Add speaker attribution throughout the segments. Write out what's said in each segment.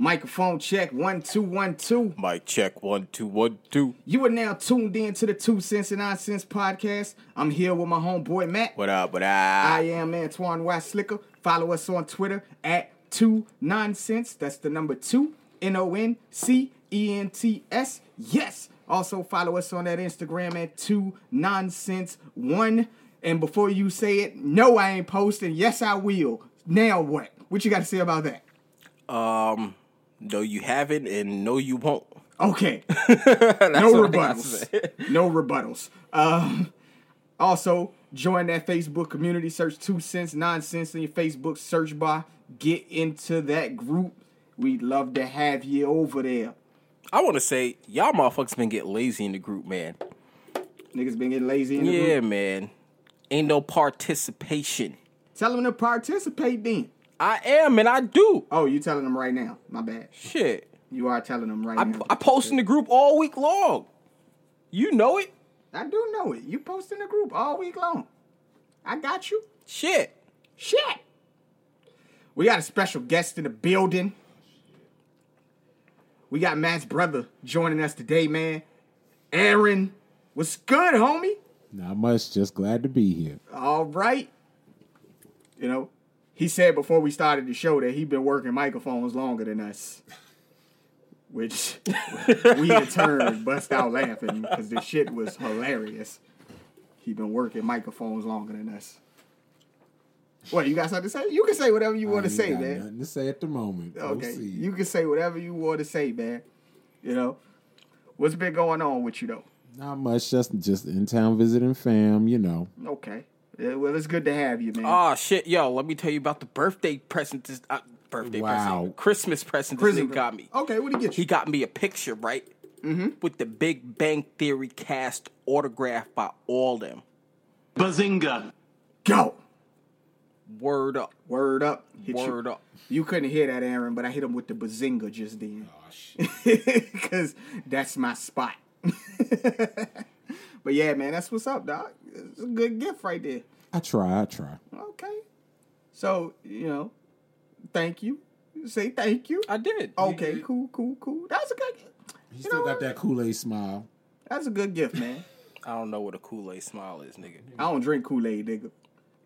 Speaker 1: Microphone check one two one two.
Speaker 2: Mic check one two one two.
Speaker 1: You are now tuned in to the Two Cents and Nine Cents podcast. I'm here with my homeboy Matt.
Speaker 2: What up? What up?
Speaker 1: I am Antoine Y Slicker. Follow us on Twitter at two nonsense. That's the number two N O N C E N T S. Yes. Also follow us on that Instagram at two nonsense one. And before you say it, no, I ain't posting. Yes, I will. Now what? What you got to say about that?
Speaker 2: um, no, you haven't, and no, you won't.
Speaker 1: Okay.
Speaker 2: no
Speaker 1: no rebuttals. no rebuttals. Um, also, join that Facebook community. Search two cents nonsense in your Facebook search bar. Get into that group. We'd love to have you over there.
Speaker 2: I want to say y'all motherfuckers been getting lazy in the group, man.
Speaker 1: Niggas been getting lazy in the
Speaker 2: Yeah,
Speaker 1: group.
Speaker 2: man. Ain't no participation.
Speaker 1: Tell them to participate then.
Speaker 2: I am, and I do.
Speaker 1: Oh, you telling them right now. My bad.
Speaker 2: Shit,
Speaker 1: You are telling them right
Speaker 2: I,
Speaker 1: now.
Speaker 2: I post in the group all week long. You know it.
Speaker 1: I do know it. You post in the group all week long. I got you.
Speaker 2: Shit.
Speaker 1: Shit. We got a special guest in the building. We got Matt's brother joining us today, man. Aaron, what's good, homie?
Speaker 3: Not much. Just glad to be here.
Speaker 1: All right. You know, he said before we started the show that he'd been working microphones longer than us. Which we in turn bust out laughing because the shit was hilarious. He'd been working microphones longer than us. What, you got something to say? You can say whatever you want
Speaker 3: I
Speaker 1: to
Speaker 3: ain't
Speaker 1: say,
Speaker 3: got
Speaker 1: man.
Speaker 3: Nothing to say at the moment.
Speaker 1: Okay.
Speaker 3: We'll see.
Speaker 1: You can say whatever you want to say, man. You know? What's been going on with you though?
Speaker 3: Not much. Just just in town visiting fam. You know.
Speaker 1: Okay. Yeah, well, it's good to have you, man.
Speaker 2: Ah, shit, yo. Let me tell you about the birthday present. This uh, birthday
Speaker 3: Wow.
Speaker 2: present, Christmas present. This
Speaker 1: Prison-
Speaker 2: nigga got me.
Speaker 1: Okay, what do you get you?
Speaker 2: he got me a picture, right? Mm-hmm. With the Big Bang Theory cast autographed by all them.
Speaker 4: Bazinga.
Speaker 1: Go.
Speaker 2: Word up.
Speaker 1: Word up. Hit you.
Speaker 2: Word up.
Speaker 1: You couldn't hear that, Aaron, but I hit him with the bazinga just then.
Speaker 2: Oh,
Speaker 1: Because that's my spot. but yeah, man, that's what's up, dog. It's a good gift right there.
Speaker 3: I try. I try.
Speaker 1: Okay. So, you know, thank you. Say thank you.
Speaker 2: I did.
Speaker 1: Okay, cool, cool, cool. That's a good
Speaker 3: He
Speaker 1: know
Speaker 3: still got
Speaker 1: what?
Speaker 3: that Kool Aid smile.
Speaker 1: That's a good gift, man.
Speaker 2: I don't know what a Kool Aid smile is, nigga.
Speaker 1: I don't drink Kool-Aid, nigga.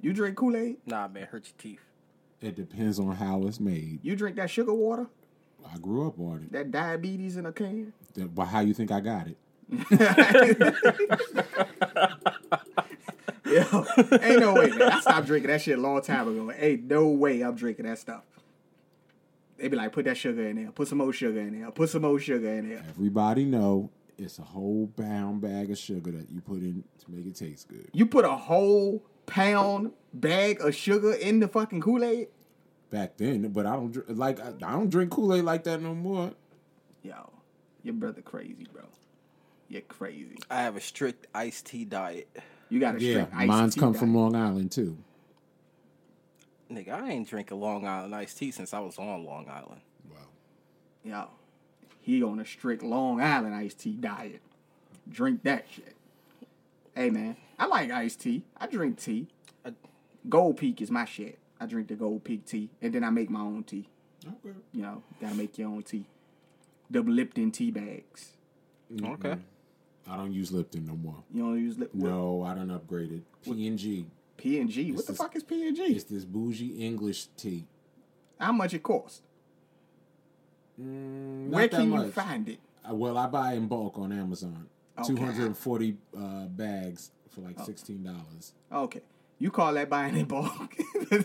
Speaker 1: You drink Kool-Aid?
Speaker 2: Nah, man, hurt your teeth.
Speaker 3: It depends on how it's made.
Speaker 1: You drink that sugar water?
Speaker 3: I grew up on it.
Speaker 1: That diabetes in a can?
Speaker 3: That- But how you think I got it?
Speaker 1: Yo, ain't no way, man. I stopped drinking that shit a long time ago. Ain't no way I'm drinking that stuff. They be like, put that sugar in there, put some more sugar in there, put some more sugar in there.
Speaker 3: Everybody know it's a whole pound bag of sugar that you put in to make it taste good.
Speaker 1: You put a whole pound bag of sugar in the fucking Kool-Aid?
Speaker 3: Back then, but I don't dr- like I, I don't drink Kool Aid like that no more.
Speaker 1: Yo, your brother crazy, bro. You're crazy.
Speaker 2: I have a strict iced tea diet.
Speaker 1: You got to
Speaker 3: Yeah,
Speaker 1: straight iced
Speaker 3: mine's
Speaker 1: tea
Speaker 3: come from
Speaker 1: diet.
Speaker 3: Long Island too.
Speaker 2: Nigga, I ain't drinking Long Island iced tea since I was on Long Island.
Speaker 3: Wow.
Speaker 1: Yo, he on a strict Long Island iced tea diet. Drink that shit. Hey man, I like iced tea. I drink tea.
Speaker 2: I-
Speaker 1: Gold Peak is my shit. I drink the Gold Peak tea, and then I make my own tea.
Speaker 3: Okay.
Speaker 1: You know, gotta make your own tea. The Lipton tea bags. Mm-hmm.
Speaker 2: Okay.
Speaker 3: I don't use Lipton no more.
Speaker 1: You don't use lip.
Speaker 3: No, I done upgraded. PNG.
Speaker 1: P and G. What
Speaker 3: It's
Speaker 1: the
Speaker 3: this-
Speaker 1: fuck is P and G?
Speaker 3: It's this bougie English tea.
Speaker 1: How much it cost?
Speaker 3: Mm,
Speaker 1: Where
Speaker 3: not that
Speaker 1: can you
Speaker 3: much.
Speaker 1: find it?
Speaker 3: Uh, Well, I buy in bulk on Amazon.
Speaker 1: Okay. Oh.
Speaker 3: Two hundred and forty uh, bags for like sixteen dollars.
Speaker 1: Okay, you call that buying in bulk?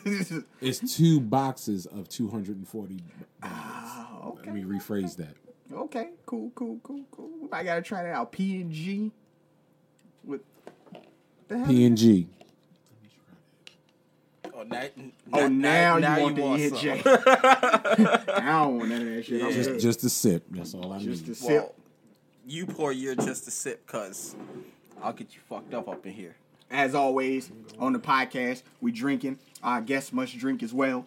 Speaker 3: It's two boxes of two hundred and forty bags.
Speaker 1: Ah, okay.
Speaker 3: Let me rephrase that.
Speaker 1: Okay, cool, cool, cool, cool. I gotta try that out. P and G. What the hell?
Speaker 3: PNG.
Speaker 2: Oh, now,
Speaker 1: oh, now, you want the
Speaker 2: some.
Speaker 1: ENJ. I don't want none of that shit. I'm
Speaker 3: Just
Speaker 1: good.
Speaker 3: just a sip. That's all I
Speaker 1: Just
Speaker 3: need.
Speaker 1: to
Speaker 2: Well,
Speaker 1: sip.
Speaker 2: you pour your just a sip, cuz I'll get you fucked up up in here.
Speaker 1: As always, on the podcast, we drinking. Our guests must drink as well.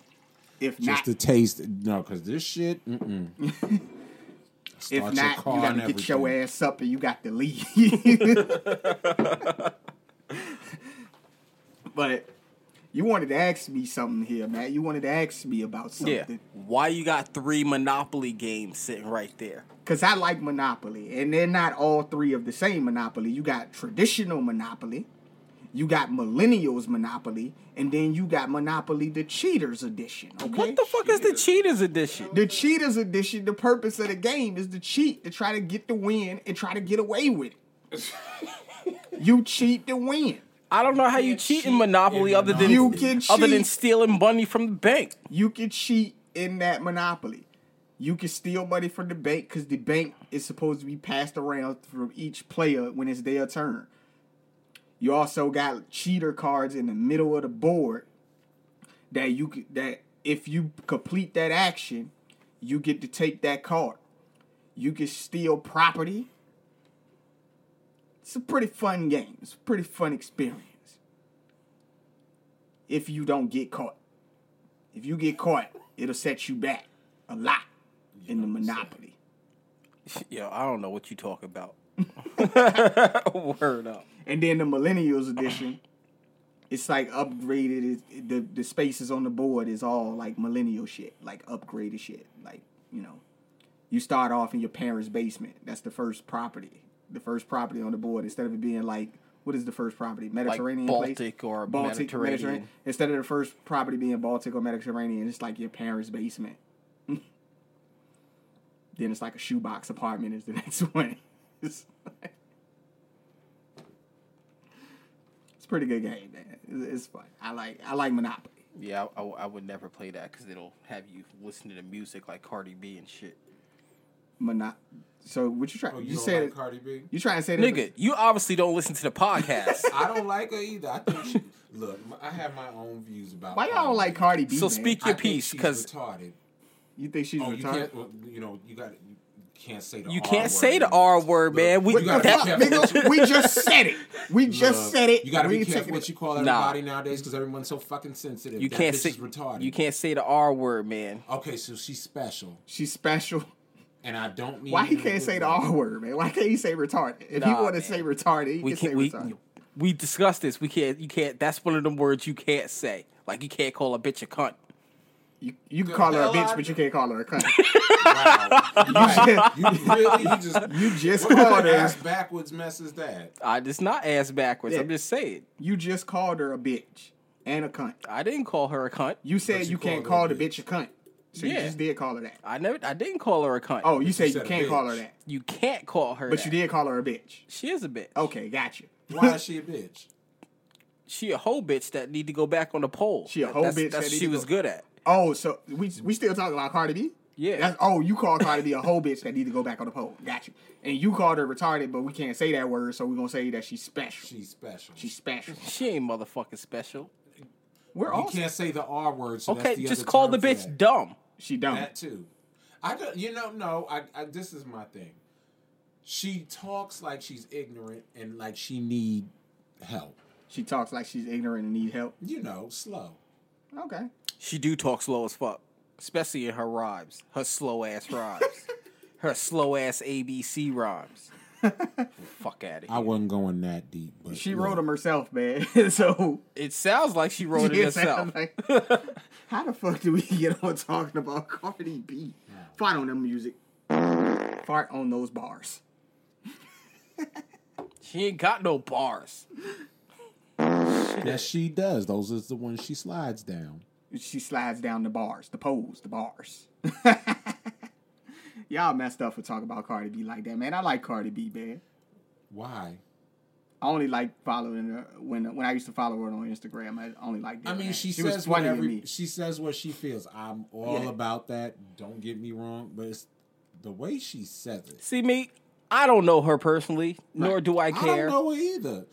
Speaker 1: If
Speaker 3: just
Speaker 1: not,
Speaker 3: to taste. No, because this shit. Mm-mm.
Speaker 1: if
Speaker 3: Start your
Speaker 1: not, you
Speaker 3: car
Speaker 1: gotta
Speaker 3: and
Speaker 1: get your
Speaker 3: everything.
Speaker 1: ass up and you got to leave. but You wanted to ask me something here, man. You wanted to ask me about
Speaker 2: Yeah.
Speaker 1: something.
Speaker 2: Why you got three Monopoly games sitting right there?
Speaker 1: Because I like Monopoly, and they're not all three of the same Monopoly. You got traditional Monopoly, you got Millennials Monopoly, and then you got Monopoly the Cheaters Edition. Okay?
Speaker 2: What the fuck is the Cheaters Edition?
Speaker 1: The Cheaters Edition, the purpose of the game is to cheat, to try to get the win and try to get away with it. you cheat to win.
Speaker 2: I don't know how you cheat in Monopoly
Speaker 3: in
Speaker 2: other than
Speaker 1: You can
Speaker 2: other than
Speaker 1: cheat.
Speaker 2: stealing money from the bank.
Speaker 1: You can cheat in that Monopoly. You can steal money from the bank because the bank is supposed to be passed around from each player when it's their turn. You also got cheater cards in the middle of the board that you could, that if you complete that action, you get to take that card. You can steal property. It's a pretty fun game. It's a pretty fun experience. If you don't get caught. If you get caught, it'll set you back a lot in the monopoly.
Speaker 2: Yo, I don't know what you talk about. Word up.
Speaker 1: And then the millennials edition, it's like upgraded. It, the the spaces on the board is all like millennial shit, like upgraded shit. Like you know, you start off in your parents' basement. That's the first property. The first property on the board instead of it being like what is the first property? Mediterranean place?
Speaker 2: Baltic or Mediterranean.
Speaker 1: Instead of the first property being Baltic or Mediterranean, it's like your parents' basement. then it's like a shoebox apartment is the next one. It's like- It's a pretty good game, man. It's, it's fun. I like I like Monopoly.
Speaker 2: Yeah, I, I w- I would never play that because it'll have you listening to music like Cardi B and shit.
Speaker 1: Monop. So what you trying?
Speaker 3: Oh,
Speaker 1: you
Speaker 3: you, don't
Speaker 1: said
Speaker 3: like Cardi B?
Speaker 1: you trying to say that
Speaker 2: Nigga, you obviously don't listen to the podcast.
Speaker 3: I don't like her either. I think she, look, my- I have my own views about.
Speaker 1: Why y'all don't like
Speaker 3: B.
Speaker 1: Cardi B?
Speaker 2: So
Speaker 1: man?
Speaker 2: speak-
Speaker 3: I
Speaker 2: your
Speaker 3: think
Speaker 2: piece,
Speaker 3: she's
Speaker 2: 'cause-
Speaker 3: retarded.
Speaker 1: You think she's
Speaker 3: Oh, you
Speaker 1: retarded?
Speaker 3: can't. Well, you know, you got. You can't say the.
Speaker 2: you
Speaker 3: R
Speaker 2: can't
Speaker 3: word.
Speaker 2: say the R word, man. We
Speaker 1: What the
Speaker 3: gotta be
Speaker 2: that-
Speaker 1: fuck,
Speaker 3: careful what
Speaker 1: nigga? We just said it. We just
Speaker 3: Look,
Speaker 1: said it.
Speaker 3: You gotta
Speaker 1: we
Speaker 3: be
Speaker 1: ain't
Speaker 3: careful
Speaker 1: taking
Speaker 3: what
Speaker 1: it.
Speaker 3: you call
Speaker 2: Nah.
Speaker 3: everybody nowadays because everyone's so fucking sensitive.
Speaker 2: you
Speaker 3: that
Speaker 2: can't
Speaker 3: bitch
Speaker 2: say
Speaker 3: is retarded.
Speaker 2: you can't say the R word, man.
Speaker 3: Okay, so she's special,
Speaker 1: She's special.
Speaker 3: and I don't mean.
Speaker 1: Why he
Speaker 3: it in a
Speaker 1: can't
Speaker 3: good
Speaker 1: say the
Speaker 3: way.
Speaker 1: R word, man? Why can't he say retarded? If he
Speaker 2: Nah,
Speaker 1: want to
Speaker 2: man.
Speaker 1: say retarded, he
Speaker 2: We
Speaker 1: can
Speaker 2: can't.
Speaker 1: say
Speaker 2: We
Speaker 1: retarded.
Speaker 2: we discussed this. We can't. You can't. That's one of them words you can't say. Like you can't call a bitch a cunt.
Speaker 1: You, you can call her a
Speaker 3: hell
Speaker 1: bitch,
Speaker 3: I-
Speaker 1: but you can't call her a cunt.
Speaker 3: Wow. you, you really you just
Speaker 1: you just
Speaker 3: what
Speaker 1: called
Speaker 3: kind of
Speaker 1: her.
Speaker 3: ass backwards mess is that?
Speaker 2: I just not ass backwards. I'm
Speaker 1: Yeah.
Speaker 2: just saying.
Speaker 1: You just called her a bitch and a cunt.
Speaker 2: I didn't call her a cunt.
Speaker 1: You said
Speaker 3: you
Speaker 1: you can't call
Speaker 3: called
Speaker 1: the
Speaker 3: her a
Speaker 1: bitch a cunt, so you
Speaker 2: Yeah.
Speaker 1: just did call her that.
Speaker 2: I never. I didn't call her a cunt.
Speaker 1: Oh, you say you
Speaker 3: said a
Speaker 1: can't call her
Speaker 3: bitch.
Speaker 1: that,
Speaker 2: you can't call her.
Speaker 1: but
Speaker 2: that.
Speaker 1: you did Oh. call her a bitch.
Speaker 2: She is a bitch.
Speaker 1: Okay, got you.
Speaker 3: Why is she a bitch?
Speaker 2: She a whole bitch that need to go back on the pole.
Speaker 1: She a
Speaker 2: That-
Speaker 1: whole
Speaker 2: that's,
Speaker 1: bitch
Speaker 2: That's
Speaker 1: that
Speaker 2: what
Speaker 1: need
Speaker 2: she
Speaker 1: to
Speaker 2: was
Speaker 1: go-
Speaker 2: good at.
Speaker 1: Oh, so we we still talking about Cardi B?
Speaker 2: Yeah.
Speaker 1: That's, oh, you called Cardi B a whole bitch that need to go back on the pole. Got you. And you called her retarded, but we can't say that word, so we're gonna say that she's special.
Speaker 3: She's special.
Speaker 1: she's special.
Speaker 2: She ain't motherfucking special.
Speaker 1: We're
Speaker 3: you
Speaker 1: all
Speaker 3: can't say the R word. So
Speaker 2: Okay,
Speaker 3: that's the
Speaker 2: just
Speaker 3: other
Speaker 2: call the
Speaker 3: term for
Speaker 2: bitch
Speaker 3: that.
Speaker 2: dumb.
Speaker 1: She dumb.
Speaker 3: That too. I don't. You know, no. I, I. This is my thing. She talks like she's ignorant and like she need help.
Speaker 1: She talks like she's ignorant and need help.
Speaker 3: You know, slow.
Speaker 1: Okay.
Speaker 2: She do talk slow as fuck, especially in her rhymes, her slow ass rhymes, her slow ass ABC rhymes. fuck out of
Speaker 3: I
Speaker 2: here.
Speaker 3: wasn't going that deep, but
Speaker 1: She
Speaker 3: look,
Speaker 1: wrote them herself, man. so
Speaker 2: It sounds like she wrote it
Speaker 1: it sounds
Speaker 2: herself.
Speaker 1: like- how the fuck do we get on talking about Cardi B? Fart on them music. Fart on those bars.
Speaker 2: She ain't got no bars.
Speaker 3: Yes, she does. Those is the ones she slides down.
Speaker 1: She slides down the bars, the poles, the bars. Y'all messed up for talking about Cardi B like that, man. I like Cardi B, man.
Speaker 3: Why?
Speaker 1: I only like following her when when I used to follow her on Instagram. I only like.
Speaker 3: I mean, she, says what every, she says what she feels. I'm all
Speaker 1: Yeah.
Speaker 3: about that. Don't get me wrong, but it's the way she says it.
Speaker 2: See me? I don't know her personally, nor
Speaker 1: Right.
Speaker 2: do I
Speaker 3: I
Speaker 2: care.
Speaker 3: don't know her either.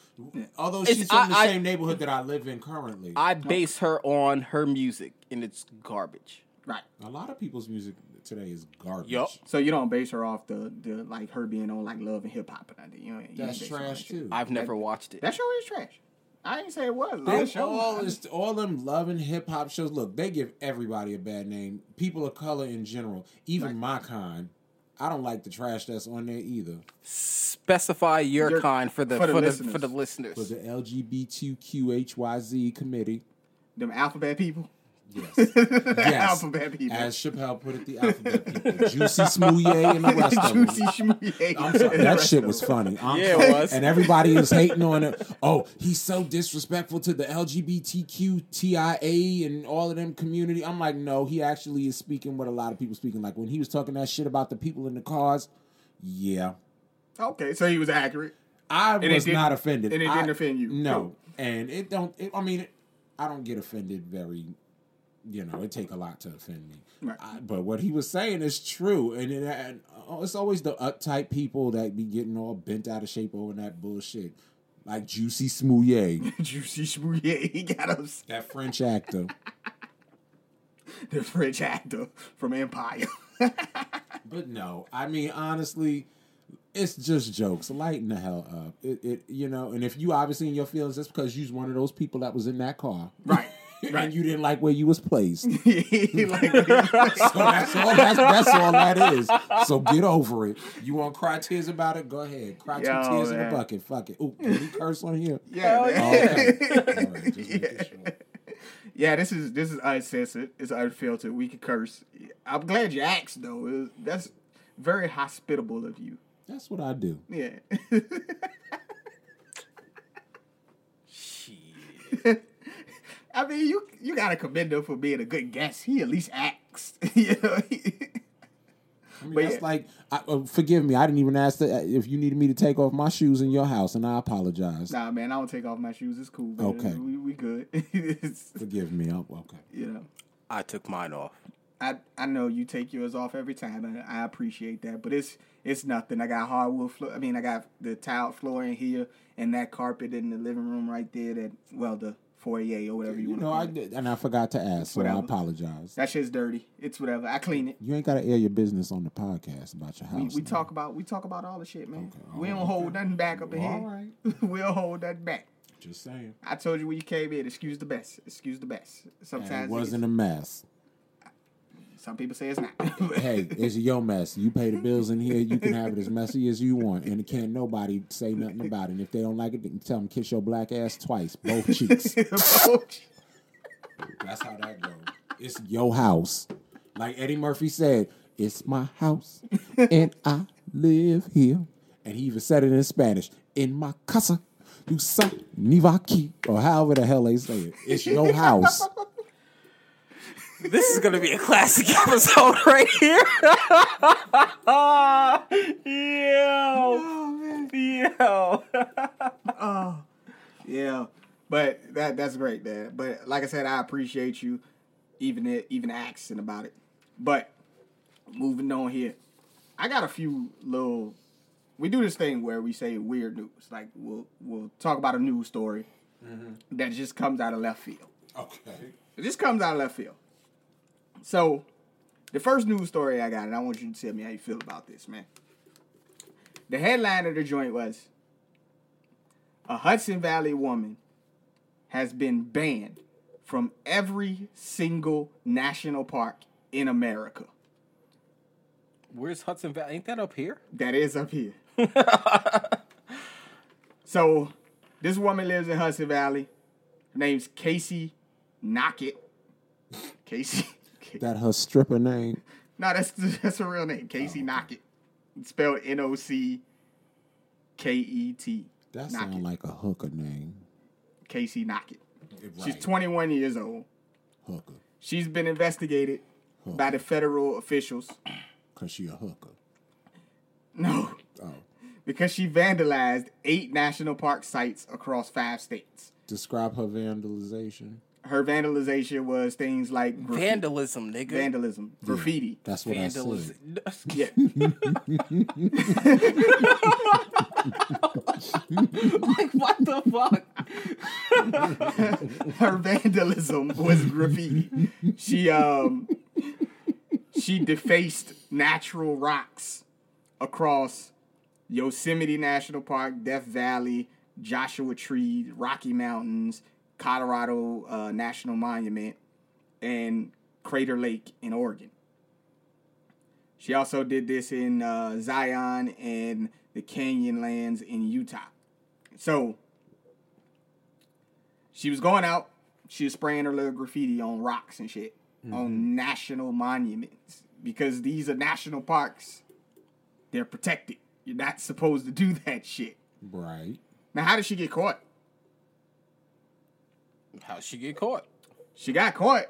Speaker 3: Although
Speaker 2: It's-
Speaker 3: she's from the
Speaker 2: I- I-
Speaker 3: same neighborhood that I live in currently.
Speaker 2: I base her on her music, and it's garbage.
Speaker 1: right.
Speaker 3: A lot of people's music today is garbage.
Speaker 2: Yup.
Speaker 1: So you don't base her off the the like her being on like love and hip hop and nothing. You know, you
Speaker 3: That's
Speaker 1: ain't base her on
Speaker 3: trash
Speaker 1: that shit.
Speaker 3: too.
Speaker 2: I've never watched it.
Speaker 1: That show is trash. I ain't say it was.
Speaker 3: They-
Speaker 1: That show
Speaker 3: all is all them loving hip hop shows. Look, they give everybody a bad name. People of color in general, even my kind. I don't like the trash that's on there either.
Speaker 2: Specify your,
Speaker 1: Your-
Speaker 2: kind for the
Speaker 1: for the
Speaker 2: for the,
Speaker 1: listeners.
Speaker 2: for the listeners.
Speaker 3: For the LGBTQHYZ committee,
Speaker 1: Them alphabet people.
Speaker 3: Yes. yes.
Speaker 1: Alphabet people.
Speaker 3: As Chappelle put it, the alphabet people. Juicy Smouye and the rest of them.
Speaker 1: Juicy Schmouye.
Speaker 3: I'm sorry.
Speaker 1: And the
Speaker 3: That
Speaker 1: rest
Speaker 3: shit
Speaker 1: of
Speaker 3: was
Speaker 1: them.
Speaker 3: funny. I'm
Speaker 2: Yeah, it
Speaker 3: sorry.
Speaker 2: was.
Speaker 3: And everybody is hating on it. Oh, he's so disrespectful to the LGBTQTIA and all of them community. I'm like, no, he actually is speaking what a lot of people speaking. Like when he was talking that shit about the people in the cars, yeah.
Speaker 1: Okay, so he was accurate.
Speaker 3: I
Speaker 1: it
Speaker 3: was
Speaker 1: didn't-
Speaker 3: not offended.
Speaker 1: and it
Speaker 3: I-
Speaker 1: didn't offend you.
Speaker 3: No.
Speaker 1: Cool.
Speaker 3: And it don't it, I mean, I don't get offended very you know, it take a lot to offend me.
Speaker 1: Right.
Speaker 3: I, but what he was saying is true and, it, and oh, it's always the uptight people that be getting all bent out of shape over that bullshit. Like Juicy Smouye,
Speaker 1: Juicy Schmouye. He got us
Speaker 3: that French actor.
Speaker 1: the French actor from Empire.
Speaker 3: But no, I mean honestly, it's just jokes. Lighten the hell up. It, it you know, and if you obviously in your feelings, that's because you's one of those people that was in that car.
Speaker 1: right. Right.
Speaker 3: and you didn't like where you was placed. so
Speaker 1: like,
Speaker 3: that's all. That's, that's all that is. So get over it. You want to cry tears about it? Go ahead. Cry two
Speaker 1: Yo,
Speaker 3: tears in
Speaker 1: man.
Speaker 3: the bucket. Fuck it. Ooh, can we curse on here?
Speaker 1: yeah,
Speaker 2: Hell
Speaker 1: man.
Speaker 3: Oh, okay. all right, just making sure.
Speaker 1: Yeah, this is this is uncensored. It's unfiltered. We can curse. I'm glad you asked though. It- That's very hospitable of you.
Speaker 3: That's what I do.
Speaker 1: Yeah.
Speaker 2: Shit.
Speaker 1: I mean, you you gotta commend him for being a good guest. He at least asked. you know.
Speaker 3: I mean,
Speaker 1: But
Speaker 3: that's
Speaker 1: yeah.
Speaker 3: like, I, uh, forgive me. I didn't even ask that if you needed me to take off my shoes in your house, and I apologize.
Speaker 1: nah, man, I don't take off my shoes. It's cool. Man.
Speaker 3: Okay.
Speaker 1: we, we good. It's-
Speaker 3: Forgive me. I'm okay.
Speaker 1: you know,
Speaker 2: I took mine off.
Speaker 1: I I know you take yours off every time, and I appreciate that. But it's it's nothing. I got hardwood floor. I mean, I got the tiled floor in here, and that carpet in the living room right there. That well, the foyer or whatever you,
Speaker 3: You
Speaker 1: want to
Speaker 3: know,
Speaker 1: call
Speaker 3: I
Speaker 1: it.
Speaker 3: did, and I forgot to ask, so I
Speaker 1: Whatever.
Speaker 3: apologize.
Speaker 1: That shit's dirty. It's whatever. I clean it.
Speaker 3: You ain't got to air your business on the podcast about your house.
Speaker 1: We, we
Speaker 3: man.
Speaker 1: talk about we talk about all the shit, man.
Speaker 3: Okay,
Speaker 1: we don't
Speaker 3: alright.
Speaker 1: hold nothing back up in
Speaker 3: Well,
Speaker 1: here. we don't hold nothing back.
Speaker 3: Just saying. And
Speaker 1: I told you when you came in, excuse the best. Excuse the best. Sometimes
Speaker 3: it wasn't a mess.
Speaker 1: it's- some people say it's not.
Speaker 3: hey, it's your mess. You pay the bills in here. You can have it as messy as you want, and can't nobody say nothing about it. And if they don't like it, then tell them kiss your black ass twice, both cheeks. That's how that goes. It's your house. Like Eddie Murphy said, it's my house, and I live here. And he even said it in Spanish, in my casa. You son, nivaki, or however the hell they say it. It's your house.
Speaker 2: This is gonna be a classic episode right here. Yo,
Speaker 1: oh man.
Speaker 2: yo.
Speaker 1: Yeah, but that that's great, man. But like I said, I appreciate you, even it, even asking about it. But moving on here, I got a few little. We do this thing where we say weird news, like we'll we'll talk about a news story that just comes out of left field.
Speaker 3: Okay.
Speaker 1: It just comes out of left field. So, the first news story I got, and I want you to tell me how you feel about this, man. The headline of the joint was A Hudson Valley woman has been banned from every single national park in America.
Speaker 2: Where's Hudson Valley? Ain't that up here?
Speaker 1: That is up here. so, this woman lives in Hudson Valley. Her name's Casey Knockett. Casey.
Speaker 3: That her stripper name.
Speaker 1: No, that's that's her real name, Casey Knockett. It's spelled N O C K E T.
Speaker 3: That
Speaker 1: Knock
Speaker 3: sounds
Speaker 1: it.
Speaker 3: like a hooker name.
Speaker 1: Casey Knockett. She's 21 years old.
Speaker 3: hooker
Speaker 1: She's been investigated by the federal officials.
Speaker 3: because she a hooker.
Speaker 1: No,
Speaker 3: Oh,
Speaker 1: because she vandalized eight national park sites across five states.
Speaker 3: describe her vandalization.
Speaker 1: Her vandalization was things like graffi-
Speaker 2: Vandalism, nigga.
Speaker 1: vandalism, graffiti.
Speaker 3: That's what I said.
Speaker 2: Vandalism.
Speaker 1: Yeah.
Speaker 2: like what the fuck?
Speaker 1: her vandalism was graffiti. She um she defaced natural rocks across Yosemite National Park, Death Valley, Joshua Tree, Rocky Mountains, Colorado uh, National Monument, and Crater Lake in Oregon. She also did this in uh, Zion and the Canyonlands in Utah. So she was going out She was spraying her little graffiti on rocks and shit
Speaker 3: Mm-hmm.
Speaker 1: on national monuments because these are national parks. They're protected. You're not supposed to do that shit.
Speaker 3: Right.
Speaker 1: Now, how did she get caught?
Speaker 2: How'd she get caught?
Speaker 1: She got caught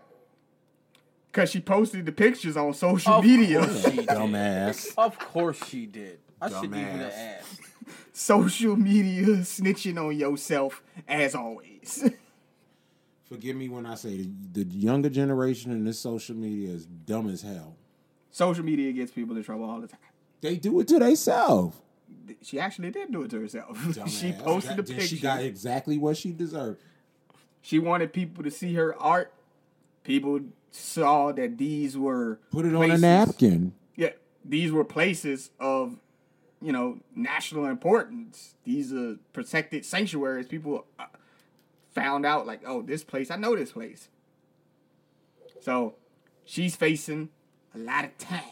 Speaker 1: because she posted the pictures on social
Speaker 2: Of
Speaker 1: media.
Speaker 2: course she did.
Speaker 3: Dumbass.
Speaker 2: Of course she did. I shouldn't even have
Speaker 1: Dumbass.
Speaker 2: asked.
Speaker 1: Social media snitching on yourself, as always.
Speaker 3: Forgive me when I say the, the younger generation in this social media is dumb as hell.
Speaker 1: social media gets people in trouble all the time.
Speaker 3: They do it to themselves.
Speaker 1: Th- She actually did do it to herself. she
Speaker 3: Dumbass.
Speaker 1: posted the
Speaker 3: Then
Speaker 1: pictures.
Speaker 3: She
Speaker 1: She,
Speaker 3: got exactly what she deserved.
Speaker 1: wanted people to see her art. People saw that these were
Speaker 3: Put it on a
Speaker 1: places-
Speaker 3: napkin.
Speaker 1: Yeah, these were places of you know national importance. These are protected sanctuaries. People uh, found out like, oh, this place. I know this place. So she's facing a lot of time,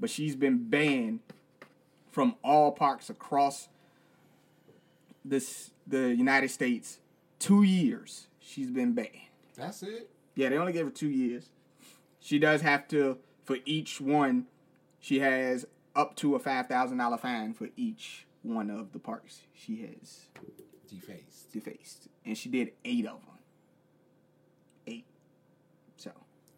Speaker 1: but she's been banned from all parks across this the United States. Two years she's been banned.
Speaker 3: That's it.
Speaker 1: Yeah, they only gave her two years. She does have to for each one. She has up to a five thousand dollar fine for each one of the parks she has
Speaker 3: Defaced.
Speaker 1: defaced, and she did eight of them. Eight. So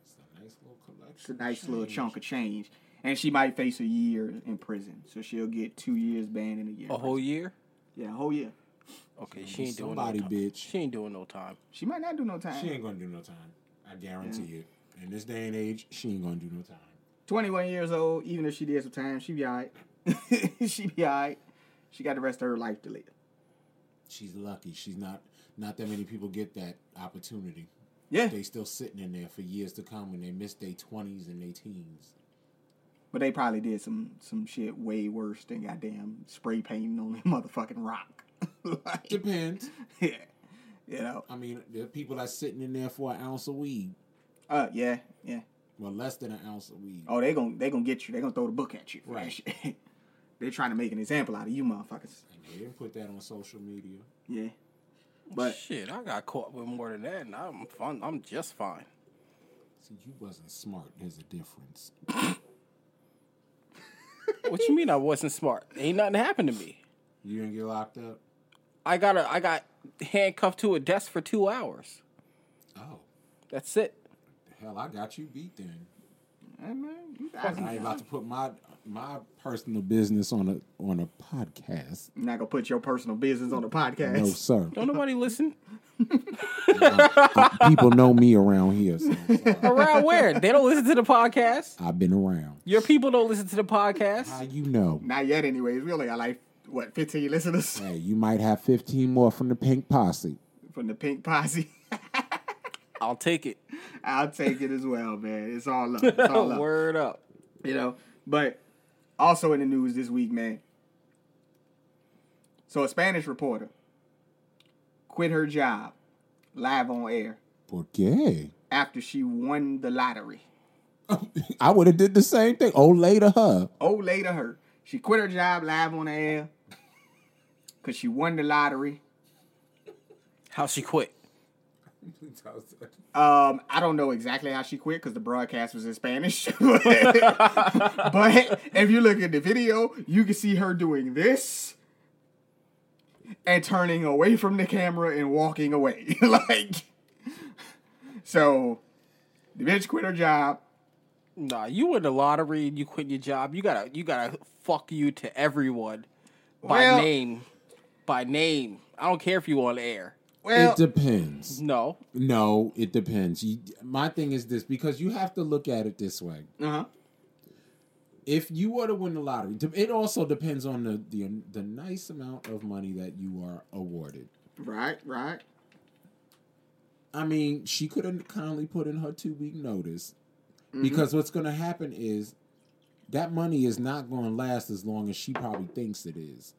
Speaker 3: It's a nice little collection.
Speaker 1: it's a nice little chunk of change, and she might face a year in prison. So she'll get two years ban and a year. in
Speaker 2: A whole
Speaker 1: prison.
Speaker 2: year?
Speaker 1: Yeah, a whole year.
Speaker 2: Okay, she ain't doing
Speaker 3: Somebody,
Speaker 2: no time.
Speaker 3: bitch.
Speaker 2: She ain't doing no time.
Speaker 1: She might not do no time.
Speaker 3: She ain't gonna do no time. I guarantee you. In this day and age, she ain't gonna do no time.
Speaker 1: Twenty one years old. Even if she did some time, she be alright. she be alright. She got the rest of her life to live.
Speaker 3: She's lucky. She's not. Not that many people get that opportunity.
Speaker 1: Yeah.
Speaker 3: They still sitting in there for years to come, and they miss their twenties and their teens.
Speaker 1: But they probably did some some shit way worse than goddamn spray painting on a motherfucking rock. like,
Speaker 3: Depends.
Speaker 1: yeah, you know.
Speaker 3: I mean, there are people that's sitting in there for an ounce of weed,
Speaker 1: Uh, yeah, yeah.
Speaker 3: well, less than an ounce of weed.
Speaker 1: Oh, they gon' they gonna get you. They gonna throw the book at you.
Speaker 3: Right.
Speaker 1: Right. Shit. they trying to make an example out of you, motherfuckers.
Speaker 3: And they didn't put that on social media.
Speaker 1: Yeah. But
Speaker 2: Shit, I got caught with more than that, and I'm fun. I'm just fine.
Speaker 3: See, you wasn't smart. There's a difference.
Speaker 2: What you mean I wasn't smart? Ain't nothing happened to me.
Speaker 3: You didn't get locked up.
Speaker 2: I got a, I got handcuffed to a desk for two hours.
Speaker 3: Oh,
Speaker 2: That's it.
Speaker 3: hell! I got you beat then.
Speaker 1: hey, man, you guys,
Speaker 3: I ain't
Speaker 1: I'm
Speaker 3: about to put my my personal business on a on a podcast.
Speaker 1: not gonna put your personal business on the podcast.
Speaker 3: No, sir.
Speaker 2: Don't nobody listen.
Speaker 3: People know me around here. So I'm sorry.
Speaker 2: Around where? They don't listen to the podcast.
Speaker 3: I've been around.
Speaker 2: Your people don't listen to the
Speaker 3: How
Speaker 2: podcast.
Speaker 3: you know?
Speaker 1: Not yet, anyways. We only got like what fifteen listeners
Speaker 3: Hey, you might have 15 more from the Pink Posse.
Speaker 1: from the Pink Posse.
Speaker 2: I'll take it.
Speaker 1: I'll take it as well, man. It's all up. It's all up.
Speaker 2: Word up.
Speaker 1: you know. But also in the news this week, man. So a Spanish reporter quit her job live on air
Speaker 3: Por qué?
Speaker 1: after she won the lottery.
Speaker 3: I would have did the same thing. Oh, later her.
Speaker 1: Oh, later her. She quit her job live on the air because she won the lottery.
Speaker 2: How she quit?
Speaker 1: Um, I don't know exactly how she quit because the broadcast was in Spanish. but if you look at the video, you can see her doing this and turning away from the camera and walking away. like, so the bitch quit her job.
Speaker 2: Nah, you win the lottery and you quit your job. You gotta you gotta fuck you to everyone by
Speaker 1: Well-
Speaker 2: name. By name. I don't care if you on air.
Speaker 1: Well,
Speaker 3: it depends.
Speaker 2: No.
Speaker 3: No, it depends. You, my thing is this because you have to look at it this way.
Speaker 1: uh-huh.
Speaker 3: if you were to win the lottery, de- it also depends on the, the the nice amount of money that you are awarded.
Speaker 1: right, right.
Speaker 3: I mean, she could have kindly put in her two week notice because what's going to happen is that money is not going to last as long as she probably thinks it is.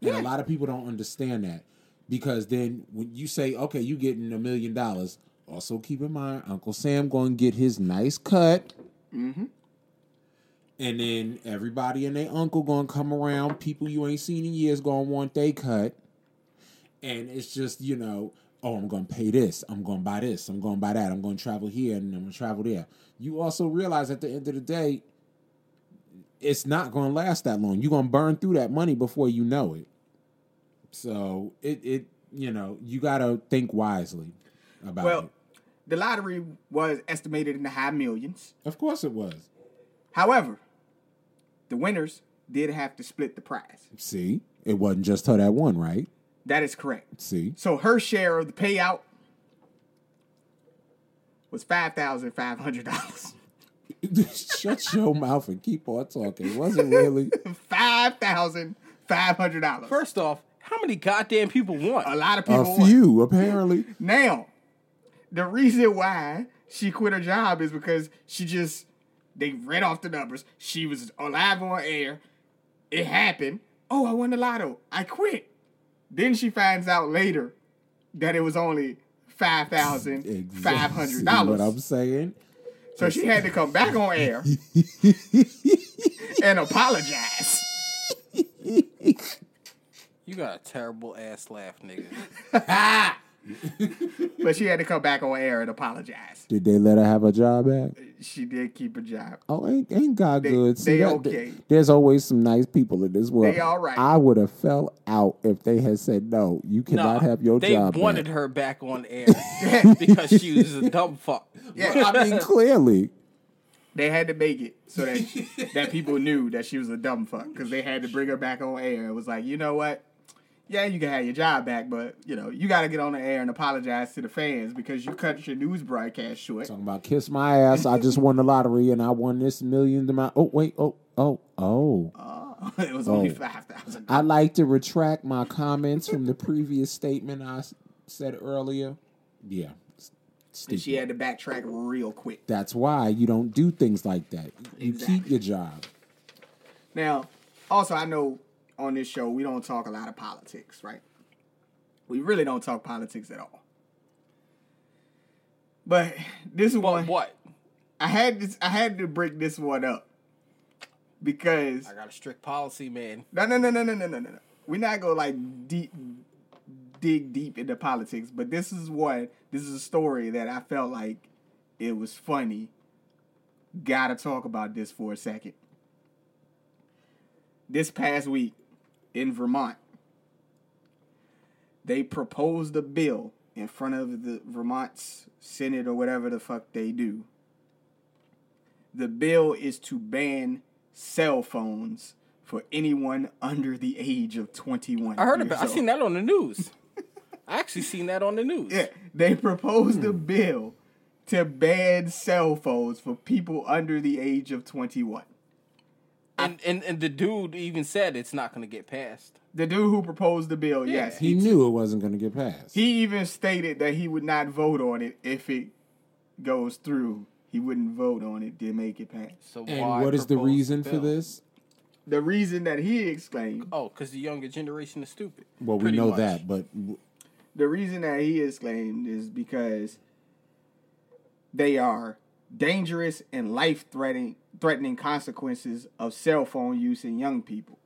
Speaker 3: And a lot of people don't understand that because then when you say, okay, you getting a million dollars, also keep in mind Uncle Sam going to get his nice cut. And then everybody and their uncle going to come around. People you ain't seen in years going to want they cut. And it's just, you know, oh, I'm going to pay this, I'm going to buy this, I'm going to buy that, I'm going to travel here and I'm going to travel there. You also realize at the end of the day, it's not going to last that long. You're going to burn through that money before you know it. So it it you know you got to think wisely about
Speaker 1: Well,
Speaker 3: it.
Speaker 1: the lottery was estimated in the high millions.
Speaker 3: Of course, it was.
Speaker 1: However, the winners did have to split the prize.
Speaker 3: See, it wasn't just her that one, right?
Speaker 1: That is correct.
Speaker 3: See,
Speaker 1: So her share of the payout was five thousand five hundred dollars.
Speaker 3: shut your mouth and keep on talking. Was it really?
Speaker 1: Five thousand five hundred dollars.
Speaker 2: First off, how many goddamn people
Speaker 1: a
Speaker 2: want?
Speaker 1: lot of people.
Speaker 3: A
Speaker 1: won.
Speaker 3: few, apparently.
Speaker 1: Now, the reason why she quit her job is because she just they read off the numbers. She was alive on air. It happened. Oh, I won the lotto. I quit. Then she finds out later that it was only five thousand five hundred
Speaker 3: See What I'm
Speaker 1: dollars.
Speaker 3: saying?
Speaker 1: So she had to come back on air and apologize.
Speaker 2: You got a terrible ass laugh, nigga.
Speaker 1: But she had to come back on air and apologize.
Speaker 3: Did they let her have a job back?
Speaker 1: She did keep a job.
Speaker 3: Oh, ain't, ain't God
Speaker 1: They-
Speaker 3: good?
Speaker 1: they
Speaker 3: that-
Speaker 1: okay.
Speaker 3: th- there's always some nice people in this world.
Speaker 1: They all right.
Speaker 3: I would have fell out if they had said no. You
Speaker 2: Nah,
Speaker 3: cannot have your
Speaker 2: they
Speaker 3: job.
Speaker 2: wanted
Speaker 3: back.
Speaker 2: her back on air because she was a dumb fuck.
Speaker 1: Yeah,
Speaker 3: I mean, clearly,
Speaker 1: They had to make it so that that people knew that she was a dumb fuck because they had to bring her back on air. It was like, you know what? Yeah, you can have your job back, but you know you got to get on the air and apologize to the fans because you cut your news broadcast short.
Speaker 3: talking about kiss my ass. I just won the lottery and I won this million to my. Oh wait, oh oh oh.
Speaker 1: it was only
Speaker 3: Oh.
Speaker 1: five thousand.
Speaker 3: I like to retract my comments from the previous statement I s- said earlier. Yeah, s- stupid.
Speaker 1: She had to backtrack real quick.
Speaker 3: That's why you don't do things like that. You keep
Speaker 1: Exactly.
Speaker 3: your job.
Speaker 1: Now, also, I know on this show we don't talk a lot of politics, right? We really don't talk politics at all. But this
Speaker 2: But
Speaker 1: one,
Speaker 2: what?
Speaker 1: I had this, I had to break this one up because
Speaker 2: I got a strict policy, man.
Speaker 1: no, no, no, no, no, no, no, no. no. We're not gonna like deep dig deep into politics, but this is what this is a story that I felt like it was funny. Gotta talk about this for a second. This past week in Vermont, they proposed a bill in front of the Vermont's Senate or whatever the fuck they do. The bill is to ban cell phones for anyone under the age of 21.
Speaker 2: I heard
Speaker 1: years
Speaker 2: about. I
Speaker 1: old.
Speaker 2: seen that on the news. I actually seen that on the news.
Speaker 1: Yeah, they proposed a bill to ban cell phones for people under the age of 21.
Speaker 2: And, and and the dude even said it's not gonna get passed.
Speaker 1: The dude who proposed the bill,
Speaker 2: Yeah.
Speaker 1: yes.
Speaker 3: He knew it wasn't going to get passed.
Speaker 1: He even stated that he would not vote on it if it goes through. He wouldn't vote on it to make it pass.
Speaker 2: So
Speaker 3: and
Speaker 2: why
Speaker 3: what is the
Speaker 2: propose
Speaker 3: reason for
Speaker 2: bill?
Speaker 3: this?
Speaker 1: The reason that he exclaimed,
Speaker 2: Oh, because the younger generation is stupid.
Speaker 3: Well, we
Speaker 2: Pretty
Speaker 3: know
Speaker 2: much.
Speaker 3: that, but w-
Speaker 1: the reason that he exclaimed is because they are dangerous and life threatening threatening consequences of cell phone use in young people.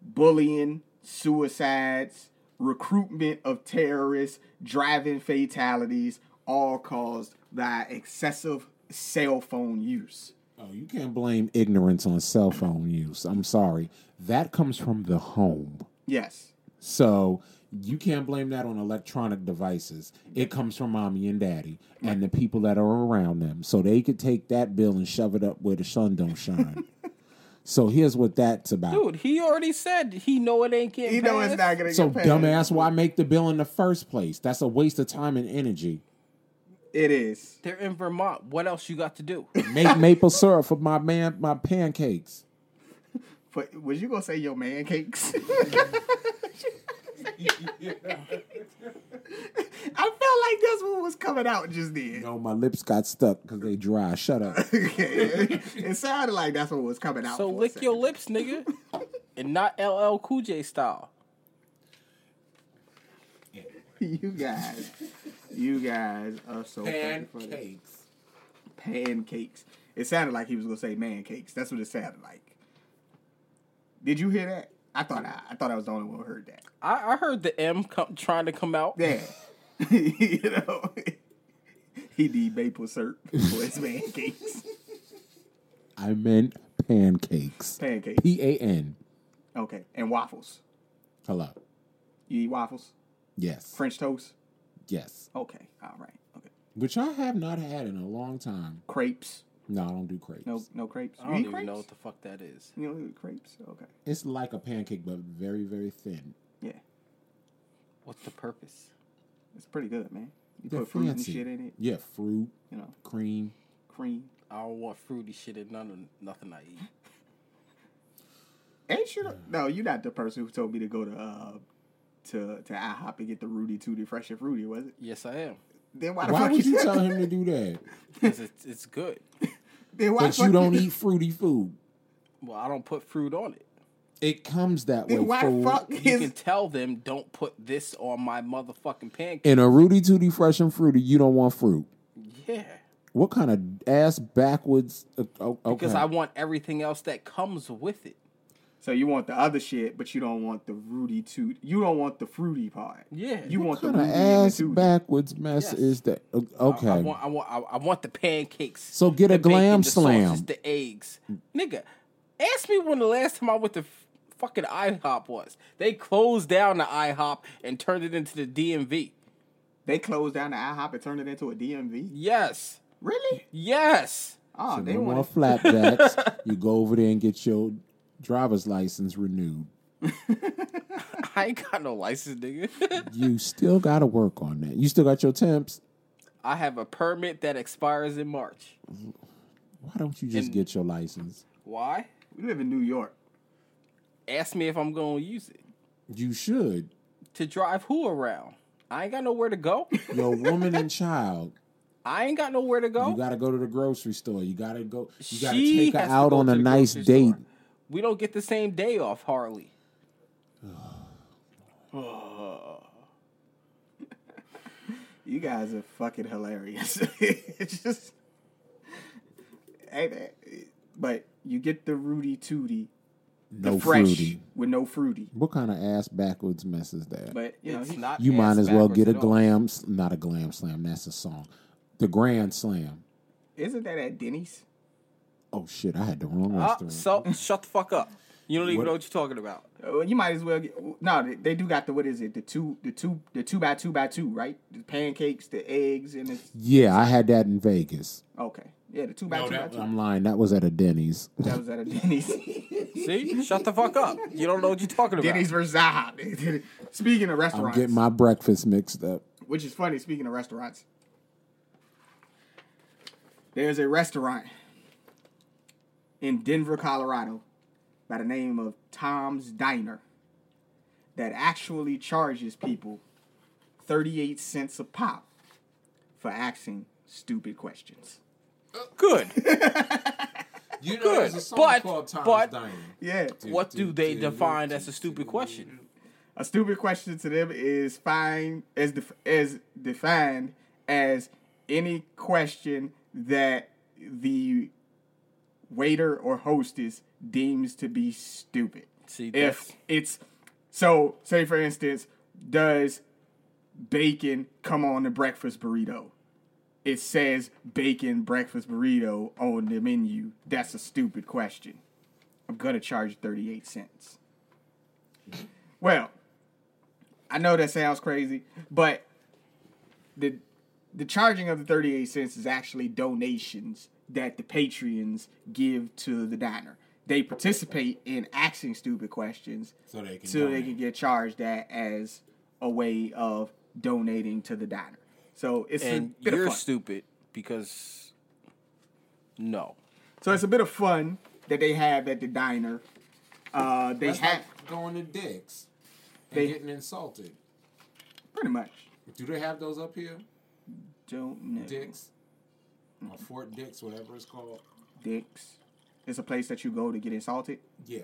Speaker 1: Bullying, suicides, recruitment of terrorists, driving fatalities, all caused by excessive cell phone use.
Speaker 3: oh, you can't blame ignorance on cell phone use. I'm sorry. That comes from the home.
Speaker 1: Yes.
Speaker 3: So you can't blame that on electronic devices. It comes from mommy and daddy and the people that are around them. So they could take that bill and shove it up where the sun don't shine. so here's what that's about.
Speaker 2: Dude, he already said he know it ain't getting
Speaker 1: You know it's not
Speaker 2: passed.
Speaker 1: gonna
Speaker 3: so
Speaker 1: get passed.
Speaker 3: dumbass, why make the bill in the first place? That's a waste of time and energy.
Speaker 1: It is.
Speaker 2: They're in Vermont. What else you got to do?
Speaker 3: Make maple syrup for my man my pancakes.
Speaker 1: But was you gonna say your man cakes? I felt like that's what was coming out just then.
Speaker 3: No, my lips got stuck because they dry. Shut up.
Speaker 1: it sounded like that's what was coming out.
Speaker 2: So
Speaker 1: for a
Speaker 2: lick
Speaker 1: second.
Speaker 2: your lips, nigga, and not LL Cool J style.
Speaker 1: you guys. You guys are so fucking funny. Pancakes. It sounded like he was gonna say man cakes. That's what it sounded like. Did you hear that? I thought I, I thought I was the only one who heard that.
Speaker 2: I, I heard the M come, trying to come out.
Speaker 1: Yeah, you know, he need maple syrup for his pancakes.
Speaker 3: I meant pancakes.
Speaker 1: Pancakes.
Speaker 3: P A N.
Speaker 1: Okay, and waffles.
Speaker 3: Hello.
Speaker 1: You eat waffles?
Speaker 3: Yes.
Speaker 1: French toast?
Speaker 3: Yes.
Speaker 1: Okay, all right. Okay,
Speaker 3: Which I have not had in a long time.
Speaker 1: crepes?
Speaker 3: No, I don't do crepes.
Speaker 1: No, no crepes.
Speaker 2: I
Speaker 1: You
Speaker 2: don't
Speaker 1: eat
Speaker 2: even
Speaker 1: crepes?
Speaker 2: know what the fuck that is.
Speaker 1: you don't eat crepes? Okay,
Speaker 3: It's like a pancake, but very, very thin.
Speaker 1: yeah,
Speaker 2: What's the purpose?
Speaker 1: it's pretty good, man. You
Speaker 3: They're
Speaker 1: put fruit and
Speaker 3: fancy.
Speaker 1: shit in it.
Speaker 3: Yeah, fruit,
Speaker 1: You know,
Speaker 3: cream.
Speaker 1: cream.
Speaker 2: I don't want fruity shit in none of nothing I eat.
Speaker 1: Ain't you?
Speaker 2: Mm.
Speaker 1: No, you're not the person who told me to go to uh to to IHOP and get the Rudy Tooty Fresh and Fruity, was it?
Speaker 2: Yes, I am.
Speaker 1: Then why the
Speaker 3: Why
Speaker 1: fuck
Speaker 3: would you tell him to do that?
Speaker 2: 'Cause it's, it's good.
Speaker 1: Then why the
Speaker 3: But
Speaker 1: fuck
Speaker 3: you don't eat fruity food.
Speaker 2: Well, I don't put fruit on it.
Speaker 3: It comes that way.
Speaker 1: Then why the
Speaker 3: fool.
Speaker 1: fuck
Speaker 2: You can
Speaker 1: is
Speaker 2: tell them don't put this on my motherfucking pancake.
Speaker 3: In a Rudy Tooty Fresh and Fruity, you don't want fruit.
Speaker 2: Yeah.
Speaker 3: What kind of ass backwards? Uh, o- okay.
Speaker 2: Because I want everything else that comes with it.
Speaker 1: so you want the other shit, but you don't want the Rudy Toot. You don't want the fruity part.
Speaker 2: Yeah.
Speaker 1: you want the
Speaker 3: kind of
Speaker 1: Rudy and the
Speaker 3: ass
Speaker 1: Tootie.
Speaker 3: backwards mess
Speaker 2: Yes.
Speaker 3: is that? o- Okay.
Speaker 2: I, I want, I want, I, I want the pancakes.
Speaker 3: So get a
Speaker 2: the bacon,
Speaker 3: glam
Speaker 2: the
Speaker 3: slam.
Speaker 2: Sausage, the eggs, nigga. Ask me when the last time I went to f- fucking IHOP was. They closed down the IHOP and turned it into the DMV.
Speaker 1: They closed down the IHOP and turned it into a DMV.
Speaker 2: Yes,
Speaker 1: Really?
Speaker 2: yes.
Speaker 1: Oh, they
Speaker 3: no
Speaker 1: want
Speaker 3: more flapjacks. you go over there and get your driver's license renewed.
Speaker 2: I ain't got no license, nigga.
Speaker 3: You still got to work on that. You still got your temps.
Speaker 2: I have a permit that expires in March.
Speaker 3: Why don't you just
Speaker 2: And-
Speaker 3: get your license?
Speaker 2: Why?
Speaker 1: We live in New York.
Speaker 2: Ask me if I'm gonna use it
Speaker 3: You should.
Speaker 2: to drive who around. I ain't got nowhere to go.
Speaker 3: Your woman and child.
Speaker 2: I ain't got nowhere to go.
Speaker 3: You got to go to the grocery store. You got to go. You got to
Speaker 2: She
Speaker 3: take her
Speaker 2: has to
Speaker 3: out
Speaker 2: go
Speaker 3: on
Speaker 2: to
Speaker 3: a
Speaker 2: the
Speaker 3: nice
Speaker 2: grocery
Speaker 3: date.
Speaker 2: store. We don't get the same day off, Harley.
Speaker 1: You guys are fucking hilarious. it's just, hey, man. but you get the Rudy Tooty, the
Speaker 3: No
Speaker 1: fresh
Speaker 3: fruity.
Speaker 1: with no fruity.
Speaker 3: What kind of ass backwards mess is that?
Speaker 1: But you know,
Speaker 2: It's
Speaker 1: he-
Speaker 2: not.
Speaker 3: you might
Speaker 2: ass
Speaker 3: as well
Speaker 2: backwards
Speaker 3: get a
Speaker 2: at all.
Speaker 3: glam, s- not a glam slam. That's a song. The grand slam.
Speaker 1: isn't that at Denny's?
Speaker 3: Oh shit! I had the wrong
Speaker 2: Uh,
Speaker 3: restaurant.
Speaker 2: so shut the fuck up. You don't even
Speaker 3: What-
Speaker 2: know what you're talking about.
Speaker 1: Uh, you might as well get. No, they, they do got the what is it? The two, the two, the two by two by two, right? The pancakes, the eggs, and it's
Speaker 3: yeah, I had that in Vegas.
Speaker 1: okay. Yeah, the two by two by two.
Speaker 3: I'm lying. That was at a Denny's.
Speaker 1: That was at a Denny's.
Speaker 2: See, shut the fuck up. You don't know what you're talking about.
Speaker 1: Denny's versus IHOP. speaking of
Speaker 3: I'm
Speaker 1: restaurants,
Speaker 3: getting my breakfast mixed up.
Speaker 1: which is funny. Speaking of restaurants, there's a restaurant in Denver, Colorado, by the name of Tom's Diner, that actually charges people 38 cents a pop for asking stupid questions.
Speaker 2: Good.
Speaker 3: You know,
Speaker 2: there's a song But- called Tom's but- Diner.
Speaker 1: Yeah.
Speaker 2: what do they define as a stupid question?
Speaker 1: A stupid question to them is fine as def- as defined as any question that the waiter or hostess deems to be stupid.
Speaker 2: See,
Speaker 1: if
Speaker 2: that's-
Speaker 1: it's so, say for instance, does bacon come on the breakfast burrito? It says bacon breakfast burrito on the menu. That's a stupid question. I'm gonna charge 38 cents. Well, I know that sounds crazy, but the the charging of the 38 cents is actually donations that the patrons give to the diner. They participate in asking stupid questions
Speaker 3: So they can
Speaker 1: so they
Speaker 3: donate.
Speaker 1: can get charged that as a way of donating to the diner. So it's
Speaker 2: And
Speaker 1: a bit
Speaker 2: you're
Speaker 1: of fun.
Speaker 2: stupid because no.
Speaker 1: so it's a bit of fun that they have at the diner. Uh, they have
Speaker 3: going to Dick's and
Speaker 1: They-
Speaker 3: getting insulted.
Speaker 1: pretty much
Speaker 3: Do they have those up here?
Speaker 1: don't know.
Speaker 3: Dick's or Fort Dick's, whatever it's called.
Speaker 1: Dicks. It's a place that you go to get insulted.
Speaker 3: Yeah.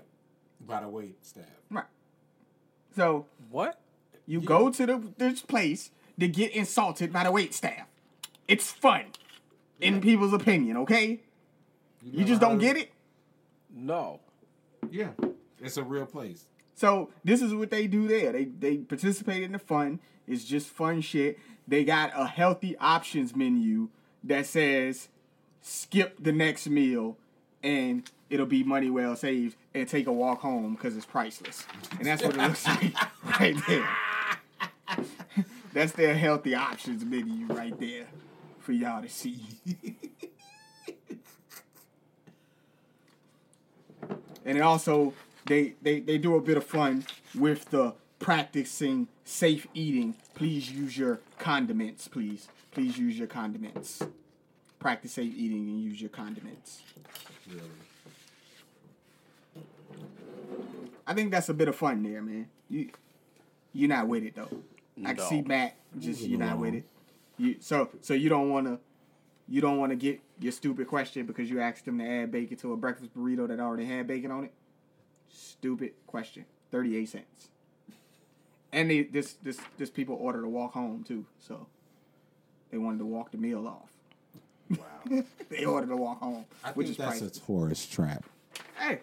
Speaker 3: By the way, staff.
Speaker 1: Right. So
Speaker 2: What?
Speaker 1: you go to the this place to get insulted by the wait staff. It's fun. In people's opinion, okay? You just don't get it?
Speaker 2: No.
Speaker 3: Yeah, it's a real place.
Speaker 1: So this is what they do there. They they participate in the fun. It's just fun shit. They got a healthy options menu that says skip the next meal and it'll be money well saved and take a walk home because it's priceless. And that's what it looks like right there. That's their healthy options menu right there for y'all to see. and it also they, they they do a bit of fun with the practicing safe eating. Please use your condiments, please. Please use your condiments. Practice safe eating and use your condiments. I think that's a bit of fun there, man. You you're not with it though. I can
Speaker 2: No.
Speaker 1: see Matt just you're not with it. You so so you don't wanna you don't wanna get your stupid question because you asked them to add bacon to a breakfast burrito that already had bacon on it. Stupid question. Thirty eight cents. And they, this this this people ordered a walk home too, so they wanted to walk the meal off.
Speaker 3: Wow.
Speaker 1: They ordered to walk home,
Speaker 3: I
Speaker 1: which
Speaker 3: think
Speaker 1: is
Speaker 3: that's
Speaker 1: priceless.
Speaker 3: a tourist trap,
Speaker 1: Hey,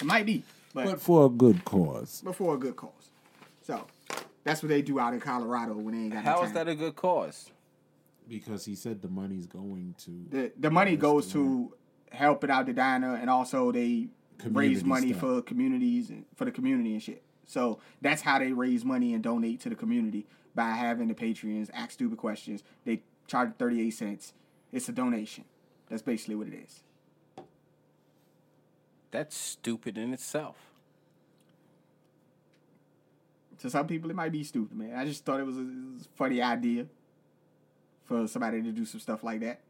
Speaker 1: it might be, but,
Speaker 3: but for a good cause.
Speaker 1: but for a good cause. So that's what they do out in Colorado when they ain't got no
Speaker 2: How is
Speaker 1: time.
Speaker 2: that a good cause?
Speaker 3: Because he said the money's going to
Speaker 1: the the money goes to helping out the diner, and also they raise
Speaker 3: Community
Speaker 1: money
Speaker 3: stuff.
Speaker 1: for communities and for the community and shit. So that's how they raise money and donate to the community by having the patrons ask stupid questions. They charge thirty eight cents. It's a donation. That's basically what it is.
Speaker 2: That's stupid in itself.
Speaker 1: to some people it might be stupid, man. I just thought it was a, it was a funny idea for somebody to do some stuff like that.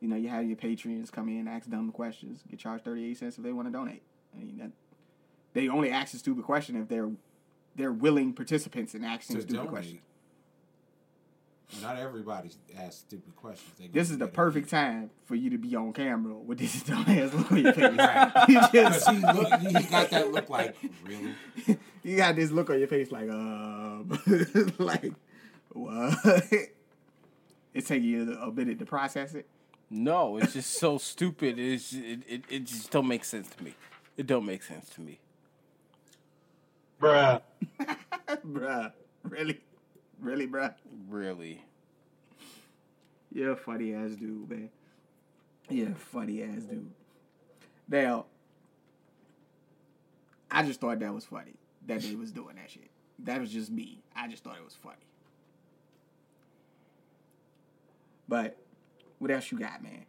Speaker 1: You know, you have your patrons come in, ask dumb questions, get charged thirty eight cents if they want to donate. I mean, that, they only ask a stupid question if they're they're willing participants in asking
Speaker 3: to
Speaker 1: stupid
Speaker 3: donate.
Speaker 1: questions.
Speaker 3: Not everybody asks stupid questions. They
Speaker 1: This
Speaker 3: gonna
Speaker 1: is the
Speaker 3: get it.
Speaker 1: perfect time for you to be on camera with this dumb ass look on your face.
Speaker 3: Right.
Speaker 1: you,
Speaker 3: Cause
Speaker 1: just,
Speaker 3: he, look, he got that look like really.
Speaker 1: you got this look on your face like, um, like, what? It's taking you a minute to process it.
Speaker 2: No, it's just so stupid. It's it, it, it just don't make sense to me. It don't make sense to me.
Speaker 4: Bruh.
Speaker 1: Bruh. Really? Really, bruh?
Speaker 2: Really.
Speaker 1: You're a funny ass dude, man. You're a funny ass dude. Now, I just thought that was funny that they was doing that shit. That was just me. I just thought it was funny. But what else you got, man?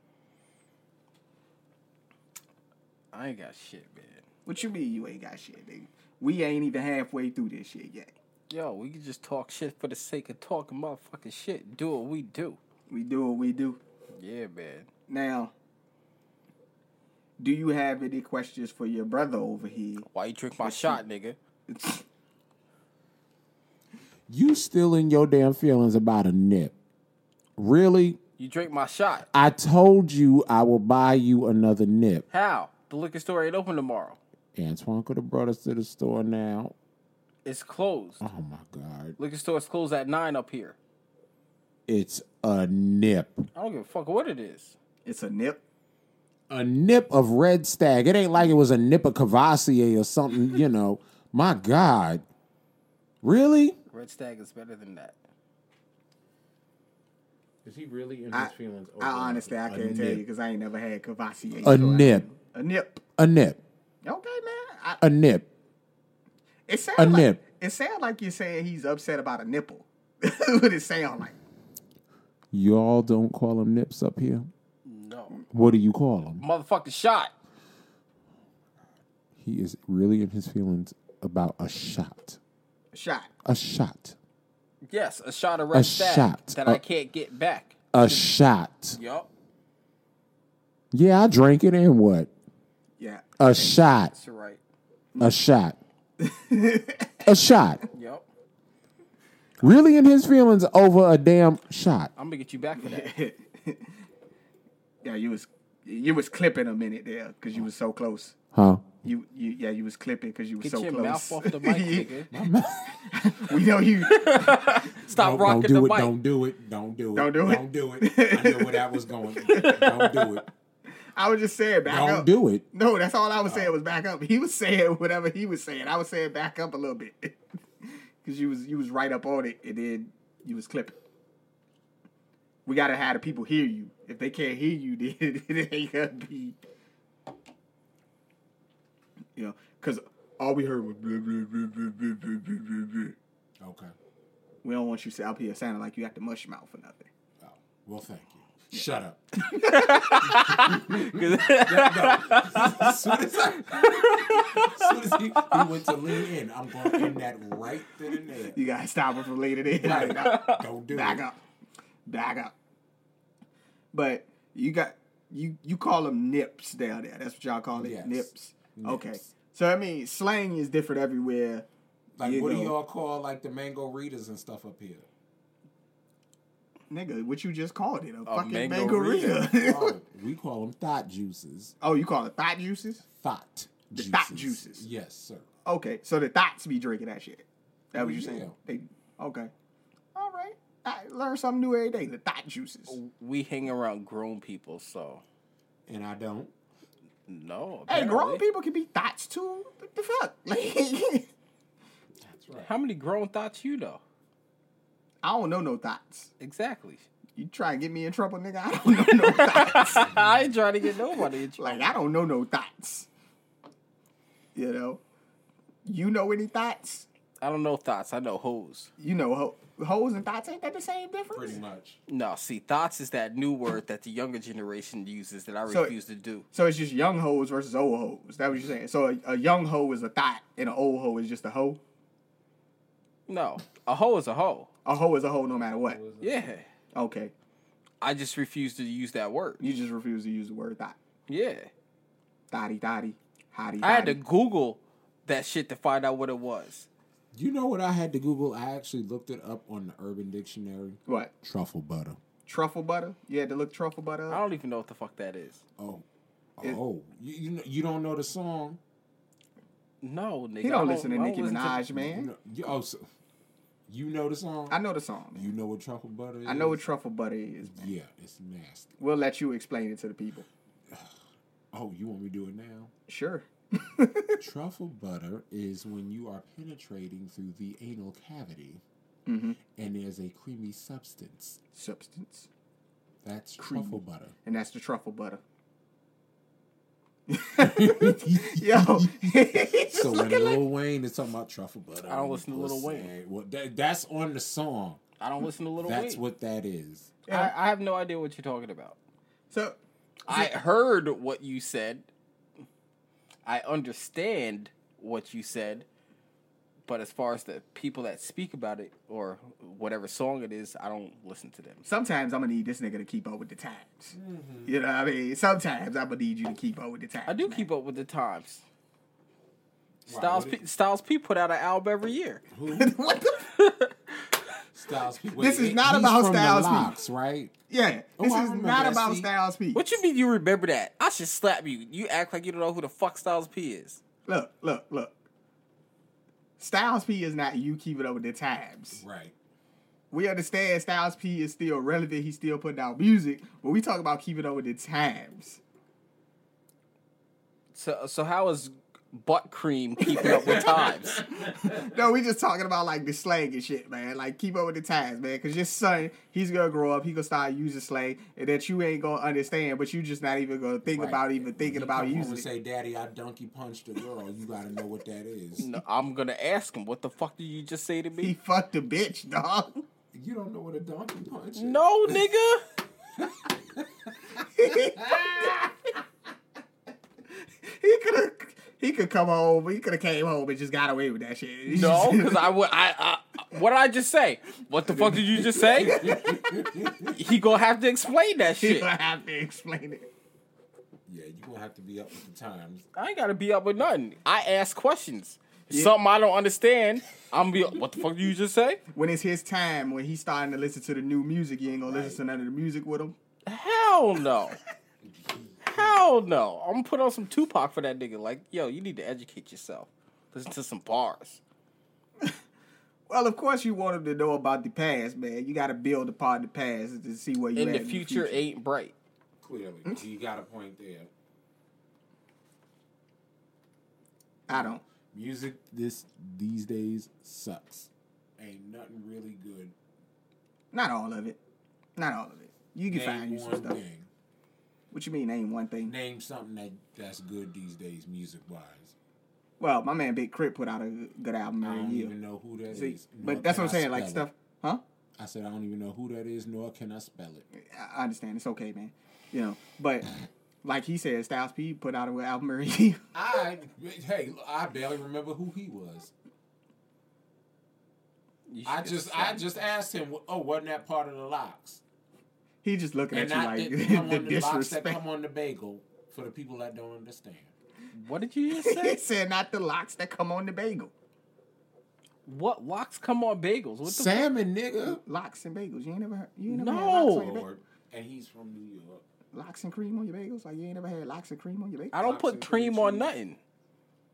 Speaker 2: I ain't got shit, man.
Speaker 1: What you mean you ain't got shit, nigga? We ain't even halfway through this shit yet.
Speaker 2: Yo, we can just talk shit for the sake of talking motherfucking shit. Do what we do.
Speaker 1: We do what we do.
Speaker 2: Yeah, man.
Speaker 1: Now, do you have any questions for your brother over here?
Speaker 2: Why you drink my shot, nigga?
Speaker 3: You still in your damn feelings about a nip? Really?
Speaker 2: You drink my shot.
Speaker 3: I told you I will buy you another nip.
Speaker 2: How? The liquor store ain't open tomorrow.
Speaker 3: Antoine could have brought us to the store now.
Speaker 2: It's closed.
Speaker 3: Oh my god!
Speaker 2: Liquor store is closed at nine up here.
Speaker 3: It's a nip.
Speaker 2: I don't give a fuck what it is.
Speaker 1: It's a nip.
Speaker 3: A nip of Red Stag. It ain't like it was a nip of Cavassier or something. You know. My god. Really?
Speaker 2: Red Stag is better than that.
Speaker 3: Is he really in his
Speaker 1: I-
Speaker 3: feelings?
Speaker 1: I honestly, I can't tell you because I ain't never had Cavassier. so
Speaker 3: A
Speaker 1: I-
Speaker 3: nip.
Speaker 1: A nip.
Speaker 3: A nip.
Speaker 1: Okay, man. I,
Speaker 3: A nip.
Speaker 1: it sounds
Speaker 3: a
Speaker 1: like,
Speaker 3: nip.
Speaker 1: It sounds like you're saying he's upset about a nipple. what it sound like?
Speaker 3: Y'all don't call them nips up here.
Speaker 2: No.
Speaker 3: What do you call them?
Speaker 2: Motherfucking shot.
Speaker 3: He is really in his feelings about a shot.
Speaker 1: A shot.
Speaker 3: A shot.
Speaker 2: Yes, a shot of Red Stag
Speaker 3: shot.
Speaker 2: that
Speaker 3: A-
Speaker 2: I can't get back.
Speaker 3: A shot.
Speaker 2: Yup.
Speaker 3: Yeah, I drank it and what?
Speaker 1: Yeah.
Speaker 3: A shot.
Speaker 2: That's right.
Speaker 3: A shot. A shot.
Speaker 2: Yup.
Speaker 3: Really in his feelings over a damn shot.
Speaker 2: I'm gonna get you back for that.
Speaker 1: yeah, you was you was clipping a minute there because you was so close.
Speaker 3: Huh?
Speaker 1: You, you yeah, you was clipping because you was
Speaker 2: Get
Speaker 1: so
Speaker 2: your
Speaker 1: close.
Speaker 2: mouth off the mic,
Speaker 1: You-
Speaker 2: nigga.
Speaker 1: we know you.
Speaker 2: Stop rocking
Speaker 3: do
Speaker 2: the
Speaker 3: it.
Speaker 2: mic.
Speaker 3: Don't do it. Don't do it.
Speaker 1: Don't do it.
Speaker 3: Don't do it. I know where that was going. don't do it.
Speaker 1: I was just saying back
Speaker 3: Don't
Speaker 1: up.
Speaker 3: do it. Oh.
Speaker 1: No, that's all I was saying was back up. He was saying whatever he was saying. I was saying back up a little bit because you was you was right up on it, and then you was clipping. We gotta have the people hear you. If they can't hear you, then it ain't gonna be. You know, because all we heard was. Blah, blah, blah, blah, blah, blah, blah, blah, blah.
Speaker 3: Okay.
Speaker 1: We don't want you to out here sounding like you got the mush mouth or nothing.
Speaker 3: Oh, well, thank you. Shut up. As soon as, I- as soon as he, he went to lean in, I'm going to end that right then and there.
Speaker 1: You gotta stop it from later. Then.
Speaker 3: Right. Don't do
Speaker 1: back
Speaker 3: it.
Speaker 1: up, back up. But you got you you call them nips down there. That's what y'all call it,
Speaker 3: Yes.
Speaker 1: nips. Okay,
Speaker 3: Nips.
Speaker 1: so I mean, slang is different everywhere.
Speaker 3: Like,
Speaker 1: you
Speaker 3: what
Speaker 1: know.
Speaker 3: do y'all call like the mango readers and stuff up here?
Speaker 1: Nigga, what you just called it a, fucking
Speaker 2: mango
Speaker 1: mangarita.
Speaker 3: Oh, we call them thought juices.
Speaker 1: oh, you call it thought juices?
Speaker 3: Thought
Speaker 1: The
Speaker 3: juices.
Speaker 1: thought juices.
Speaker 3: Yes, sir.
Speaker 1: Okay, so the thoughts be drinking that shit. That what you saying?
Speaker 3: Yeah.
Speaker 1: They, okay, all right. I learn something new every day. The thought juices.
Speaker 2: We hang around grown people, so
Speaker 3: And I don't.
Speaker 2: no.
Speaker 1: Hey, grown
Speaker 2: apparently.
Speaker 1: people can be thoughts too. What the fuck? Like,
Speaker 3: That's right.
Speaker 2: How many grown thoughts you know?
Speaker 1: I don't know no thoughts.
Speaker 2: Exactly.
Speaker 1: You try and get me in trouble, nigga. I don't know no thoughts.
Speaker 2: I ain't trying to get nobody in trouble.
Speaker 1: Like I don't know no thoughts. You know, you know any thoughts?
Speaker 2: I don't know thoughts. I know hoes.
Speaker 1: You know, ho- hoes and thoughts ain't that the same difference?
Speaker 3: Pretty much.
Speaker 2: No, see, thoughts is that new word that the younger generation uses that I
Speaker 1: So-
Speaker 2: refuse to do.
Speaker 1: So it's just young hoes versus old hoes. That what you're saying. So a, a young hoe is a thought, and an old hoe is just a hoe.
Speaker 2: No, a hoe is a hoe.
Speaker 1: A hoe is a hoe no matter what.
Speaker 2: Yeah,
Speaker 1: Okay,
Speaker 2: I just refuse to use that word.
Speaker 1: you just refuse to use the word thought.
Speaker 2: Yeah,
Speaker 1: Thotty thotty, hotty.
Speaker 2: I had to
Speaker 1: thotty.
Speaker 2: Google that shit to find out what it was.
Speaker 3: You know what I had to Google? I actually looked it up on the Urban Dictionary.
Speaker 1: what
Speaker 3: Truffle butter.
Speaker 1: truffle butter? You had to look truffle butter.
Speaker 2: I
Speaker 1: Up?
Speaker 2: don't even know what the fuck that is.
Speaker 3: Oh. Oh. You, you, kn- you don't know the song?
Speaker 2: No, nigga.
Speaker 1: He
Speaker 2: I
Speaker 1: don't listen to
Speaker 2: I
Speaker 1: Nicki
Speaker 2: listen
Speaker 1: Minaj,
Speaker 3: You
Speaker 1: man.
Speaker 3: know, you, oh, so, you know the song?
Speaker 1: I know the song.
Speaker 3: You know what truffle butter is?
Speaker 1: I know what truffle butter is. man.
Speaker 3: Yeah, it's nasty.
Speaker 1: We'll let you explain it to the people.
Speaker 3: Oh, you want me to do it now?
Speaker 1: Sure.
Speaker 3: Truffle butter is when you are penetrating through the anal cavity and there's a creamy substance.
Speaker 1: Substance.
Speaker 3: That's truffle butter.
Speaker 1: And that's the truffle butter. Yo. He's just
Speaker 3: so when
Speaker 1: looking
Speaker 3: Lil
Speaker 1: like-
Speaker 3: Wayne is talking about truffle butter,
Speaker 2: I don't listen to Lil
Speaker 3: people
Speaker 2: Wayne.
Speaker 3: say, Well, that, that's on the song.
Speaker 2: to- I don't listen to Little
Speaker 3: that's
Speaker 2: Wayne.
Speaker 3: what that is.
Speaker 1: Yeah.
Speaker 2: I, I have no idea what you're talking about.
Speaker 1: so
Speaker 2: I heard what you said. I understand what you said. But as far as the people that speak about it or whatever song it is, I don't listen to them.
Speaker 1: sometimes I'm gonna need this nigga to keep up with the times. You know what I mean? Sometimes I'm gonna need you to keep up with the times.
Speaker 2: Mm-hmm. I do
Speaker 1: man.
Speaker 2: keep up with the times. Styles
Speaker 3: what
Speaker 2: P, Styles P put out an album every year.
Speaker 1: what the f-
Speaker 3: Styles P.
Speaker 1: This
Speaker 3: wait,
Speaker 1: is not
Speaker 3: he's
Speaker 1: about
Speaker 3: from the
Speaker 1: Styles P.
Speaker 3: Locks, right?
Speaker 1: Yeah. This
Speaker 3: I
Speaker 1: is
Speaker 3: remember
Speaker 1: not
Speaker 3: that,
Speaker 1: about
Speaker 3: see?
Speaker 1: Styles P.
Speaker 2: What you mean you remember that? I should slap you. You act like you don't know who the fuck Styles P is.
Speaker 1: Look, look, look. Styles P is not you keeping up with the times.
Speaker 3: Right.
Speaker 1: we understand Styles P is still relevant. He's still putting out music, but we talk about keeping up with the times.
Speaker 2: So so how is butt cream keeping up with times?
Speaker 1: No, we just talking about like the slang and shit, man. Like keep up with the times, man. Cause your son, he's gonna grow up. He gonna start using slang and that you ain't gonna understand, but you just not even gonna think
Speaker 3: Right.
Speaker 1: about even
Speaker 3: When
Speaker 1: thinking
Speaker 3: you
Speaker 1: about
Speaker 3: come home
Speaker 1: using
Speaker 3: and
Speaker 1: it.
Speaker 3: say, "Daddy, I donkey punched a girl." You gotta know what that is.
Speaker 2: No, I'm gonna ask him. What the fuck did you just say to
Speaker 1: he
Speaker 2: me?
Speaker 1: fucked a bitch, dog.
Speaker 3: You don't know what a donkey punch is.
Speaker 2: No, nigga.
Speaker 1: He could have. He could come home. He could have came home and just got away with that shit. He
Speaker 2: No,
Speaker 1: just-
Speaker 2: because I would. I, I what did I just say? What the fuck did you just say? he gonna have to explain that
Speaker 1: he
Speaker 2: shit.
Speaker 1: gonna have to explain it.
Speaker 3: Yeah, you gonna have to be up with the times.
Speaker 2: I ain't gotta be up with nothing. I ask questions. Something I don't understand. I'm be. What the fuck did you just say?
Speaker 1: When it's his time, when he's starting to listen to the new music, you ain't gonna listen to none of the music with him.
Speaker 2: Hell no. Hell no. I'm gonna put on some Tupac for that nigga. Like, yo, you need to educate yourself. Listen to some bars.
Speaker 1: Well, of course you want him to know about the past, man. You got to build upon the past to see where you
Speaker 2: In
Speaker 1: at
Speaker 2: the future, ain't bright.
Speaker 3: Clearly, you got a point there.
Speaker 1: I don't.
Speaker 3: Music this these days sucks. Ain't nothing really good.
Speaker 1: Not all of it. Not all of it. You can find
Speaker 3: Name
Speaker 1: you some
Speaker 3: one
Speaker 1: stuff.
Speaker 3: thing.
Speaker 1: What you mean? Ain't one thing.
Speaker 3: Name something that that's good these days, music wise.
Speaker 1: Well, my man Big Crit put out a good album
Speaker 3: I
Speaker 1: every
Speaker 3: don't
Speaker 1: year.
Speaker 3: even know who that is.
Speaker 1: See,
Speaker 3: nor
Speaker 1: but that's
Speaker 3: can
Speaker 1: what I'm
Speaker 3: I
Speaker 1: saying. Like
Speaker 3: spell it.
Speaker 1: stuff, huh?
Speaker 3: I said I don't even know who that is, nor can I spell it.
Speaker 1: I- I understand. It's okay, man. You know, but like he said, Styles P put out an album every year.
Speaker 3: I hey, I barely remember who he was.
Speaker 2: You should
Speaker 3: I
Speaker 2: get
Speaker 3: just
Speaker 2: some.
Speaker 3: I just asked him, oh, wasn't that part of the locks?
Speaker 1: He just looking
Speaker 3: And
Speaker 1: at
Speaker 3: not
Speaker 1: you like
Speaker 3: that come
Speaker 1: the
Speaker 3: on the locks that
Speaker 1: disrespect.
Speaker 3: come on the bagel for the people that don't understand.
Speaker 2: What did you just
Speaker 1: He
Speaker 2: say?
Speaker 1: said not the locks that come on the bagel.
Speaker 2: what locks come on bagels? What the
Speaker 3: Salmon, nigga.
Speaker 1: Locks and bagels. You ain't never heard. You ain't never had
Speaker 2: No.
Speaker 1: locks on your bagel.
Speaker 3: Lord. And he's from New York.
Speaker 1: Locks and cream on your bagels. Like you ain't never had locks and cream on your bagel.
Speaker 2: I don't
Speaker 3: Locks
Speaker 2: put
Speaker 3: and
Speaker 2: cream
Speaker 3: cream
Speaker 2: on
Speaker 3: cheese.
Speaker 2: nothing.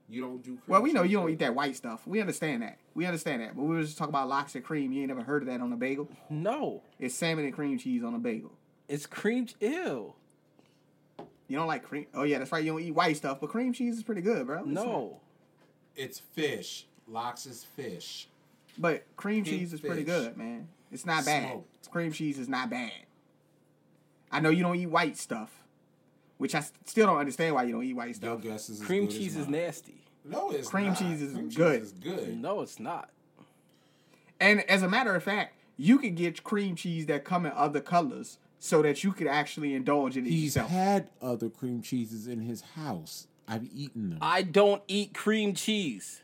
Speaker 3: You don't do.
Speaker 1: Well, we know you don't eat that white stuff. We understand that. We understand that. But we were just talking about lox and cream. You ain't never heard of that on a bagel.
Speaker 2: No,
Speaker 1: It's salmon and cream cheese on a bagel.
Speaker 2: it's cream. ch- Ew.
Speaker 1: You don't like cream. Oh yeah, that's right. You don't eat white stuff, but cream cheese is pretty good, bro. It's not-
Speaker 2: No,
Speaker 3: It's fish. Lox is fish.
Speaker 1: but cream
Speaker 3: Pink
Speaker 1: cheese is pretty
Speaker 3: fish.
Speaker 1: good, man. It's not bad.
Speaker 3: Smoked.
Speaker 1: Cream cheese is not bad. I know you don't eat white stuff, which I s- still don't understand why you don't eat white
Speaker 3: Your
Speaker 1: stuff.
Speaker 3: guess is as
Speaker 2: cream
Speaker 3: good as
Speaker 2: cheese is
Speaker 3: mine.
Speaker 2: nasty.
Speaker 3: No, it's
Speaker 1: Cream
Speaker 3: not.
Speaker 1: cheese is
Speaker 3: Cream
Speaker 1: good.
Speaker 3: Cheese is good.
Speaker 2: No, it's not.
Speaker 1: And as a matter of fact, you could get cream cheese that come in other colors so that you could actually indulge in it
Speaker 3: He's
Speaker 1: yourself.
Speaker 3: had other cream cheeses in his house. I've eaten them.
Speaker 2: I don't eat cream cheese.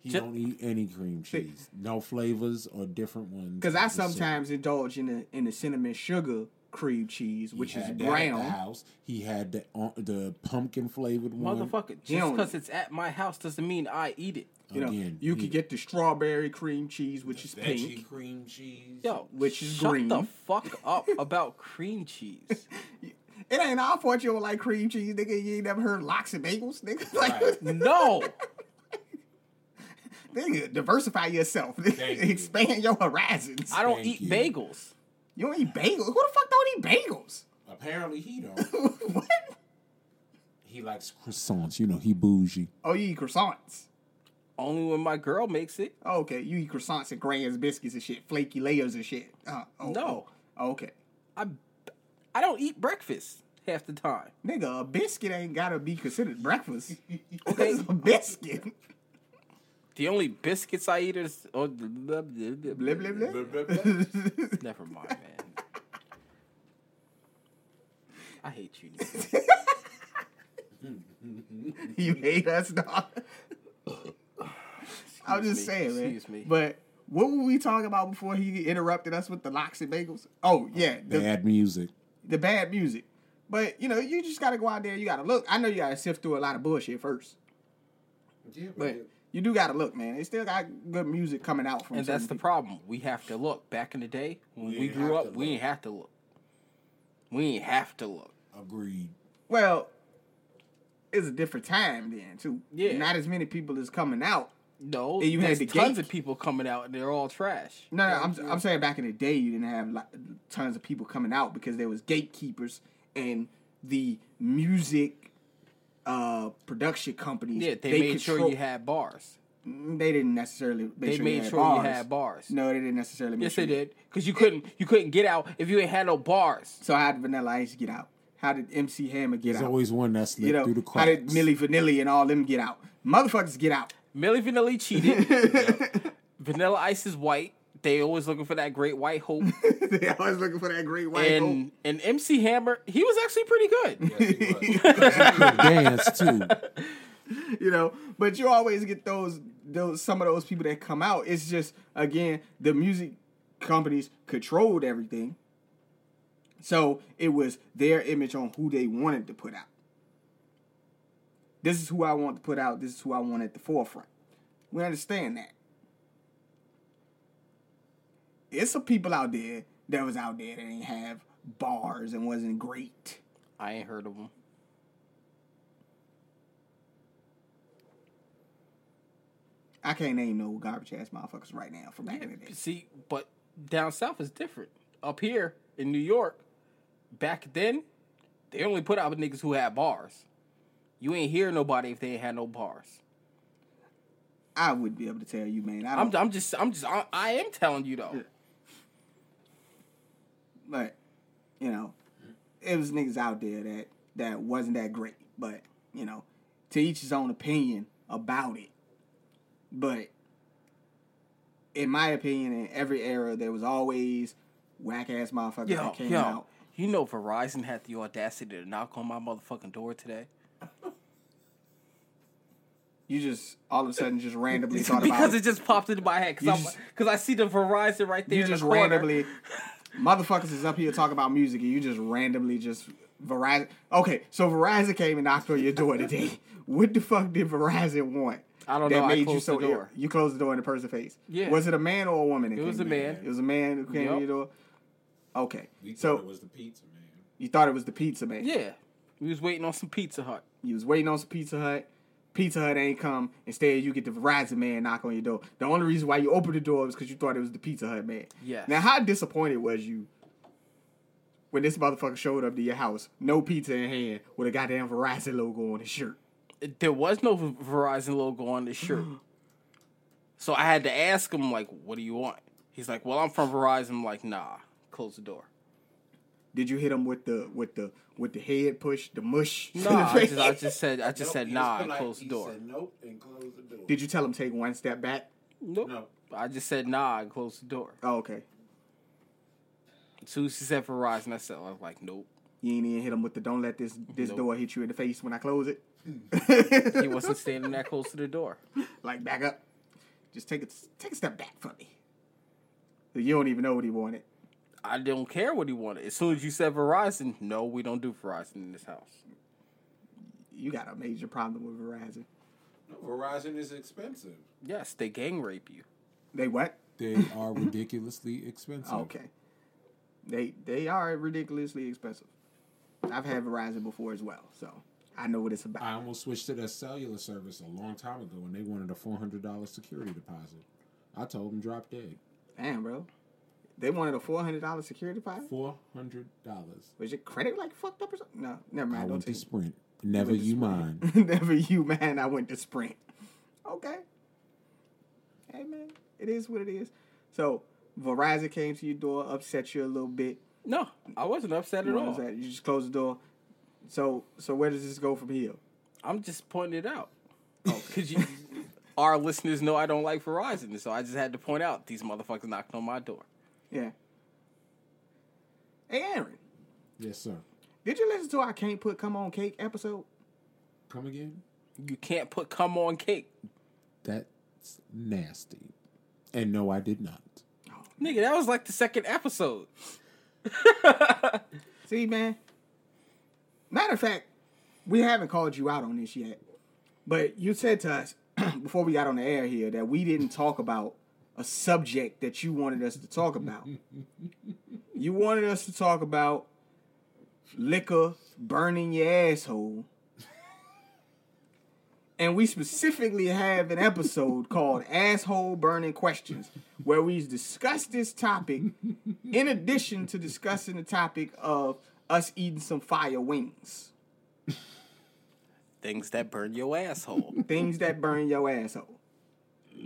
Speaker 3: he
Speaker 2: ju-
Speaker 3: don't eat any cream cheese. No flavors or different ones.
Speaker 1: Because I
Speaker 3: Just so-
Speaker 1: sometimes indulge in the in the cinnamon sugar cream cheese,
Speaker 3: He
Speaker 1: which is
Speaker 3: had that at the
Speaker 1: brown.
Speaker 3: house. He had the uh, the pumpkin flavored one.
Speaker 2: Motherfucker, just
Speaker 1: Jim.
Speaker 2: because it's at my house doesn't mean I eat it.
Speaker 1: You know,
Speaker 3: Again,
Speaker 1: you
Speaker 3: he-
Speaker 1: could get the strawberry cream cheese, which is
Speaker 3: Veggie
Speaker 1: pink.
Speaker 3: cream cheese.
Speaker 2: Yo,
Speaker 1: Which is
Speaker 2: shut the
Speaker 1: green.
Speaker 2: fuck up about cream cheese.
Speaker 1: It ain't our fault you don't like cream cheese, nigga. You ain't never heard lox and bagels, nigga. Like,
Speaker 3: Right.
Speaker 2: No,
Speaker 1: nigga, diversify yourself.
Speaker 3: Thank you.
Speaker 1: Expand your horizons.
Speaker 2: I don't
Speaker 3: Thank
Speaker 2: eat
Speaker 3: you.
Speaker 2: bagels.
Speaker 1: you don't eat bagels. Who the fuck don't eat bagels?
Speaker 3: Apparently he don't.
Speaker 1: what?
Speaker 3: he likes croissants. You know he bougie.
Speaker 1: Oh, you eat croissants.
Speaker 2: Only when my girl makes it.
Speaker 1: Oh, okay, you eat croissants and grams, biscuits and shit, flaky layers and shit. Uh, oh,
Speaker 2: No.
Speaker 1: oh, okay.
Speaker 2: I I don't eat breakfast half the time.
Speaker 1: Nigga, a biscuit ain't gotta be considered breakfast.
Speaker 2: Okay.
Speaker 1: It's a biscuit.
Speaker 2: The only biscuits I eat is oh, blah, blah, blah,
Speaker 1: Blah, blah, blah.
Speaker 2: Never mind, man. I hate you. nigga.
Speaker 1: you hate us, dog. I'm just
Speaker 2: me.
Speaker 1: saying, man.
Speaker 2: Excuse me.
Speaker 1: But what were we talking about before he interrupted us with the lox and bagels? Oh yeah, the,
Speaker 3: Bad music.
Speaker 1: the bad music. But you know, you just gotta go out there. You gotta look. I know you gotta sift through a lot of bullshit first, but you do gotta look, man. They still got good music coming out from.
Speaker 2: And that's the
Speaker 1: certain
Speaker 2: problem. We have to look. Back in the day, when we,
Speaker 3: We didn't
Speaker 2: grew
Speaker 3: have
Speaker 2: up,
Speaker 3: to
Speaker 2: we
Speaker 3: look.
Speaker 2: didn't have to look. We didn't have to look.
Speaker 3: Agreed.
Speaker 1: people. Well, it's a different time then too.
Speaker 2: Yeah.
Speaker 1: Not as many people is coming out.
Speaker 2: No,
Speaker 1: And you had
Speaker 2: there's
Speaker 1: the
Speaker 2: tons
Speaker 1: gate.
Speaker 2: of people coming out and they're all trash.
Speaker 1: No, no, I'm, I'm saying back in the day, you didn't have like, tons of people coming out because there was gatekeepers and the music uh, production companies.
Speaker 2: Yeah, they, made sure
Speaker 1: control-
Speaker 2: you had bars.
Speaker 1: They didn't necessarily. Make
Speaker 2: They
Speaker 1: sure you
Speaker 2: made
Speaker 1: had
Speaker 2: sure
Speaker 1: bars.
Speaker 2: you had bars.
Speaker 1: No, they didn't necessarily. Make
Speaker 2: Yes,
Speaker 1: sure
Speaker 2: they
Speaker 1: you-
Speaker 2: did. Because you couldn't, you couldn't get out if you ain't had no bars.
Speaker 1: So how did Vanilla Ice get out? How did MC Hammer get
Speaker 3: There's
Speaker 1: out?
Speaker 3: always one that slipped
Speaker 1: you know,
Speaker 3: through the
Speaker 1: how
Speaker 3: cracks.
Speaker 1: did Millie Vanilli and all them get out? Motherfuckers get out.
Speaker 2: Millie Vanilli cheated. Vanilla Ice is white. They always looking for that great white hope.
Speaker 1: they always looking for that great white
Speaker 2: and and MC Hammer, he was actually pretty good.
Speaker 3: dance too.
Speaker 1: you know. But you always get those those some of those people that come out. It's just again the music companies controlled everything, so it was their image on who they wanted to put out. This is who I want to put out. This is who I want at the forefront. We understand that. It's some people out there that was out there that didn't have bars and wasn't great.
Speaker 2: I ain't heard of him.
Speaker 1: I can't name no garbage ass motherfuckers right now from back in the day.
Speaker 2: See, but down south is different. Up here in New York, back then They only put out with niggas who had bars. You ain't hear nobody if they ain't had no bars.
Speaker 1: I would be able to tell you, man. I
Speaker 2: I'm,
Speaker 1: don't,
Speaker 2: I'm just, I'm just, I, I am telling you though.
Speaker 1: but you know, it was niggas out there that that wasn't that great. But you know, to each his own opinion about it. But in my opinion, in every era, there was always whack ass motherfuckers
Speaker 2: Yo,
Speaker 1: that came
Speaker 2: yo,
Speaker 1: out.
Speaker 2: you know Verizon had the audacity to knock on my motherfucking door today.
Speaker 1: You just all of a sudden just randomly thought about
Speaker 2: because
Speaker 1: it.
Speaker 2: it just popped into my head
Speaker 1: You
Speaker 2: because
Speaker 1: just-
Speaker 2: I see the Verizon right there.
Speaker 1: you
Speaker 2: in the
Speaker 1: just
Speaker 2: corner.
Speaker 1: randomly motherfuckers is up here talking about music and you just randomly just Verizon Okay, so Verizon came and knocked on your door today. What the fuck did Verizon want?
Speaker 2: I don't know. I closed the door.
Speaker 1: You closed the door in the person's face.
Speaker 2: Yeah.
Speaker 1: Was it a man or a woman? that
Speaker 2: It was
Speaker 1: came
Speaker 2: a
Speaker 1: in?
Speaker 2: man.
Speaker 1: It was a man who came
Speaker 2: Yup.
Speaker 1: to your door. Okay.
Speaker 3: We
Speaker 1: so
Speaker 3: thought it was the pizza man.
Speaker 1: you thought it was the pizza man.
Speaker 2: Yeah, we was waiting on some Pizza Hut.
Speaker 1: You was waiting on some Pizza Hut. Pizza Hut ain't come. Instead, you get the Verizon man knock on your door. The only reason why you opened the door was because you thought it was the Pizza Hut man.
Speaker 2: Yes.
Speaker 1: Now, how disappointed was you when this motherfucker showed up to your house, no pizza in hand, with a goddamn Verizon logo on his shirt?
Speaker 2: It- There was no V- Verizon logo on this shirt, so I had to ask him like, "What do you want?" He's like, "Well, I'm from Verizon." I'm like, "Nah, close the door."
Speaker 1: Did you hit him with the with the with the head push, the mush? in the
Speaker 2: No, I
Speaker 1: face?
Speaker 2: just, I just said, I just
Speaker 3: Nope,
Speaker 2: said,
Speaker 3: he was
Speaker 2: "Nah,
Speaker 3: polite.
Speaker 2: close the
Speaker 3: He
Speaker 2: door."
Speaker 3: said nope and close the door.
Speaker 1: Did you tell him take one step back?
Speaker 2: nope.
Speaker 3: No.
Speaker 2: I just said, "Nah, and close the door."
Speaker 1: Oh, okay.
Speaker 2: As soon as he said Verizon, I said, "I was like, nope."
Speaker 1: You ain't even hit him with the don't let this this
Speaker 2: Nope.
Speaker 1: door hit you in the face when I close it.
Speaker 2: He wasn't standing that close to the door.
Speaker 1: like back up. Just take a take a step back from me. You don't even know what he wanted.
Speaker 2: I don't care what he wanted. As soon as you said Verizon, no, we don't do Verizon in this house.
Speaker 1: You got a major problem with Verizon.
Speaker 3: No, Verizon is expensive.
Speaker 2: Yes, they gang rape you.
Speaker 1: They what?
Speaker 3: They are ridiculously expensive.
Speaker 1: Okay. They they are ridiculously expensive. I've had Verizon before as well, so I know what it's about.
Speaker 3: I almost switched to their cellular service a long time ago, and they wanted a four hundred dollars security deposit. I told them drop dead.
Speaker 1: Damn, bro. They wanted a four hundred dollar security deposit.
Speaker 3: Four hundred dollars.
Speaker 1: Was your credit like fucked up or something? No, never
Speaker 3: I
Speaker 1: mind. Don't
Speaker 3: went to
Speaker 1: take
Speaker 3: Sprint. Never you mind.
Speaker 1: Never you, man. I went to Sprint. Okay. Hey, man. It is what it is. So, Verizon came to your door, upset you a little bit.
Speaker 2: No, I wasn't upset
Speaker 1: You,
Speaker 2: at
Speaker 1: know what
Speaker 2: all.
Speaker 1: I'm saying? You just closed the door. So, so where does this go from here?
Speaker 2: I'm just pointing it out. Because you, our listeners know I don't like Verizon, so I just had to point out these motherfuckers knocking on my door.
Speaker 1: Yeah. Hey, Aaron.
Speaker 3: yes, sir.
Speaker 1: Did you listen to our Can't Put Come On Cake episode?
Speaker 3: Come again.
Speaker 2: You can't put come on cake.
Speaker 3: That's nasty. And no, I did not.
Speaker 2: Nigga, that was like the second episode.
Speaker 1: See, man. Matter of fact, we haven't called you out on this yet, but you said to us before we got on the air here that we didn't talk about a subject that you wanted us to talk about. you wanted us to talk about liquor burning your asshole. And we specifically have an episode called Asshole Burning Questions, where we discuss this topic in addition to discussing the topic of us eating some fire wings,
Speaker 2: Things that burn your asshole.
Speaker 1: things that burn your asshole.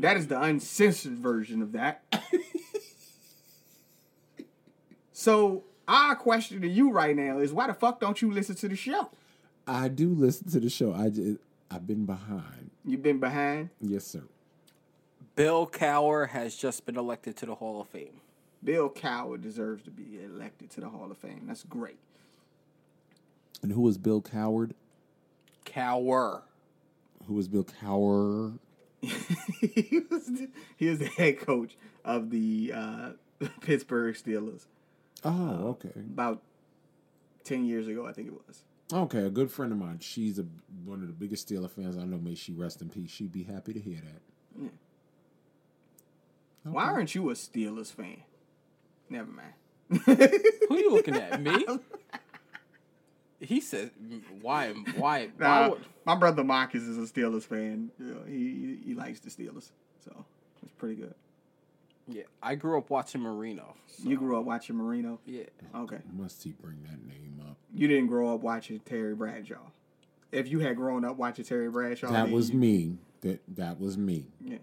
Speaker 1: That is the uncensored version of that. so our question to you right now is why the fuck don't you listen to the show?
Speaker 3: I do listen to the show. I just, I've been behind.
Speaker 1: You've been behind.
Speaker 3: Yes, sir.
Speaker 2: Bill Cower has just been elected to the Hall of Fame.
Speaker 1: Bill Cowher deserves to be elected to the Hall of Fame. That's great.
Speaker 3: And who was Bill Coward?
Speaker 2: Cower.
Speaker 3: Who was Bill Cower?
Speaker 1: he, was the, he was the head coach of the uh, Pittsburgh Steelers
Speaker 3: Oh, okay.
Speaker 1: about 10 years ago, I think it was.
Speaker 3: Okay, a good friend of mine. She's a, one of the biggest Steeler fans I know. May she rest in peace. She'd be happy to hear that.
Speaker 1: Why
Speaker 3: Mm-hmm.
Speaker 1: aren't you a Steelers fan? Never mind.
Speaker 2: Who you looking at? Me? He said, "Why? Why? Why
Speaker 1: Nah,
Speaker 2: would,
Speaker 1: my brother Marcus is a Steelers fan. You know, he, he he likes the Steelers, so it's pretty good.
Speaker 2: Yeah, I grew up watching Marino.
Speaker 1: You grew up watching Marino.
Speaker 2: Yeah,
Speaker 1: Okay.
Speaker 3: Must he bring that name up?
Speaker 1: You didn't grow up watching Terry Bradshaw. If you had grown up watching Terry Bradshaw,
Speaker 3: That
Speaker 1: then
Speaker 3: was
Speaker 1: you-
Speaker 3: me. That that was me.
Speaker 1: Yeah.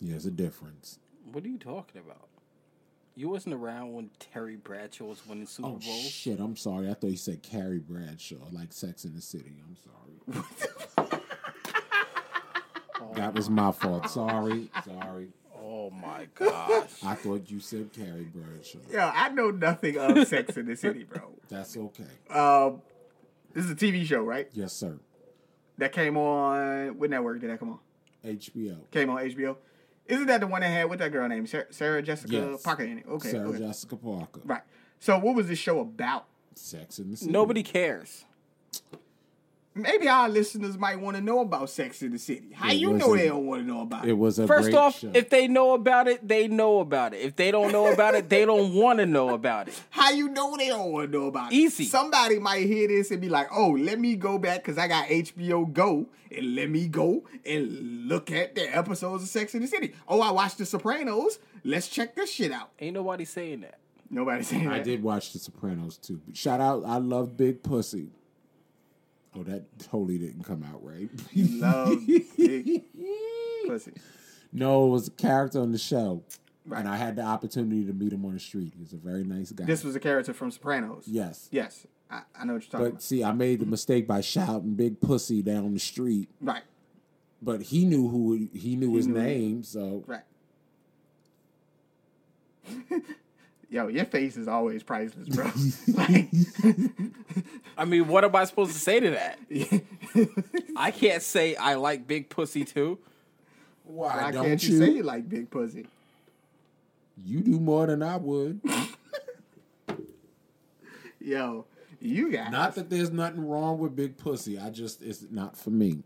Speaker 3: There's a difference.
Speaker 2: what are you talking about? You wasn't around when Terry Bradshaw was winning Super
Speaker 3: Oh
Speaker 2: Bowls.
Speaker 3: shit! I'm sorry. I thought you said Carrie Bradshaw, like Sex in the City. I'm sorry. that was my fault. Sorry, sorry.
Speaker 2: Oh my gosh!
Speaker 3: I thought you said Carrie Bradshaw.
Speaker 1: Yo, I know nothing of Sex in the City, bro.
Speaker 3: That's okay.
Speaker 1: Um, this is a TV show, right?
Speaker 3: Yes, sir.
Speaker 1: That came on what network did that come on?
Speaker 3: HBO.
Speaker 1: Came on HBO. Isn't that the one that had what that girl named Sarah, Sarah Jessica
Speaker 3: Yes.
Speaker 1: Parker in it? Okay,
Speaker 3: Sarah
Speaker 1: okay.
Speaker 3: Jessica Parker.
Speaker 1: right. So what was this show about?
Speaker 3: Sex in the City.
Speaker 2: Nobody cares.
Speaker 1: Maybe our listeners might want to know about Sex in the City. How
Speaker 3: It
Speaker 1: you know
Speaker 3: wasn't-
Speaker 1: they don't want to know about
Speaker 3: It
Speaker 1: it?
Speaker 3: was a
Speaker 2: First
Speaker 3: great
Speaker 2: off,
Speaker 3: show.
Speaker 2: if they know about it, they know about it. If they don't know about it, they don't want to know about it.
Speaker 1: How you know they don't want to know about
Speaker 2: Easy.
Speaker 1: it? Somebody might hear this and be like, "Oh, let me go back because I got HBO Go and let me go and look at the episodes of Sex in the City. Oh, I watched The Sopranos. Let's check this shit out."
Speaker 2: Ain't nobody saying that.
Speaker 1: Nobody saying
Speaker 3: I
Speaker 1: that.
Speaker 3: did watch The Sopranos too. Shout out, I love Big Pussy. Oh, that totally didn't come out right.
Speaker 1: Love big pussy.
Speaker 3: no, it was a character on the show,
Speaker 1: Right.
Speaker 3: and I had the opportunity to meet him on the street. He was a very nice guy.
Speaker 1: This was a character from Sopranos.
Speaker 3: yes,
Speaker 1: Yes, I, I know what you're talking
Speaker 3: but see, I made the mistake by shouting "Big Pussy" down the street,
Speaker 1: about. Right,
Speaker 3: but he knew who he knew his name, so
Speaker 1: right. Yo, your face is always priceless, bro. like,
Speaker 2: I mean, what am I supposed to say to that? I can't say I like big pussy too.
Speaker 3: why,
Speaker 1: why
Speaker 3: don't
Speaker 1: can't you
Speaker 3: you?
Speaker 1: say you like big pussy?
Speaker 3: you do more than I would.
Speaker 1: Yo, you got
Speaker 3: not that there's nothing wrong with Big Pussy. I just it's not for me.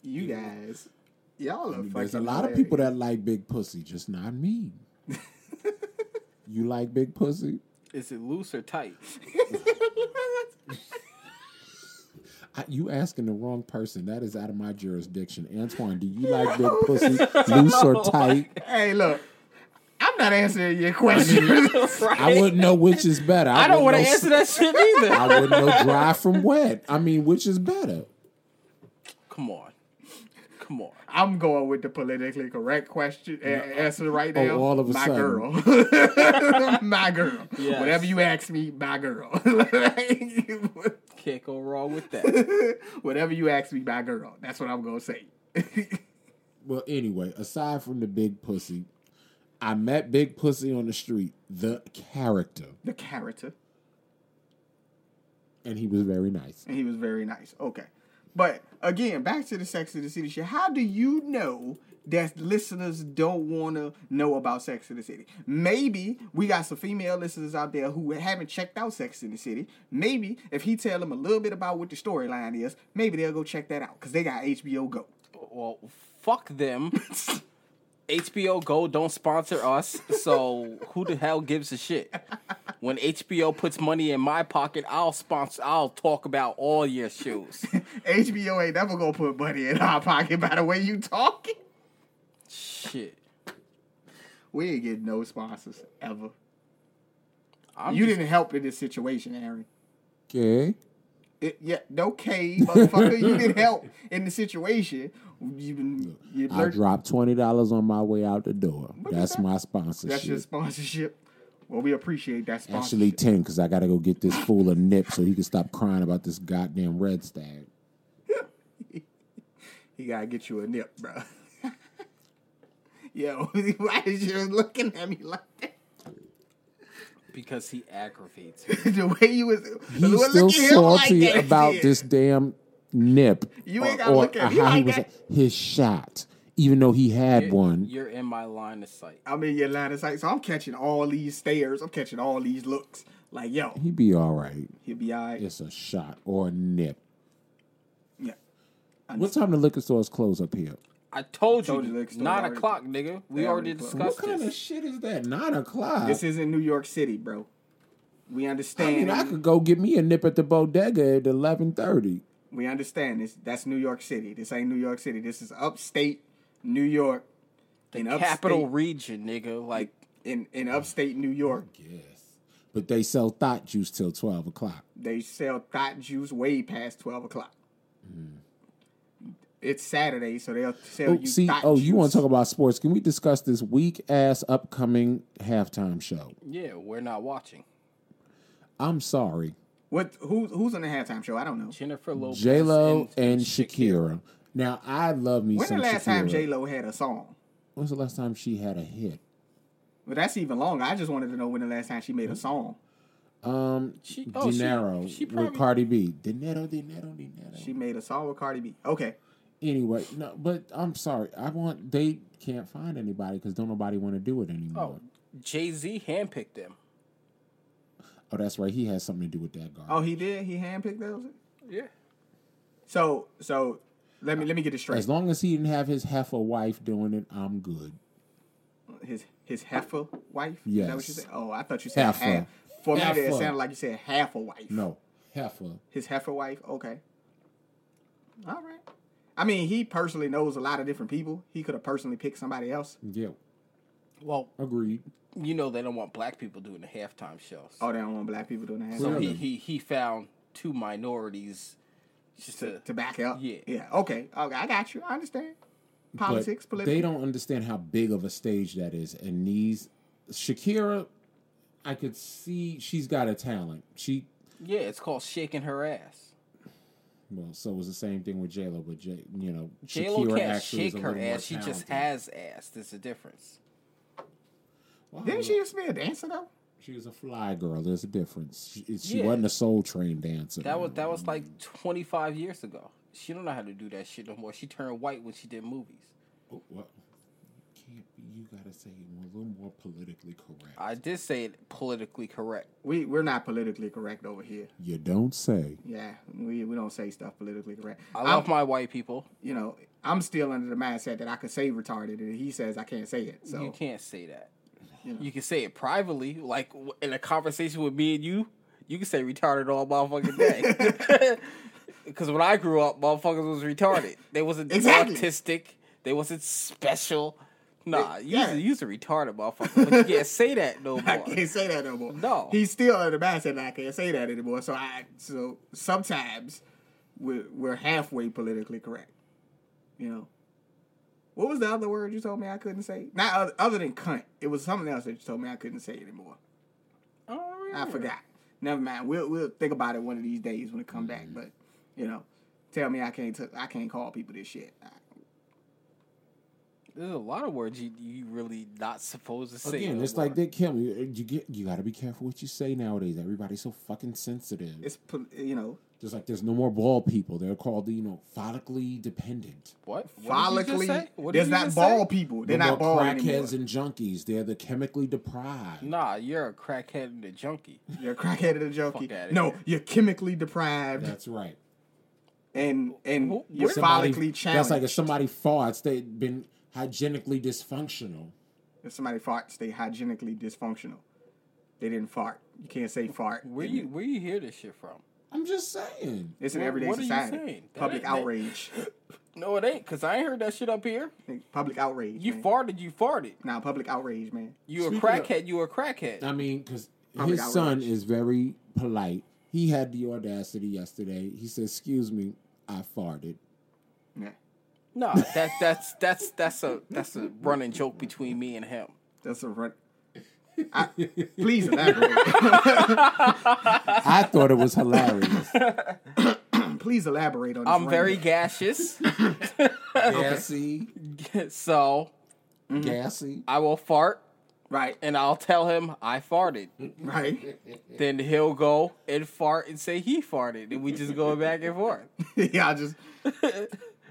Speaker 1: You guys, y'all are fucking.
Speaker 3: There's a lot of
Speaker 1: hilarious.
Speaker 3: people that like big pussy, just not me. you like big pussy?
Speaker 2: Is it loose or tight?
Speaker 3: I, you asking the wrong person. That is out of my jurisdiction. Antoine, do you like big pussy, loose or tight?
Speaker 1: Hey, look, I'm not answering your question.
Speaker 2: Right?
Speaker 3: I wouldn't know which is better.
Speaker 2: I don't want to
Speaker 3: wouldn't know-
Speaker 2: answer that shit either.
Speaker 3: I wouldn't know dry from wet. I mean, which is better?
Speaker 2: Come on, come on.
Speaker 1: I'm going with the politically correct question a- answer right
Speaker 3: Oh,
Speaker 1: now.
Speaker 3: all of a
Speaker 1: my
Speaker 3: sudden.
Speaker 1: girl, my girl.
Speaker 2: Yes.
Speaker 1: Whatever you ask me, my girl.
Speaker 2: Can't go wrong with that.
Speaker 1: Whatever you ask me, my girl. That's what I'm gonna say.
Speaker 3: Well, anyway, aside from the big pussy, I met big pussy on the street, the character,
Speaker 1: The character,
Speaker 3: and he was very nice.
Speaker 1: and he was very nice. Okay, but again, back to the Sex of the City shit. How do you know? That listeners don't want to know about Sex in the City. Maybe we got some female listeners out there who haven't checked out Sex in the City. Maybe if he tell them a little bit about what the storyline is, maybe they'll go check that out because they got HBO Go.
Speaker 2: Well, fuck them. HBO Go don't sponsor us, so who the hell gives a shit? When HBO puts money in my pocket, I'll sponsor. I'll talk about all your shoes.
Speaker 1: HBO ain't never gonna put money in our pocket by the way you talking.
Speaker 2: Shit.
Speaker 1: We ain't getting no sponsors ever.
Speaker 2: I'm
Speaker 1: you
Speaker 2: just-
Speaker 1: didn't help in this situation, Aaron.
Speaker 3: Okay.
Speaker 1: It, yeah, okay, motherfucker, you didn't help in the situation. You've been, you
Speaker 3: I
Speaker 1: learned,
Speaker 3: dropped twenty dollars on my way out the door. That's my
Speaker 1: that's your
Speaker 3: sponsorship.
Speaker 1: sponsorship. Well, we appreciate that sponsorship.
Speaker 3: Actually, ten because I gotta go get this fool a nip so he can stop crying about this goddamn red stag.
Speaker 1: he gotta get you a nip, bro. Yo, why is you looking at me like that?
Speaker 2: because he aggravates me.
Speaker 1: The way you was,
Speaker 3: He's
Speaker 1: look
Speaker 3: still
Speaker 1: at him like
Speaker 3: salty
Speaker 1: that,
Speaker 3: about
Speaker 1: shit.
Speaker 3: this damn nip
Speaker 1: You ain't gotta look at me like that.
Speaker 3: his shot, even though he had one.
Speaker 2: You're in my line of sight.
Speaker 1: I'm in your line of sight, so I'm catching all these stares. I'm catching all these looks. Like, yo,
Speaker 3: He'd be all right.
Speaker 1: he'll be all right.
Speaker 3: It's a shot or a nip.
Speaker 1: Yeah.
Speaker 3: What time the liquor stores close up here?
Speaker 2: I told
Speaker 1: Told you
Speaker 2: you,
Speaker 1: the story
Speaker 2: nine
Speaker 1: already.
Speaker 2: o'clock, nigga. We
Speaker 1: They already
Speaker 2: already
Speaker 1: closed.
Speaker 2: discussed
Speaker 3: what kind of
Speaker 2: this.
Speaker 3: shit is that? Nine o'clock.
Speaker 1: This isn't New York City, bro. We
Speaker 3: I mean,
Speaker 1: understand.
Speaker 3: I could go get me a nip at the bodega at eleven thirty.
Speaker 1: we understand this. That's New York City. This ain't New York City. This is upstate New York. in
Speaker 2: Capital
Speaker 1: upstate
Speaker 2: region, nigga. Like
Speaker 1: in, in upstate New York.
Speaker 3: Yes. But they sell thought juice till 12 o'clock.
Speaker 1: They sell thought juice way past twelve o'clock. It's Saturday, so they'll sell
Speaker 3: Mm. Oh,
Speaker 1: you.
Speaker 3: see,
Speaker 1: thought
Speaker 3: oh, you want
Speaker 1: juice.
Speaker 3: to talk about sports? Can we discuss this weak ass upcoming halftime show?
Speaker 2: yeah, we're not watching.
Speaker 3: I'm sorry.
Speaker 1: What? Who, who's on the halftime show? I don't know.
Speaker 2: Jennifer Lopez,
Speaker 3: J Lo and Shakira. Now I love me
Speaker 1: When the
Speaker 3: some
Speaker 1: last
Speaker 3: Shakira.
Speaker 1: time J Lo had a song?
Speaker 3: When's the last time she had a hit?
Speaker 1: Well, that's even longer. I just wanted to know when the last time she made a song.
Speaker 3: Um,
Speaker 2: She- oh, she-
Speaker 3: Dinero
Speaker 2: she
Speaker 3: with
Speaker 2: probably-
Speaker 3: Cardi B. Dinero, Dinero, Dinero.
Speaker 1: She made a song with Cardi B. Okay,
Speaker 3: anyway, no, but I'm sorry. I want they can't find anybody because don't nobody want to do it
Speaker 2: Oh,
Speaker 3: anymore.
Speaker 2: Jay Z handpicked them.
Speaker 3: Oh. that's right. He has something to do with that guy.
Speaker 1: Oh, he did. He handpicked those.
Speaker 2: Yeah.
Speaker 1: So, so let me let me get this straight.
Speaker 3: as long as he didn't have his half a wife doing it, I'm good.
Speaker 1: His his heifer wife. Is that what you
Speaker 3: Yes.
Speaker 1: said? Oh, I thought you said
Speaker 3: Heifer.
Speaker 1: half. For me, it
Speaker 3: Heifer.
Speaker 1: sounded like you said half a wife.
Speaker 3: No, heifer.
Speaker 1: His heifer wife. Okay. All right. I mean, he personally knows a lot of different people. He could have personally picked somebody else.
Speaker 3: Yeah,
Speaker 2: Well,
Speaker 3: agreed.
Speaker 2: you know they don't want black people doing the halftime shows.
Speaker 1: Oh, they don't want black people doing that.
Speaker 2: so
Speaker 3: really?
Speaker 2: he, he he found two minorities just
Speaker 1: to,
Speaker 2: to,
Speaker 1: to back up.
Speaker 2: Yeah.
Speaker 1: Yeah. Okay. Okay. I got you. I understand. Politics,
Speaker 3: but
Speaker 1: politics.
Speaker 3: They don't understand how big of a stage that is. And these Shakira, I could see she's got a talent. She
Speaker 2: yeah, it's called shaking her ass.
Speaker 3: well, so it was the same thing with J Lo, but J you know
Speaker 2: J Lo
Speaker 3: Shakira
Speaker 2: can't
Speaker 3: actually is
Speaker 2: shake
Speaker 3: a
Speaker 2: her
Speaker 3: little more
Speaker 2: ass. She just
Speaker 3: talented.
Speaker 2: has ass. There's a difference.
Speaker 3: Well,
Speaker 1: Didn't she used to be a dancer though?
Speaker 3: She was a fly girl. There's a difference. She, she
Speaker 2: Yeah.
Speaker 3: wasn't a Soul Train dancer.
Speaker 2: That was that was like 25 years ago. She don't know how to do that shit no more. She turned white when she did movies.
Speaker 3: Oh, well, can't be. You gotta say it a little more politically correct.
Speaker 2: I did say it politically correct.
Speaker 1: We we're not politically correct over here.
Speaker 3: you don't say.
Speaker 1: Yeah. We we don't say stuff politically correct.
Speaker 2: I
Speaker 1: I'm-
Speaker 2: love my white people.
Speaker 1: you know, I'm still under the mindset that I could say retarded, and he says I can't say it. So
Speaker 2: You can't say that. You can say it privately, like w- in a conversation with me and you. You can say retarded all motherfucking day. Because when I grew up, motherfuckers was retarded. They wasn't
Speaker 1: Exactly.
Speaker 2: autistic. They wasn't special. Nah, you
Speaker 1: yeah.
Speaker 2: yeah. you's a retarded motherfucker. But you can't say that no
Speaker 1: I
Speaker 2: more.
Speaker 1: can't say that no more.
Speaker 2: No.
Speaker 1: he's still under the mindset that I can't say that anymore. So I so sometimes we're we're halfway politically correct. You know, what was the other word you told me I couldn't say? Not other, other than cunt. It was something else that you told me I couldn't say anymore.
Speaker 2: I don't
Speaker 1: I
Speaker 2: remember.
Speaker 1: forgot. Never mind. We'll we'll think about it one of these days when it come back.
Speaker 2: Mm-hmm.
Speaker 1: But you know, tell me I can't t- I can't call people this shit.
Speaker 2: There's a lot of words you you really not supposed to say.
Speaker 3: Again,
Speaker 2: no
Speaker 3: it's
Speaker 2: more.
Speaker 3: like Dick Kim. You, Uh, you get. You gotta be careful what you say nowadays. Everybody's so fucking sensitive.
Speaker 1: It's pol- you know
Speaker 3: Just like there's no more bald people. They're called, you know, follically dependent.
Speaker 2: what What did you just
Speaker 1: follically.
Speaker 2: say? What did
Speaker 1: There's
Speaker 2: you
Speaker 1: not
Speaker 2: just
Speaker 1: bald
Speaker 2: say?
Speaker 1: people. They're
Speaker 3: no
Speaker 1: not
Speaker 3: more
Speaker 1: bald anymore.
Speaker 3: crackheads and junkies. They're the chemically deprived.
Speaker 2: Nah, you're a crackhead and a junkie.
Speaker 1: You're a crackhead and a junkie.
Speaker 2: Fuck outta
Speaker 1: No,
Speaker 2: here.
Speaker 1: you're chemically deprived
Speaker 3: That's right.
Speaker 1: and and
Speaker 2: Who-
Speaker 1: you're
Speaker 2: where-
Speaker 3: Somebody-
Speaker 1: follically
Speaker 3: That's
Speaker 1: challenged.
Speaker 3: like if somebody farts, they've been hygienically dysfunctional.
Speaker 1: if somebody farts, they hygienically dysfunctional. They didn't fart. You can't say fart.
Speaker 2: Where
Speaker 1: in-
Speaker 2: you where you hear this shit from?
Speaker 3: I'm just saying.
Speaker 1: It's an
Speaker 2: Wha-
Speaker 1: everyday
Speaker 2: what are you
Speaker 1: society.
Speaker 2: saying? That
Speaker 1: Public
Speaker 2: ain't- that-
Speaker 1: outrage.
Speaker 2: No, it ain't, cause I ain't heard that shit up here.
Speaker 1: Public outrage.
Speaker 2: You
Speaker 1: man.
Speaker 2: farted, you farted.
Speaker 1: Now public outrage, man.
Speaker 2: You
Speaker 3: Speaking
Speaker 2: a
Speaker 3: of-
Speaker 2: crackhead, you a crackhead.
Speaker 3: I mean, because
Speaker 1: Public
Speaker 3: his son
Speaker 1: outrage.
Speaker 3: is very polite. He had the audacity yesterday. He said, "Excuse me, I farted."
Speaker 1: Yeah.
Speaker 2: Nah, that that's that's that's a that's a running joke between me and him.
Speaker 1: That's a run. I, please elaborate.
Speaker 3: I thought it was hilarious.
Speaker 1: please elaborate on. This
Speaker 2: I'm
Speaker 1: run.
Speaker 2: very gaseous,
Speaker 3: gassy,
Speaker 2: so
Speaker 3: Mm-hmm. gassy.
Speaker 2: I will fart
Speaker 1: right,
Speaker 2: and I'll tell him I farted.
Speaker 1: right.
Speaker 2: Then he'll go and fart and say he farted, and we just go back and forth.
Speaker 1: yeah, I just.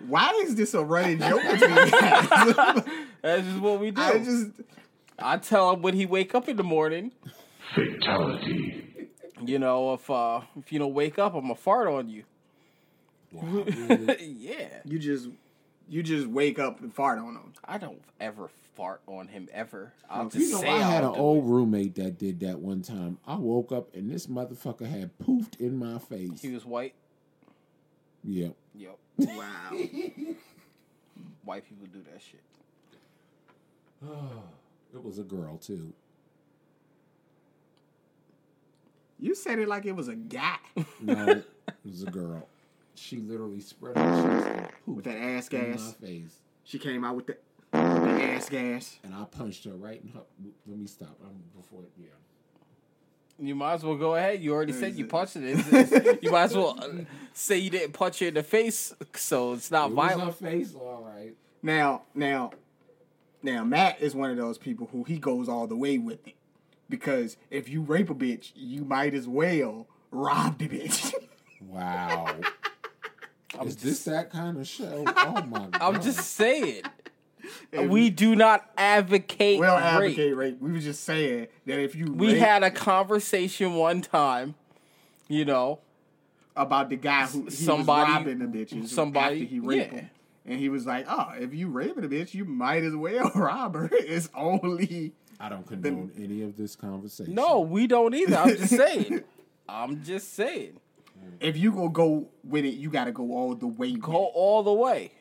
Speaker 1: Why is this a running joke between you guys?
Speaker 2: That's just what we do.
Speaker 1: I
Speaker 2: I,
Speaker 1: just
Speaker 2: tell him when he wake up in the morning.
Speaker 4: Fatality.
Speaker 2: You know, if uh if you don't wake up, I'm gonna fart on you.
Speaker 3: Wow, really?
Speaker 2: yeah,
Speaker 1: you just you just wake up and fart on them.
Speaker 2: I don't ever fart on him ever. I'll just
Speaker 3: You know,
Speaker 2: say
Speaker 3: I had an
Speaker 2: I'll do
Speaker 3: old roommate that did that one time. I woke up and this motherfucker had poofed in my
Speaker 2: it.
Speaker 3: face.
Speaker 2: He was white.
Speaker 3: Yep.
Speaker 2: Yep.
Speaker 1: Wow.
Speaker 2: White people do that shit.
Speaker 3: It was a girl too.
Speaker 1: You said it like it was a guy
Speaker 3: No, it was a girl. She literally spread her cheeks and pooped
Speaker 1: with that ass
Speaker 3: in
Speaker 1: gas.
Speaker 3: my face,
Speaker 1: She came out with the, with the ass gas.
Speaker 3: and I punched her right in her. Let me stop. I'm before yeah.
Speaker 2: You might as well go ahead. You already
Speaker 3: Mm.
Speaker 2: said you punched it. It's- it's- you might as well uh, say you didn't punch her in the face, so it's not
Speaker 3: It was
Speaker 2: violent.
Speaker 3: her face, all right.
Speaker 1: Now, now, now, Matt is one of those people who he goes all the way with it because if you rape a bitch, you might as well rob the bitch.
Speaker 3: Wow. Is this that kind of show? Oh my god.
Speaker 2: I'm just saying.
Speaker 1: If
Speaker 2: we do not advocate
Speaker 1: we don't
Speaker 2: rape.
Speaker 1: advocate rape. We were just saying that if you
Speaker 2: We
Speaker 1: rape
Speaker 2: had a conversation one time, you know,
Speaker 1: about the guy who he
Speaker 2: somebody-
Speaker 1: was robbing the bitches
Speaker 2: somebody-
Speaker 1: after he raped
Speaker 2: yeah.
Speaker 1: him. And he was like, "Oh, if you raping a bitch, you might as well rob her. It's only
Speaker 3: I don't condone any of this conversation.
Speaker 2: No, we don't either. I'm just saying. I'm just saying.
Speaker 1: if you gonna go with it, you gotta go all the way. with
Speaker 2: Go
Speaker 1: it.
Speaker 2: all the way.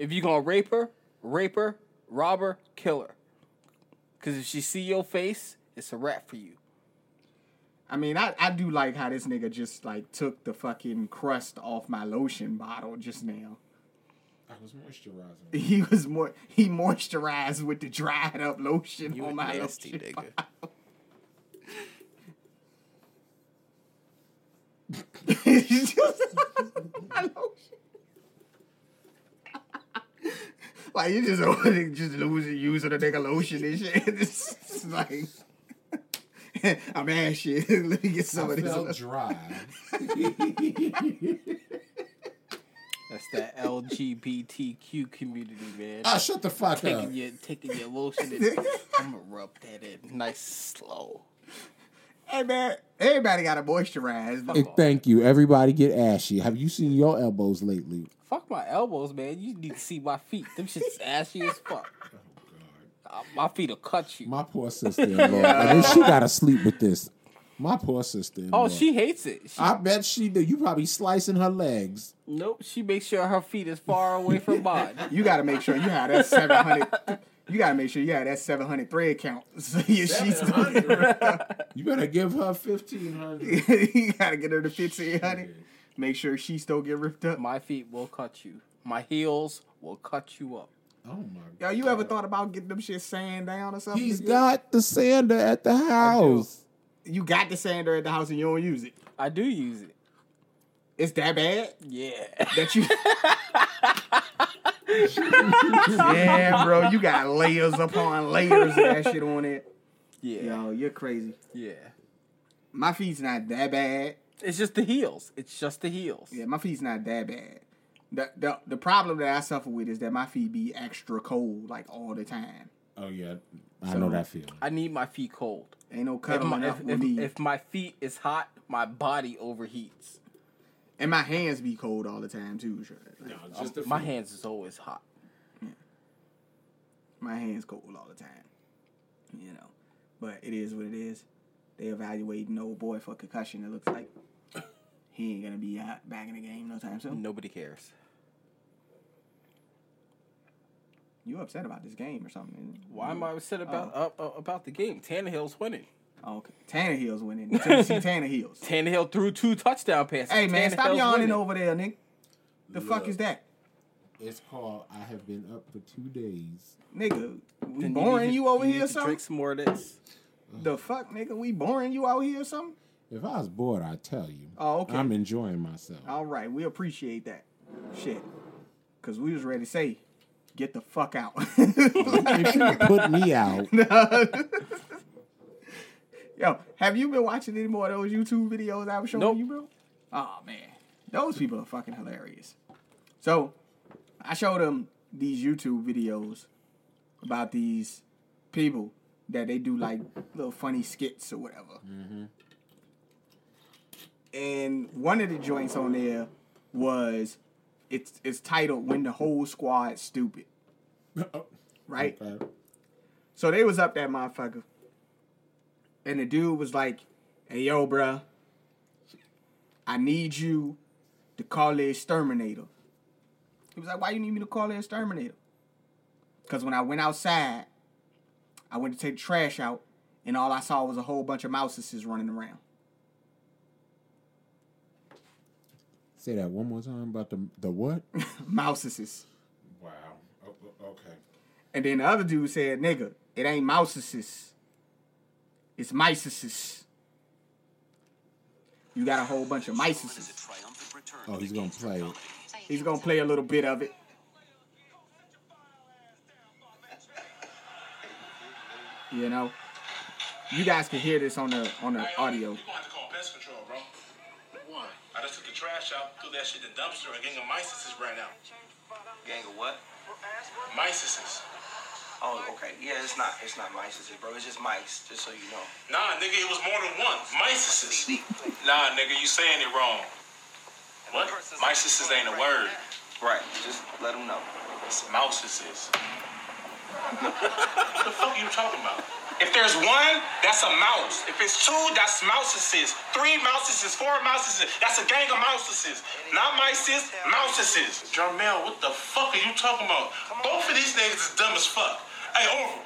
Speaker 2: If you gonna rape her, rape her, rob her, kill her. Cause if she see your face, it's a wrap for you.
Speaker 1: I mean, I, I do like how this nigga just like took the fucking crust off my lotion bottle just now.
Speaker 3: I was moisturizing.
Speaker 1: He was more he moisturized with the dried up lotion
Speaker 2: You a
Speaker 3: Oh,
Speaker 1: on my
Speaker 2: nasty
Speaker 1: lotion.
Speaker 2: nigga.
Speaker 1: My lotion. like you just over there just losing using a nigga lotion and shit. It's, just like I'm ass shit. Let me get some
Speaker 3: I
Speaker 1: of this.
Speaker 3: felt
Speaker 1: lotion.
Speaker 3: dry.
Speaker 2: That's that LGBTQ community, man.
Speaker 3: Ah, shut the fuck up.
Speaker 2: taking your taking your lotion and I'm gonna rub that in nice slow.
Speaker 1: Hey man, everybody gotta moisturize.
Speaker 3: Hey, thank you. Everybody get ashy. Have you seen your elbows lately?
Speaker 2: Fuck my elbows, man. You need to see my feet. Them shit's ashy as fuck. Uh, my feet will cut you.
Speaker 3: Oh, My poor sister in law. and then she gotta sleep with this. My poor sister in law.
Speaker 2: oh, she hates it. She,
Speaker 3: I bet she do. You probably slicing her legs.
Speaker 2: nope. She makes sure her feet is far away from mine.
Speaker 1: You gotta make sure you have that seven hundred. You gotta make sure you have that seven hundred thread count. So yeah, she's
Speaker 3: You better give her fifteen hundred.
Speaker 1: you gotta get her to fifteen hundred. Make sure she still get ripped up.
Speaker 2: My feet will cut you. My heels will cut you up.
Speaker 3: Oh my
Speaker 1: Yo, you ever thought about getting them shit sand down or something?
Speaker 3: He's got the sander at the house.
Speaker 1: You got the sander at the house and you don't use it.
Speaker 2: I do use it.
Speaker 1: It's that bad
Speaker 2: Yeah.
Speaker 1: that you. yeah, bro, you got layers upon layers of that shit on it.
Speaker 2: Yeah.
Speaker 1: Yo, you're crazy.
Speaker 2: Yeah.
Speaker 1: My feet's not that bad.
Speaker 2: It's just the heels. It's just the heels.
Speaker 1: Yeah, my feet's not that bad. The, the the problem that I suffer with is that my feet be extra cold like all the time.
Speaker 3: Oh yeah, I know that feeling.
Speaker 2: I need my feet cold.
Speaker 1: Ain't no
Speaker 2: If
Speaker 1: cuddling
Speaker 2: my,
Speaker 1: up
Speaker 2: if,
Speaker 1: with
Speaker 2: if,
Speaker 1: me.
Speaker 2: if my feet is hot, my body overheats.
Speaker 1: and my hands be cold all the time too. Sure.
Speaker 2: My hands is always hot.
Speaker 1: My hands cold all the time. You know. But it is what it is. They evaluating old boy for concussion, it looks like. He ain't gonna be out back in the game no time soon.
Speaker 2: Nobody cares.
Speaker 1: You upset about this game or something? isn't it?
Speaker 2: Why am I upset about uh, uh, about the game? Tannehill's winning.
Speaker 1: Oh, okay. Tannehill's winning. Tennessee Tannehill's.
Speaker 2: Tannehill threw two touchdown passes.
Speaker 1: Hey man, stop
Speaker 2: Tannehill's
Speaker 1: yawning
Speaker 2: winning.
Speaker 1: over there, nigga. The fuck
Speaker 3: Look.
Speaker 1: is that?
Speaker 3: It's called. I have been up for two days.
Speaker 1: Nigga, we
Speaker 2: Then
Speaker 1: boring
Speaker 2: need to-
Speaker 1: you, over
Speaker 2: need
Speaker 1: here or
Speaker 2: to Drink
Speaker 1: something?
Speaker 2: some more of this.
Speaker 1: The fuck, nigga, we boring you out here or something?
Speaker 3: If I was bored, I'd tell you.
Speaker 1: Oh, okay. Oh.
Speaker 3: I'm enjoying myself.
Speaker 1: All right, we appreciate that. Shit. Cause we was ready to say, get the fuck out.
Speaker 3: If you put me out,
Speaker 1: Yo, have you been watching any more of those YouTube videos I was showing
Speaker 2: Nope.
Speaker 1: you, bro? Oh man. Those people are fucking hilarious. So I showed them these YouTube videos about these people that they do like little funny skits or whatever. And one of the joints on there was it's it's titled When the Whole Squad's Stupid. Right?
Speaker 3: Oh, Okay.
Speaker 1: So they was up that motherfucker. And the dude was like, hey, yo, bruh, I need you to call the exterminator. He was like, why you need me to call the exterminator? Because when I went outside, I went to take the trash out, and all I saw was a whole bunch of mouses running around.
Speaker 3: Say that one more time about the the what?
Speaker 1: Mouses.
Speaker 3: wow. O- o- okay.
Speaker 1: And then the other dude said, nigga, it ain't mouses. It's mices. You got a whole bunch of mices.
Speaker 3: Oh, he's gonna play it.
Speaker 1: He's gonna play a little bit of it. You know, you guys can hear this on the on the audio.
Speaker 5: You gonna have to call pest control, bro. Why? I just took the trash out, threw that shit in the dumpster, and gang of myceses ran out.
Speaker 6: Gang of what?
Speaker 5: Myceses.
Speaker 6: Oh, okay. Yeah, it's not. It's not mice, is it, bro? It's just mice. Just so you know.
Speaker 5: Nah, nigga, it was more than one. Myceses. nah, nigga, you saying it wrong. What? Myceses ain't a word.
Speaker 6: Right. Just let them know.
Speaker 5: It's mouseses. what the fuck are you talking about?
Speaker 7: If there's one, that's a mouse. If it's two, that's mouseses. Three mouseses, four mouseses. That's a gang of mouseses. Not mices, mouseses.
Speaker 5: Jarmel, what the fuck are you talking about? Both of these niggas is dumb as fuck. Hey, Orville,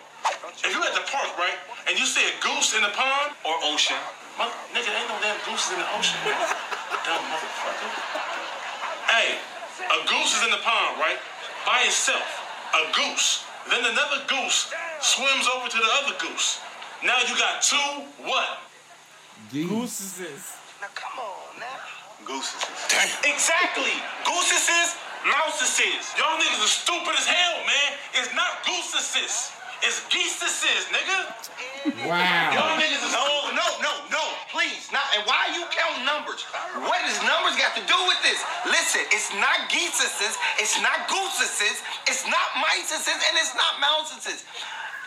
Speaker 5: if you at the park, right, and you see a goose in the pond or ocean, my, nigga, ain't no damn gooses in the ocean. man. dumb motherfucker. Hey, a goose is in the pond, right, by itself. A goose. Then another goose swims over to the other goose. Now you got two what?
Speaker 3: Jeez.
Speaker 2: Gooses.
Speaker 6: Now come on now.
Speaker 5: Gooses.
Speaker 7: Exactly. Gooses, mouseses.
Speaker 5: Y'all niggas are stupid as hell, man. It's not gooses. It's geeseses, nigga.
Speaker 3: Wow.
Speaker 5: Y'all niggas is all
Speaker 7: No, no, no, no. Please, not. And why you count numbers? What does numbers got to do with this? Listen, it's not geeseses, it's not gooseses, it's not miceses, and it's not mouseses.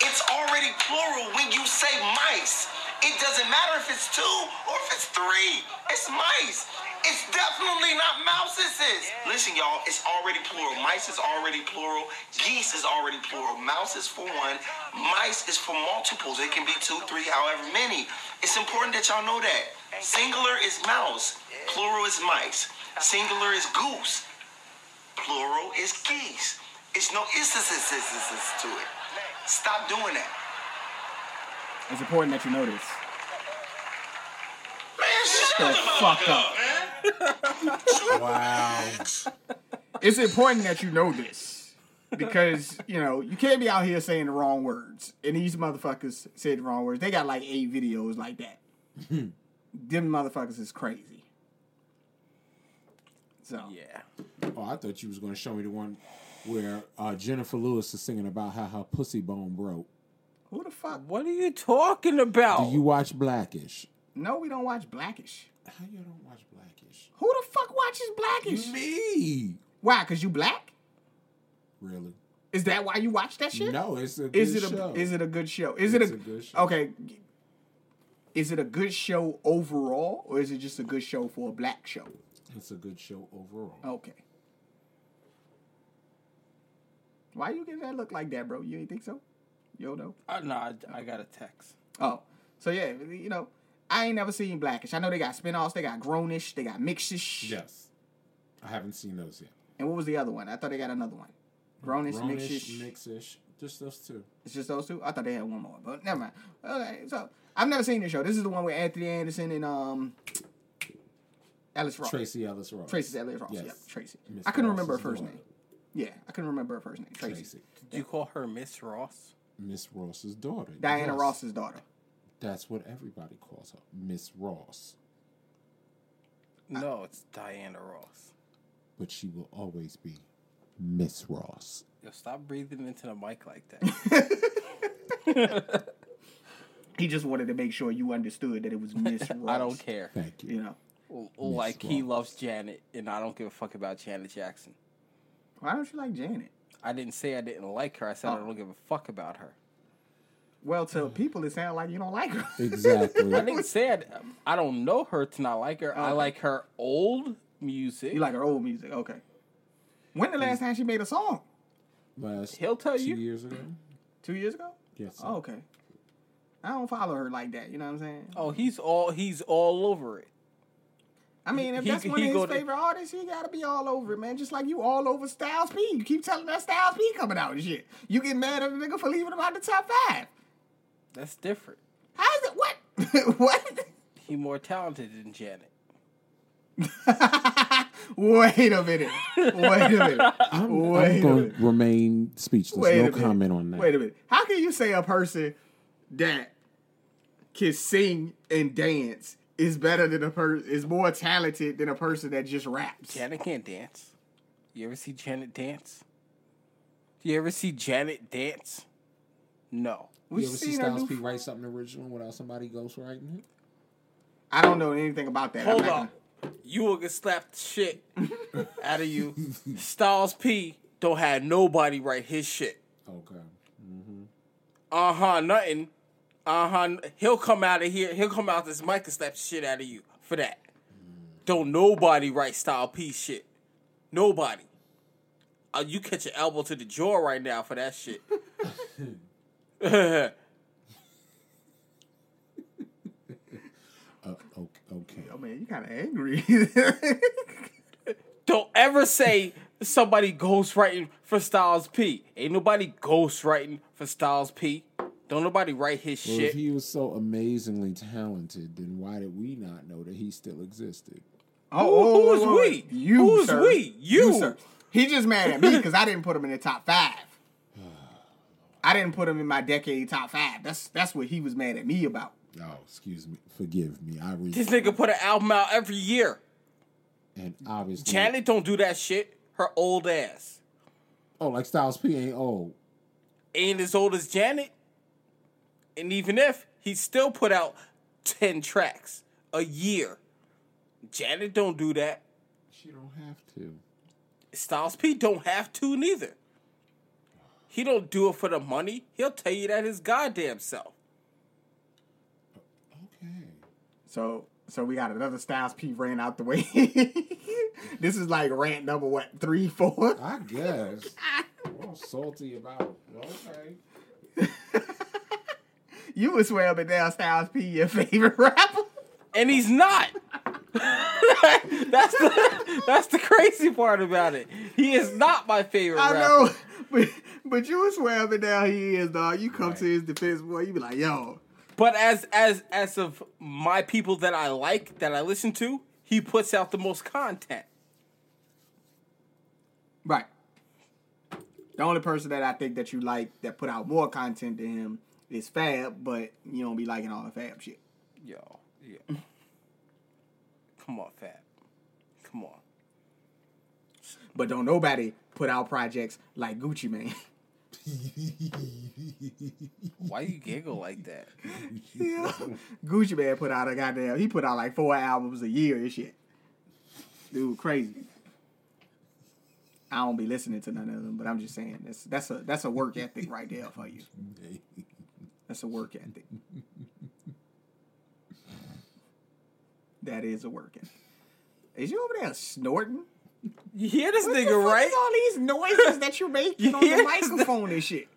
Speaker 7: It's already plural when you say mice. It doesn't matter if it's two or if it's three. It's mice. It's definitely not mouseses. Listen, y'all, it's already plural. Mice is already plural. Geese is already plural. Mouse is for one. Mice is for multiples. It can be two, three, however many. It's important that y'all know that. Singular is mouse. Plural is mice. Singular is goose. Plural is geese. It's no ises to it. Stop doing that.
Speaker 1: It's important that you know this.
Speaker 5: man, shut
Speaker 1: The
Speaker 5: the
Speaker 1: fuck
Speaker 5: fuck up, man.
Speaker 3: Wow.
Speaker 1: It's important that you know this because you know you can't be out here saying the wrong words. And these motherfuckers said the wrong words. They got like eight videos like that. Them motherfuckers is crazy. So
Speaker 2: Yeah.
Speaker 3: Oh, I thought you was gonna show me the one where uh, Jennifer Lewis is singing about how her pussy bone broke.
Speaker 1: who the fuck?
Speaker 2: What are you talking about?
Speaker 1: Oh.
Speaker 3: Do you watch Blackish?
Speaker 1: No, we don't watch Blackish.
Speaker 3: How you don't watch Blackish?
Speaker 1: Who the fuck watches Blackish?
Speaker 3: Mm-hmm. Me.
Speaker 1: Why? Cause you black?
Speaker 3: Really?
Speaker 1: Is that why you watch that shit?
Speaker 3: No, it's a good
Speaker 1: Is it a
Speaker 3: show.
Speaker 1: is it a good show? Is
Speaker 3: It's
Speaker 1: it a,
Speaker 3: a good show.
Speaker 1: okay? Is it a good show overall, or is it just a good show for a black show?
Speaker 3: It's a good show overall.
Speaker 1: Okay. Why you getting that look like that, bro? You ain't think so? Yo, no.
Speaker 2: Uh, no, I, I got a text.
Speaker 1: Oh, so yeah, you know, I ain't never seen Blackish. I know they got spinoffs, they got Grownish, they got Mixish,
Speaker 3: Yes. I haven't seen those yet.
Speaker 1: and what was the other one? I thought they got another one. Grownish, Mixish,
Speaker 3: Grownish, Mixish. Just those two.
Speaker 1: It's just those two. I thought they had one more, but never mind. Okay, so I've never seen this show. This is the one with Anthony Anderson and um, Alice Ross. Tracy.
Speaker 3: Tracy Ellis Ross.
Speaker 1: Tracy's Alice Ross.
Speaker 3: Yes.
Speaker 1: Yep, Tracy.
Speaker 3: Miss
Speaker 1: I couldn't
Speaker 3: Ross
Speaker 1: remember her
Speaker 3: is the
Speaker 1: first
Speaker 3: one.
Speaker 1: name. Yeah, I couldn't remember her first name. Tracy.
Speaker 3: Tracy.
Speaker 2: Did you call her Miss Ross?
Speaker 3: Miss Ross's daughter.
Speaker 1: Diana
Speaker 3: Yes.
Speaker 1: Ross's daughter.
Speaker 3: That's what everybody calls her. Miss Ross.
Speaker 2: No, it's Diana Ross.
Speaker 3: But she will always be Miss Ross.
Speaker 2: Yo, stop breathing into the mic like that.
Speaker 1: He just wanted to make sure you understood that it was Miss Ross.
Speaker 2: I don't care.
Speaker 3: Thank you.
Speaker 1: You know,
Speaker 2: L- Like he
Speaker 3: Ross.
Speaker 2: loves Janet, and I don't give a fuck about Janet Jackson.
Speaker 1: why don't you like Janet?
Speaker 2: I didn't say I didn't like her. I said I
Speaker 1: Oh.
Speaker 2: don't give a fuck about her.
Speaker 1: Well, to people, it sounds like you don't like her.
Speaker 3: Exactly.
Speaker 2: I didn't say I, d- I don't know her to not like her. I like her old music.
Speaker 1: you like her old music, okay? When the last time she made a song?
Speaker 3: Last
Speaker 2: He'll tell
Speaker 3: two
Speaker 2: you.
Speaker 3: years ago.
Speaker 1: Two years ago?
Speaker 3: Yes. sir.
Speaker 1: Oh, okay. I don't follow her like that. You know what I'm saying?
Speaker 2: Oh, he's all he's all over it.
Speaker 1: I mean, if
Speaker 2: He-
Speaker 1: that's one
Speaker 2: he
Speaker 1: of
Speaker 2: go
Speaker 1: his
Speaker 2: to-
Speaker 1: favorite artists, he gotta be all over it, man. Just like you all over Styles P. You keep telling that Styles P coming out and shit. You get mad at the nigga for leaving him out the top five.
Speaker 2: That's different.
Speaker 1: How's it? What? what?
Speaker 2: He more talented than Janet.
Speaker 1: Wait a minute. Wait a minute.
Speaker 3: I'm,
Speaker 1: Wait
Speaker 3: I'm
Speaker 1: a
Speaker 3: going
Speaker 1: minute.
Speaker 3: to remain speechless.
Speaker 1: Wait a
Speaker 3: no
Speaker 1: minute.
Speaker 3: comment on that.
Speaker 1: Wait a minute. How can you say a person that can sing and dance is better than a person is more talented than a person that just raps?
Speaker 2: Janet can't dance. You ever see Janet dance? You ever see Janet dance? No.
Speaker 1: We've
Speaker 3: you ever see
Speaker 1: seen her
Speaker 3: Styles
Speaker 1: do-
Speaker 3: P write something original without somebody ghostwriting it?
Speaker 1: I don't know anything about that. I'm
Speaker 2: Hold
Speaker 1: not
Speaker 2: on. You will get slapped the shit out of you. Styles P don't have nobody write his shit.
Speaker 3: Okay.
Speaker 2: Uh huh, nothing. Uh huh. He'll come out of here. He'll come out this mic and slap the shit out of you for that. Don't nobody write Style P shit. Nobody. Uh, you catch your elbow to the jaw right now for that shit.
Speaker 3: Uh, o- okay.
Speaker 1: Oh man, you kind of angry.
Speaker 2: Don't ever say somebody ghostwriting for Styles P. Ain't nobody ghostwriting for Styles P. Don't nobody write his
Speaker 3: Well,
Speaker 2: shit.
Speaker 3: if he was so amazingly talented, then why did we not know that he still existed?
Speaker 1: Oh,
Speaker 2: Who- who is we?
Speaker 1: You,
Speaker 2: Who is
Speaker 1: sir.
Speaker 2: we? You.
Speaker 1: sir. He just mad at me because I didn't put him in the top five. I didn't put him in my decade top five. That's that's what he was mad at me about.
Speaker 3: Oh, excuse me. Forgive me. I read
Speaker 2: this nigga put an album out every year.
Speaker 3: and obviously
Speaker 2: Janet don't do that shit. Her old ass.
Speaker 3: Oh, like Styles P ain't old.
Speaker 2: ain't as old as Janet. And even if he still put out 10 tracks a year, Janet don't do that.
Speaker 3: She don't have to.
Speaker 2: Styles P don't have to neither. He don't do it for the money. He'll tell you that his goddamn self.
Speaker 3: Okay.
Speaker 1: So so we got another Styles P ran out the way. this is like rant number what three four.
Speaker 3: I guess. We're all salty about it. Okay.
Speaker 1: You would swear up and down Styles P your favorite rapper.
Speaker 2: And he's not. that's the that's the crazy part about it. He is not my favorite
Speaker 1: I
Speaker 2: rapper.
Speaker 1: know, but but you would swear up and down he is dog. You come to his defense, boy. You be like, yo,
Speaker 2: But as as as of my people that I like that I listen to, he puts out the most content.
Speaker 1: Right. The only person that I think that you like that put out more content than him is Fab, but you don't be liking all the Fab shit.
Speaker 2: Yo, yeah. Come on, Fab. Come on.
Speaker 1: But don't nobody put out projects like Gucci Mane.
Speaker 2: Why you giggle like that?
Speaker 1: Yeah. Gucci Mane put out a goddamn. He put out like four albums a year and shit. Dude, crazy. I don't be listening to none of them, but I'm just saying that's that's a that's a work ethic right there for you. That's a work ethic. that is a work ethic. Is you over there snorting?
Speaker 2: You hear this
Speaker 1: What the
Speaker 2: nigga,
Speaker 1: fuck
Speaker 2: right?
Speaker 1: is all these noises that you're making on
Speaker 2: Yes.
Speaker 1: the microphone and shit.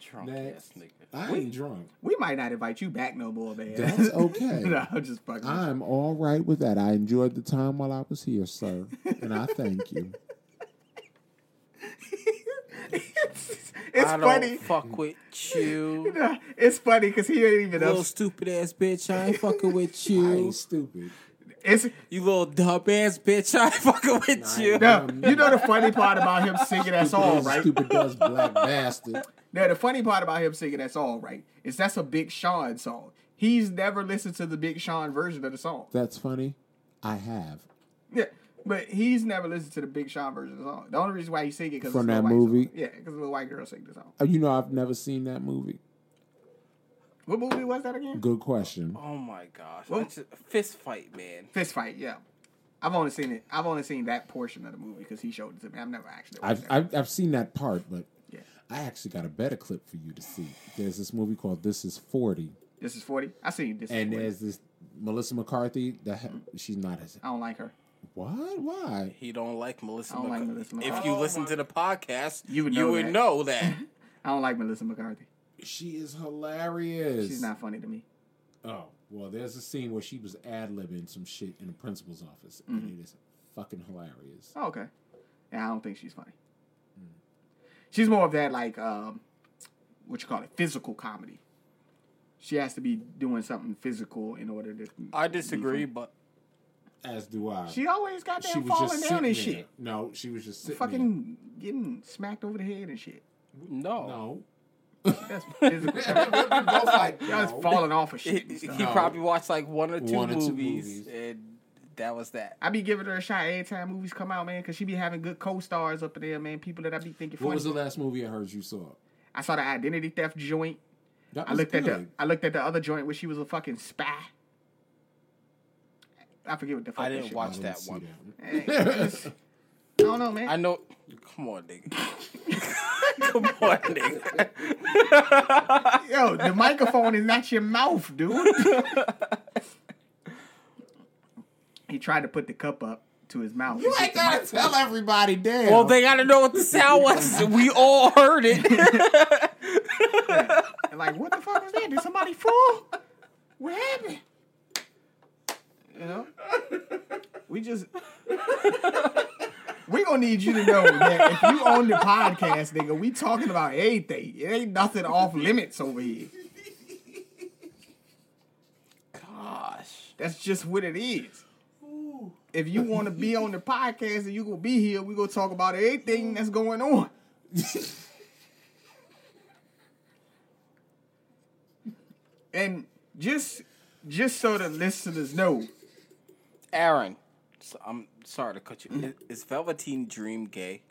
Speaker 2: Drunk ass
Speaker 3: Next.
Speaker 2: nigga.
Speaker 3: I ain't drunk.
Speaker 1: We might not invite you back no more, man.
Speaker 3: That's okay.
Speaker 1: no, I'm just fucking. with you.
Speaker 3: I'm all right with that. I enjoyed the time while I was here, sir. And I thank you.
Speaker 1: it's it's
Speaker 2: I don't
Speaker 1: funny.
Speaker 2: fuck with you.
Speaker 1: Nah, It's funny because he ain't even
Speaker 2: Little
Speaker 1: up.
Speaker 2: stupid ass bitch, I ain't fucking with
Speaker 3: I
Speaker 2: you.
Speaker 3: ain't stupid.
Speaker 1: It's
Speaker 2: You little dumb ass bitch, I ain't fucking with you.
Speaker 1: no,
Speaker 3: um,
Speaker 1: you know the funny part about him singing that song,
Speaker 3: All
Speaker 1: right?
Speaker 3: Stupid does black bastard.
Speaker 1: Now the funny part about him singing that song, right, is that's a Big Sean song. He's never listened to the Big Sean version of the song.
Speaker 3: That's funny. I have.
Speaker 1: Yeah, but he's never listened to the Big Sean version of the song. The only reason why he sing it because
Speaker 3: From that
Speaker 1: white
Speaker 3: movie?
Speaker 1: Song. Yeah, because the white girl sing the song.
Speaker 3: Uh, You know, I've never seen that movie.
Speaker 1: What movie was that again?
Speaker 3: Good question.
Speaker 2: Oh my gosh. That's a fist fight, man.
Speaker 1: Fist fight. Yeah, I've only seen it. I've only seen that portion of the movie because he showed it to me. I've never actually. watched
Speaker 3: I've,
Speaker 1: that.
Speaker 3: I've, I've seen that part, but
Speaker 1: Yeah.
Speaker 3: I actually got a better clip for you to see. There's this movie called This Is 40,
Speaker 1: This is forty. I seen this.
Speaker 3: and
Speaker 1: is 40.
Speaker 3: there's this Melissa McCarthy. That ha- she's not as
Speaker 1: I don't like her.
Speaker 3: what? Why?
Speaker 2: He don't like Melissa.
Speaker 1: I don't like
Speaker 2: McCar-
Speaker 1: Melissa
Speaker 2: If
Speaker 1: McCarthy.
Speaker 2: you listen to the podcast,
Speaker 1: You
Speaker 2: you
Speaker 1: would
Speaker 2: would
Speaker 1: know
Speaker 2: know,
Speaker 1: that.
Speaker 2: that.
Speaker 1: I don't like Melissa McCarthy.
Speaker 3: She is hilarious.
Speaker 1: She's not funny to me.
Speaker 3: Oh well, there's a scene where she was ad libbing some shit in the principal's office, and it is fucking hilarious. Mm.
Speaker 1: Oh, okay. Yeah, I don't think she's funny. She's more of that like um, what you call it, physical comedy. She has to be doing something physical in order to.
Speaker 2: I disagree, but
Speaker 3: As do I.
Speaker 1: She always got
Speaker 3: She
Speaker 1: damn falling down and
Speaker 3: sitting there.
Speaker 1: shit.
Speaker 3: No, she was just sitting there.
Speaker 1: Fucking getting smacked over the head and shit.
Speaker 2: no.
Speaker 3: No.
Speaker 1: That's physical. Y'all
Speaker 3: We're both like,
Speaker 1: just
Speaker 3: no.
Speaker 1: falling off of
Speaker 2: He,
Speaker 1: shit. and
Speaker 2: he
Speaker 1: stuff.
Speaker 3: No.
Speaker 2: probably watched like one or two,
Speaker 3: One or two
Speaker 2: movies,
Speaker 3: movies.
Speaker 2: and that was that.
Speaker 1: I be giving her a shot every time movies come out, man, because she be having good co-stars up in there, man. People that I be thinking
Speaker 3: What
Speaker 1: funny.
Speaker 3: was the last movie I heard you saw?
Speaker 1: I saw the identity theft joint.
Speaker 3: That
Speaker 1: I
Speaker 3: was
Speaker 1: looked at the
Speaker 3: good.
Speaker 1: I looked at the other joint where she was a fucking spy. I forget what the fuck
Speaker 2: I
Speaker 1: that
Speaker 2: didn't
Speaker 1: shit
Speaker 2: watch
Speaker 1: was.
Speaker 3: I didn't
Speaker 2: that
Speaker 3: see
Speaker 2: one.
Speaker 3: that.
Speaker 1: I don't know, man.
Speaker 2: I know. Come on, nigga. Come on, nigga.
Speaker 1: Yo, the microphone is not your mouth, dude. he tried to put the cup up to his mouth.
Speaker 3: You ain't gotta tell everybody, damn.
Speaker 2: Well, they gotta know what the sound was. We all heard it.
Speaker 1: And like, what the fuck is that? Did somebody fall? What happened? You know? We just We gonna need you to know that if you own the podcast, nigga, we talking about everything. It ain't nothing off limits over here.
Speaker 2: Gosh.
Speaker 1: That's just what it is. If you want to be on the podcast and you gonna be here, we gonna talk about everything that's going on. and just just so the listeners know,
Speaker 2: Aaron, so I'm sorry to cut you. Is Velveteen Dream gay?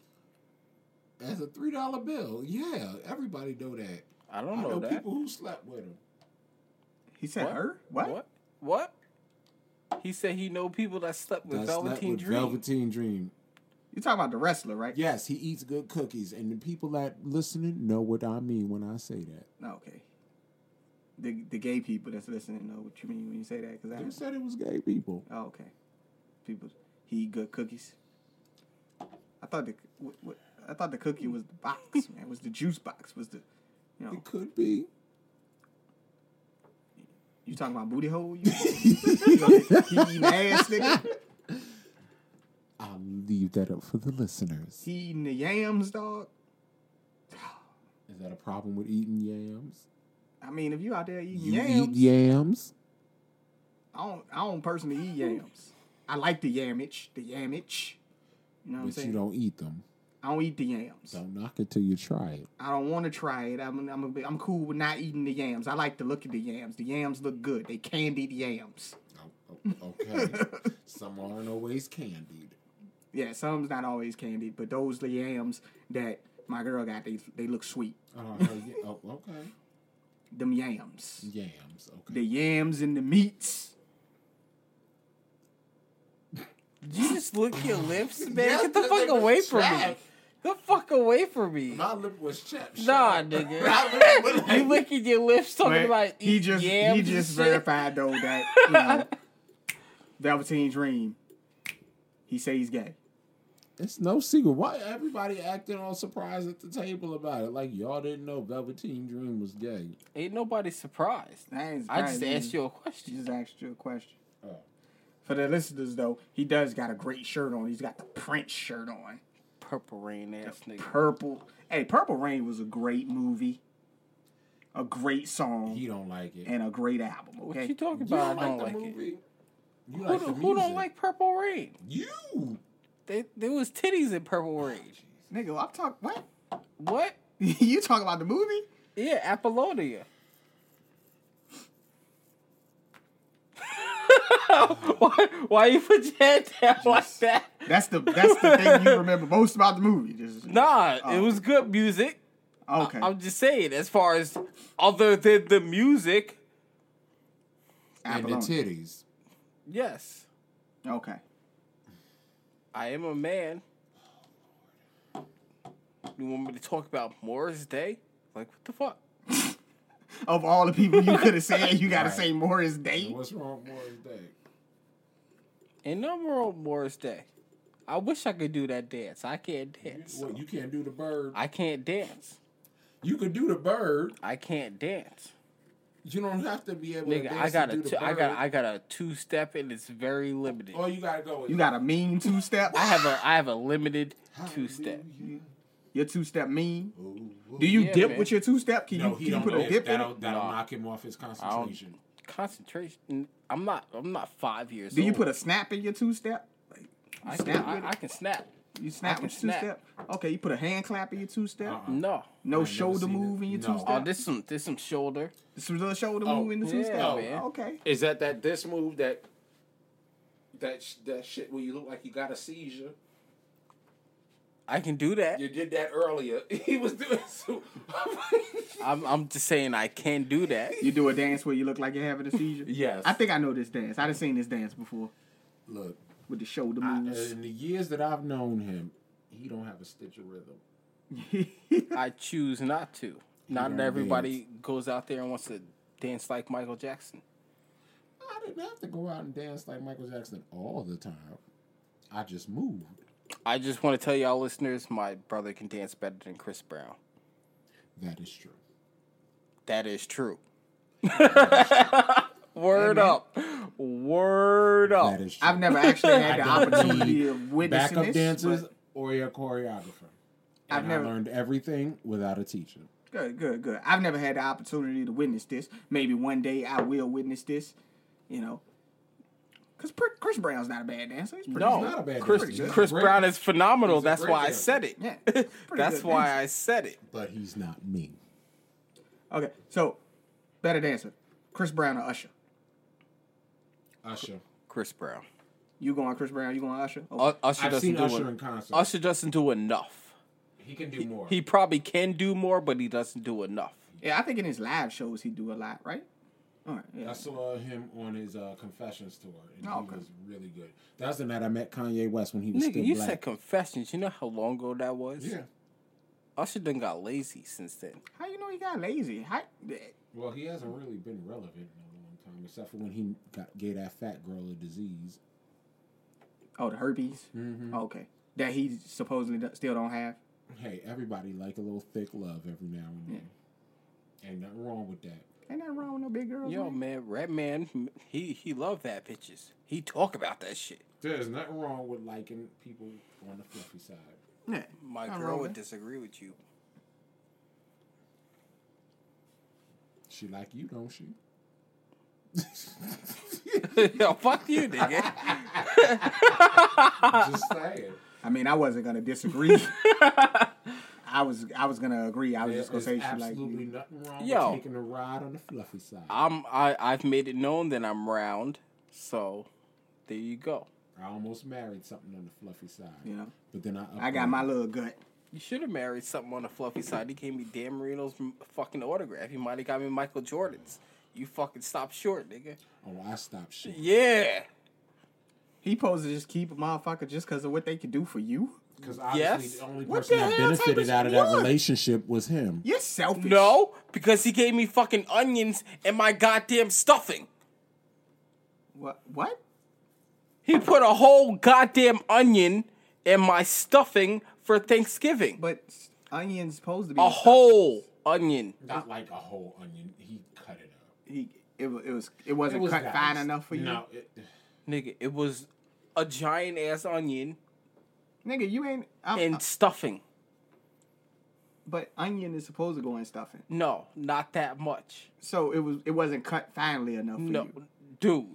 Speaker 3: That's a three dollar bill. Yeah, everybody know that.
Speaker 2: I don't
Speaker 3: I
Speaker 2: know,
Speaker 3: know
Speaker 2: that.
Speaker 3: people who slept with him.
Speaker 1: he said her what?
Speaker 2: What? What? What? He said he know people that slept with
Speaker 3: That slept
Speaker 2: Velveteen
Speaker 3: with
Speaker 2: Dream.
Speaker 3: Velveteen Dream.
Speaker 1: You talking about the wrestler, right?
Speaker 3: Yes, he eats good cookies, and the people that listening know what I mean when I say that.
Speaker 1: No, Oh, okay. The the gay people that's listening know what you mean when you say that
Speaker 3: They
Speaker 1: because I
Speaker 3: said it was gay people.
Speaker 1: oh okay, people he eat good cookies. I thought the what, what, I thought the cookie was the box, man. Was the juice box? Was the you know
Speaker 3: It could be.
Speaker 1: you talking about booty hole? You, you know, he eating ass nigga.
Speaker 3: I'll leave that up for the listeners.
Speaker 1: He eating the yams, dog.
Speaker 3: Is that a problem with eating yams?
Speaker 1: I mean, if you out there eating
Speaker 3: You
Speaker 1: yams,
Speaker 3: eat yams.
Speaker 1: I don't I don't personally eat yams. I like the yamage, the yamage. You know what I'm
Speaker 3: But
Speaker 1: saying?
Speaker 3: you don't eat them.
Speaker 1: I don't eat the yams.
Speaker 3: Don't knock it till you try it.
Speaker 1: I don't want to try it. I'm I'm, a bit, I'm cool with not eating the yams. I like to look at the yams. The yams look good. They candied yams.
Speaker 3: Oh, okay. Some aren't always candied.
Speaker 1: Yeah, some's not always candied, but those the yams that my girl got. They they look sweet.
Speaker 3: oh, okay.
Speaker 1: Them yams.
Speaker 3: Yams.
Speaker 1: The
Speaker 3: Okay.
Speaker 1: yams and the meats.
Speaker 2: You just lick your lips, man. Get the fuck away from me. The fuck away from me.
Speaker 3: My lip was chapped.
Speaker 2: Nah, nigga. you licking your lips talking
Speaker 1: But
Speaker 2: about
Speaker 1: he
Speaker 2: eat
Speaker 1: just
Speaker 2: yams
Speaker 1: he
Speaker 2: and
Speaker 1: just
Speaker 2: shit?
Speaker 1: verified though that you know, Velveteen Dream. He say he's gay.
Speaker 3: It's no secret. Why everybody acting all surprised at the table about it? Like y'all didn't know Velveteen Dream was gay.
Speaker 2: Ain't nobody surprised.
Speaker 1: I ain't
Speaker 2: I just
Speaker 1: surprised,
Speaker 2: asked you a
Speaker 1: She
Speaker 2: question.
Speaker 1: just asked you a question.
Speaker 3: Oh.
Speaker 1: For the listeners though, he does got a great shirt on. He's got the Prince shirt on.
Speaker 2: Purple rain ass nigga.
Speaker 1: Purple. Hey, Purple Rain was a great movie, a great song,
Speaker 3: He don't like it.
Speaker 1: and a great album.
Speaker 2: what
Speaker 1: Okay,
Speaker 2: you talking
Speaker 3: you
Speaker 2: about?
Speaker 3: don't
Speaker 2: I don't like,
Speaker 3: the
Speaker 2: it.
Speaker 3: movie. You
Speaker 2: Who,
Speaker 3: like
Speaker 2: do-
Speaker 3: the
Speaker 2: who don't
Speaker 3: music.
Speaker 2: like Purple Rain?
Speaker 3: you?
Speaker 2: They, there was titties in Purple
Speaker 3: Oh,
Speaker 2: Rain.
Speaker 1: nigga, I'm talking what?
Speaker 2: What?
Speaker 1: you talking about the movie?
Speaker 2: Yeah, Apollonia. why, why you put your head down like that?
Speaker 1: That's the that's the thing you remember most about the movie. Just
Speaker 2: Nah, it
Speaker 1: Oh.
Speaker 2: was good music.
Speaker 1: okay.
Speaker 2: I'm just saying, as far as other than the music,
Speaker 3: And the
Speaker 1: Apollonia.
Speaker 3: titties.
Speaker 2: yes,
Speaker 1: Okay.
Speaker 2: I am a man. You want me to talk about Morris Day? Like, what the fuck?
Speaker 1: Of all the people you could have said, you gotta
Speaker 3: Right.
Speaker 1: say Morris Day.
Speaker 3: And what's wrong with Morris Day?
Speaker 2: Ain't no more Morris Day. I wish I could do that dance. I can't dance.
Speaker 3: What you can't do the bird.
Speaker 2: I can't dance.
Speaker 3: You can do the bird.
Speaker 2: I can't dance.
Speaker 3: You don't have to be able to
Speaker 2: Nigga,
Speaker 3: dance
Speaker 2: I got
Speaker 3: to
Speaker 2: a
Speaker 3: do the
Speaker 2: two, I
Speaker 3: bird.
Speaker 2: got I got a two step and it's very limited.
Speaker 1: Oh,
Speaker 3: All you gotta go is
Speaker 1: You got a mean two step.
Speaker 2: I have a I have a limited two step.
Speaker 3: Hallelujah.
Speaker 1: Your two step mean? Do you
Speaker 2: Yeah,
Speaker 1: dip
Speaker 2: man.
Speaker 1: with your two step? Can
Speaker 3: No,
Speaker 1: you,
Speaker 3: he
Speaker 1: can you
Speaker 3: don't
Speaker 1: put a
Speaker 3: know.
Speaker 1: dip in
Speaker 3: That'll,
Speaker 1: it?
Speaker 3: that'll
Speaker 2: Nah.
Speaker 3: knock him off his concentration.
Speaker 2: Concentration. I'm not. I'm not five years.
Speaker 1: Do you
Speaker 2: old.
Speaker 1: put a snap in your two step? Like, you
Speaker 2: I can,
Speaker 1: snap
Speaker 2: I,
Speaker 1: with
Speaker 2: I
Speaker 1: it?
Speaker 2: can snap.
Speaker 1: You
Speaker 2: I
Speaker 1: snap
Speaker 2: can
Speaker 1: with two
Speaker 2: snap.
Speaker 1: step? Okay, you put a hand clap in your two step?
Speaker 2: No.
Speaker 1: No
Speaker 3: Uh-uh. never
Speaker 1: shoulder
Speaker 3: seen it.
Speaker 1: move in your
Speaker 3: No.
Speaker 1: two
Speaker 2: Oh,
Speaker 1: step?
Speaker 2: this some. This some shoulder.
Speaker 1: This was a shoulder
Speaker 3: Oh,
Speaker 1: move in the two
Speaker 2: yeah,
Speaker 1: step?
Speaker 2: man.
Speaker 1: Okay.
Speaker 8: Is that that this move that that sh- that shit where you look like you got a seizure?
Speaker 2: I can do that.
Speaker 8: You did that earlier. He was doing so.
Speaker 2: I'm. I'm just saying I can do that.
Speaker 1: You do a dance where you look like you're having a seizure?
Speaker 8: Yes.
Speaker 1: I think I know this dance. I done seen this dance before
Speaker 3: Look,
Speaker 1: with the shoulder
Speaker 3: I, uh,
Speaker 1: moves.
Speaker 3: in the years that I've known him, he don't have a stitch of rhythm.
Speaker 2: I choose not to. Not
Speaker 3: don't
Speaker 2: everybody goes out there and wants to dance like Michael Jackson.
Speaker 3: I didn't have to go out and dance like Michael Jackson all the time. I just moved.
Speaker 2: I just want to tell y'all listeners, my brother can dance better than Chris Brown.
Speaker 3: That is true.
Speaker 2: That is true. Word up. Word up.
Speaker 3: That is true.
Speaker 1: Oh, I've never actually had
Speaker 3: I
Speaker 1: the
Speaker 3: don't
Speaker 1: opportunity
Speaker 3: need
Speaker 1: of witnessing
Speaker 3: backup
Speaker 1: this.
Speaker 3: dancers
Speaker 1: but
Speaker 3: or a choreographer.
Speaker 1: I've
Speaker 3: And I
Speaker 1: never
Speaker 3: learned everything without a teacher.
Speaker 1: Good, good, good. I've never had the opportunity to witness this. Maybe one day I will witness this, you know. Because Chris Brown's not a bad dancer. He's pretty,
Speaker 2: No.
Speaker 3: He's not a bad
Speaker 2: Chris,
Speaker 3: dancer. He's a
Speaker 2: Chris
Speaker 3: great-
Speaker 2: Brown is phenomenal.
Speaker 3: he's a
Speaker 2: That's
Speaker 3: great
Speaker 2: why I
Speaker 3: dancer.
Speaker 2: said it.
Speaker 1: Yeah. pretty
Speaker 2: That's
Speaker 1: good
Speaker 2: why
Speaker 1: dancer.
Speaker 2: I said it.
Speaker 3: But he's not me.
Speaker 1: Okay, so better dancer, Chris Brown or Usher?
Speaker 3: Usher.
Speaker 2: Chris Brown.
Speaker 1: You going Chris Brown? You going Usher? Okay.
Speaker 2: U- Usher
Speaker 3: I've
Speaker 2: doesn't
Speaker 3: seen
Speaker 2: do
Speaker 3: Usher
Speaker 2: en-
Speaker 3: in concert.
Speaker 2: Usher doesn't do enough.
Speaker 3: He can do more.
Speaker 2: He probably can do more, but he doesn't do enough.
Speaker 1: yeah, I think in his live shows he do a lot, right? All right. Yeah.
Speaker 3: I saw him on his uh, Confessions tour, and
Speaker 1: Oh,
Speaker 3: he
Speaker 1: okay.
Speaker 3: was really good. That's the night I met Kanye West when he was still
Speaker 2: Nigga, you
Speaker 3: black.
Speaker 2: said confessions. You know how long ago that was?
Speaker 3: yeah.
Speaker 2: Usher done got lazy since then.
Speaker 1: How you know he got lazy? How,
Speaker 3: Well, he hasn't really been relevant in a long time, except for when he got gave that fat girl a disease.
Speaker 1: oh, the herpes.
Speaker 2: Mm-hmm.
Speaker 1: Oh, Okay, that he supposedly do- still don't have.
Speaker 3: Hey, everybody like a little thick love every now and then. Ain't nothing wrong with that.
Speaker 1: Ain't nothing wrong with no big girl.
Speaker 2: Yo, man, Red Man, he he loved that bitches. He talk about that shit.
Speaker 3: There's nothing wrong with liking people on the fluffy side.
Speaker 1: Yeah.
Speaker 2: My
Speaker 1: Not
Speaker 2: girl
Speaker 1: wrong.
Speaker 2: would disagree with you.
Speaker 3: She like you, don't she?
Speaker 2: Yo, fuck you, nigga.
Speaker 3: Just saying.
Speaker 1: I mean, I wasn't gonna disagree. I was I was gonna agree. I was
Speaker 3: There's
Speaker 1: just gonna say she like
Speaker 3: absolutely
Speaker 1: you.
Speaker 3: nothing wrong
Speaker 2: Yo.
Speaker 3: with taking a ride on the fluffy side. I,
Speaker 2: I'm I I've made it known that I'm round, so there you go.
Speaker 3: almost married something on the fluffy side.
Speaker 1: Yeah.
Speaker 3: But then I
Speaker 1: I got my
Speaker 3: upgraded.
Speaker 1: little gut.
Speaker 2: You should have married something on the fluffy side. He gave me Dan Marino's m- fucking autograph. You might have got me Michael Jordan's. You fucking stop short, nigga.
Speaker 3: Oh, I stopped shit.
Speaker 2: Yeah.
Speaker 1: He supposed to just keep a motherfucker just because of what they could do for you.
Speaker 3: Because
Speaker 2: Yes.
Speaker 3: the only
Speaker 1: What
Speaker 3: person
Speaker 1: the
Speaker 3: that
Speaker 1: hell type of
Speaker 3: benefited out of that
Speaker 1: shit was?
Speaker 3: relationship was him.
Speaker 1: You're selfish.
Speaker 2: No, because he gave me fucking onions and my goddamn stuffing.
Speaker 1: What? What?
Speaker 2: He put a whole goddamn onion in my stuffing for Thanksgiving.
Speaker 1: But onions supposed to be
Speaker 2: a whole onion.
Speaker 3: Not like a whole onion. He cut it up.
Speaker 1: He, it, wa- it was it wasn't
Speaker 3: was
Speaker 1: cut
Speaker 3: nice.
Speaker 1: fine enough for you,
Speaker 3: No, it,
Speaker 2: Nigga, it was a giant ass onion
Speaker 1: nigga. You ain't. I'm,
Speaker 2: and stuffing.
Speaker 1: but onion is supposed to go in stuffing,
Speaker 2: No, not that much.
Speaker 1: so it was it wasn't cut finely enough for
Speaker 2: No,
Speaker 1: you.
Speaker 2: dude,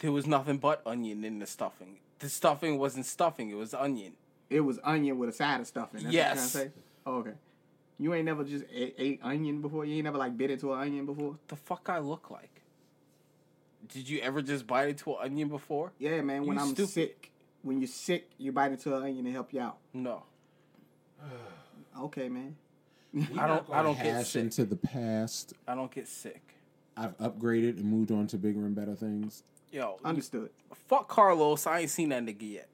Speaker 2: there was nothing but onion in the stuffing. The stuffing wasn't stuffing, it was onion.
Speaker 1: It was onion with a side of stuffing. That's
Speaker 2: Yes.
Speaker 1: What you're trying to say? Oh, okay. You ain't never just ate, ate onion before. You ain't never like bit into an onion before.
Speaker 2: The fuck I look like? Did you ever just bite into an onion before?
Speaker 1: Yeah, man. When
Speaker 2: You
Speaker 1: I'm
Speaker 2: stupid.
Speaker 1: sick, when you're sick, you bite into an onion to help you out.
Speaker 2: No.
Speaker 1: Okay, man.
Speaker 2: I don't I don't get
Speaker 3: hash
Speaker 2: sick.
Speaker 3: into the past.
Speaker 2: I don't get sick.
Speaker 3: I've upgraded and moved on to bigger and better things.
Speaker 2: Yo,
Speaker 1: Understood.
Speaker 2: fuck Carlos, I ain't seen that nigga yet.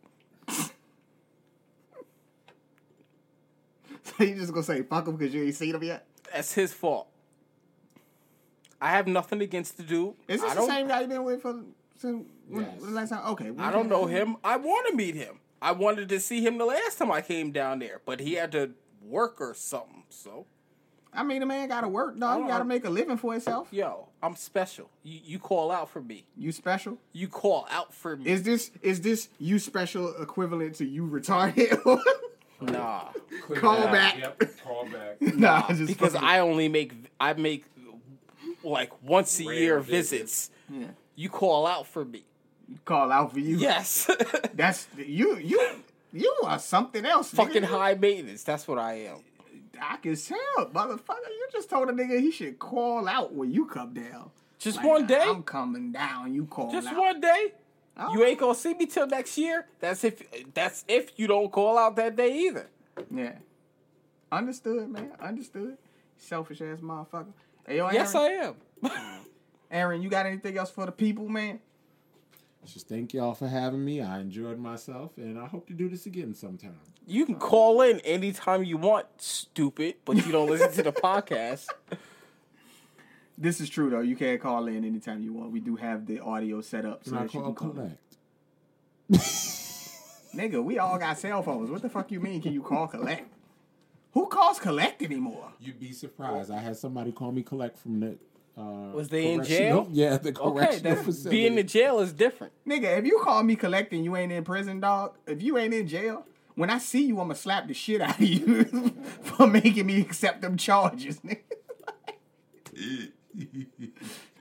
Speaker 1: So you just gonna say fuck him because you ain't seen him yet?
Speaker 2: That's his fault. I have nothing against the dude.
Speaker 1: Is this
Speaker 2: I
Speaker 1: the
Speaker 2: don't,
Speaker 1: same guy you been with for since when-
Speaker 3: Yes.
Speaker 1: the last time? Okay.
Speaker 2: I don't know him. I want to meet him. I wanted to see him the last time I came down there, but he had to work or something. So,
Speaker 1: I mean, the man gotta work, dog. He
Speaker 2: don't
Speaker 1: gotta
Speaker 2: know.
Speaker 1: make a living for himself.
Speaker 2: yo, I'm special. You, you call out for me.
Speaker 1: You special?
Speaker 2: You call out for me.
Speaker 1: Is this is this you special equivalent to you retarded?
Speaker 2: Nah,
Speaker 8: Clear
Speaker 1: Call
Speaker 8: that.
Speaker 1: back.
Speaker 8: Yep, call back.
Speaker 1: Nah, just
Speaker 2: because I only make I make like once a
Speaker 8: Rare
Speaker 2: year
Speaker 8: visits.
Speaker 2: visits. You call out for me.
Speaker 1: call out for you.
Speaker 2: Yes,
Speaker 1: That's you. You you are something else. nigga.
Speaker 2: fucking
Speaker 1: You-
Speaker 2: high maintenance. That's what I am.
Speaker 1: I can tell, motherfucker. You just told a nigga he should call out when you come down.
Speaker 2: Just
Speaker 1: Like,
Speaker 2: one day.
Speaker 1: I'm coming down. You call
Speaker 2: Just
Speaker 1: out.
Speaker 2: one day.
Speaker 1: All
Speaker 2: You ain't gonna see me till next year. That's if that's if you don't call out that day either.
Speaker 1: Yeah. Understood, man. Understood. Selfish ass motherfucker. Hey, yo, Aaron,
Speaker 2: Yes, I am.
Speaker 1: Aaron, you got anything else for the people, man?
Speaker 3: Just thank y'all for having me. I enjoyed myself, and I hope to do this again sometime.
Speaker 2: You can call in anytime you want, stupid, but you don't listen to the podcast.
Speaker 1: This is true though. You can call in anytime you want. We do have the audio set up so
Speaker 3: Can I
Speaker 1: that you
Speaker 3: call
Speaker 1: can call. in.
Speaker 3: collect?
Speaker 1: Nigga, we all got cell phones. What the fuck you mean? Can you call collect? Who calls collect anymore?
Speaker 3: You'd be surprised. I had somebody call me collect from the. Uh,
Speaker 2: Was they in
Speaker 3: correctional-
Speaker 2: jail?
Speaker 3: Yeah, the
Speaker 2: Okay,
Speaker 3: correctional
Speaker 2: that's,
Speaker 3: facility.
Speaker 2: being in jail is different.
Speaker 1: Nigga, if you call me collect and you ain't in prison, dog, if you ain't in jail, when I see you, I'ma slap the shit out of you for making me accept them charges, nigga.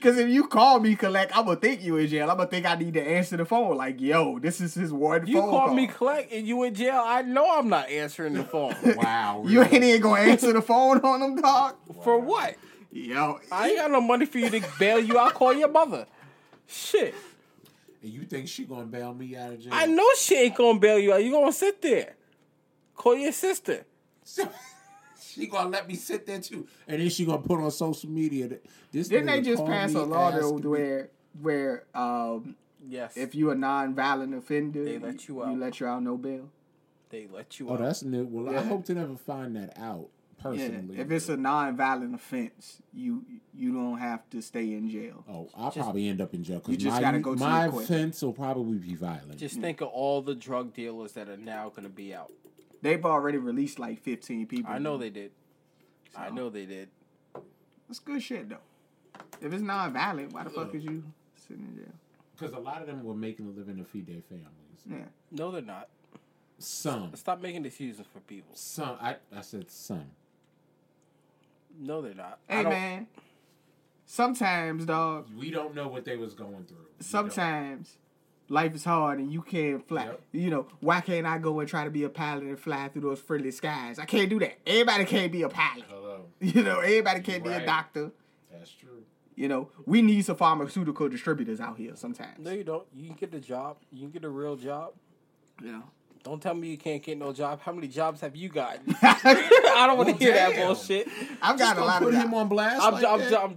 Speaker 1: Cause if you call me collect, I'ma think you in jail. I'ma think I need to answer the phone. Like, yo, this is his one
Speaker 2: You
Speaker 1: phone
Speaker 2: call
Speaker 1: call.
Speaker 2: me collect and you in jail. I know I'm not answering the phone.
Speaker 3: Wow.
Speaker 1: you
Speaker 3: really?
Speaker 1: ain't even gonna answer the phone on him, dog.
Speaker 2: For what?
Speaker 1: Yo,
Speaker 2: I ain't got no money for you to bail you out. Call your mother. Shit.
Speaker 3: And you think she gonna bail me out of jail?
Speaker 2: I know she ain't gonna bail you out. You gonna sit there. Call your sister.
Speaker 3: she gonna let me sit there too, and then she gonna put on social media that this.
Speaker 1: didn't they
Speaker 3: nigga
Speaker 1: just
Speaker 3: called
Speaker 1: pass
Speaker 3: me
Speaker 1: a law though
Speaker 3: asking me-
Speaker 1: where where um
Speaker 2: Yes.
Speaker 1: if you're a non-violent offender,
Speaker 2: They let you
Speaker 1: You
Speaker 2: out.
Speaker 1: let you out no bail.
Speaker 2: they let you
Speaker 3: Oh,
Speaker 2: out.
Speaker 3: that's new. Well, I
Speaker 1: Yeah.
Speaker 3: hope to never find that out
Speaker 1: Yeah,
Speaker 3: personally.
Speaker 1: if it's a non-violent offense, you you don't have to stay in jail.
Speaker 3: Oh, I'll probably end up in jail
Speaker 1: you
Speaker 3: because
Speaker 1: just
Speaker 3: my,
Speaker 1: gotta go to
Speaker 3: my
Speaker 1: it quick.
Speaker 3: offense will probably be violent.
Speaker 2: Just think of all the drug dealers that are now gonna be out.
Speaker 1: They've already released like 15 people.
Speaker 2: I know they did. I know they did.
Speaker 1: That's good shit though. If it's non-violent, why the fuck is you sitting in jail?
Speaker 3: Because a lot of them were making a living to feed their families.
Speaker 1: Yeah.
Speaker 2: No, they're not.
Speaker 3: Some,
Speaker 2: Stop making excuses for people.
Speaker 3: some. I, I said some.
Speaker 2: No, they're not. I
Speaker 1: Hey
Speaker 2: don't-
Speaker 1: man. Sometimes, dog.
Speaker 3: We don't know what they was going through. We
Speaker 1: Sometimes. Life is hard and you can't fly.
Speaker 3: Yep.
Speaker 1: You know, why can't I go and try to be a pilot and fly through those friendly skies? I can't do that. Everybody can't be a pilot.
Speaker 3: don't- Hello,
Speaker 1: You know, everybody can't be
Speaker 3: Uh-huh. Right.
Speaker 1: a doctor.
Speaker 3: that's true.
Speaker 1: You know, we need some pharmaceutical distributors out here sometimes.
Speaker 2: No, you don't. You can get a job. You can get a real job.
Speaker 1: You know.
Speaker 2: Don't tell me you can't get no job. How many jobs have you got? I don't want to
Speaker 3: Well,
Speaker 2: hear that
Speaker 3: damn.
Speaker 2: bullshit.
Speaker 1: I've
Speaker 3: Just
Speaker 1: got a
Speaker 3: gonna
Speaker 1: lot
Speaker 3: put
Speaker 1: of
Speaker 3: him
Speaker 1: that.
Speaker 3: on blast.
Speaker 2: I'm,
Speaker 3: like
Speaker 2: I'm,
Speaker 3: that?
Speaker 2: I'm, I'm,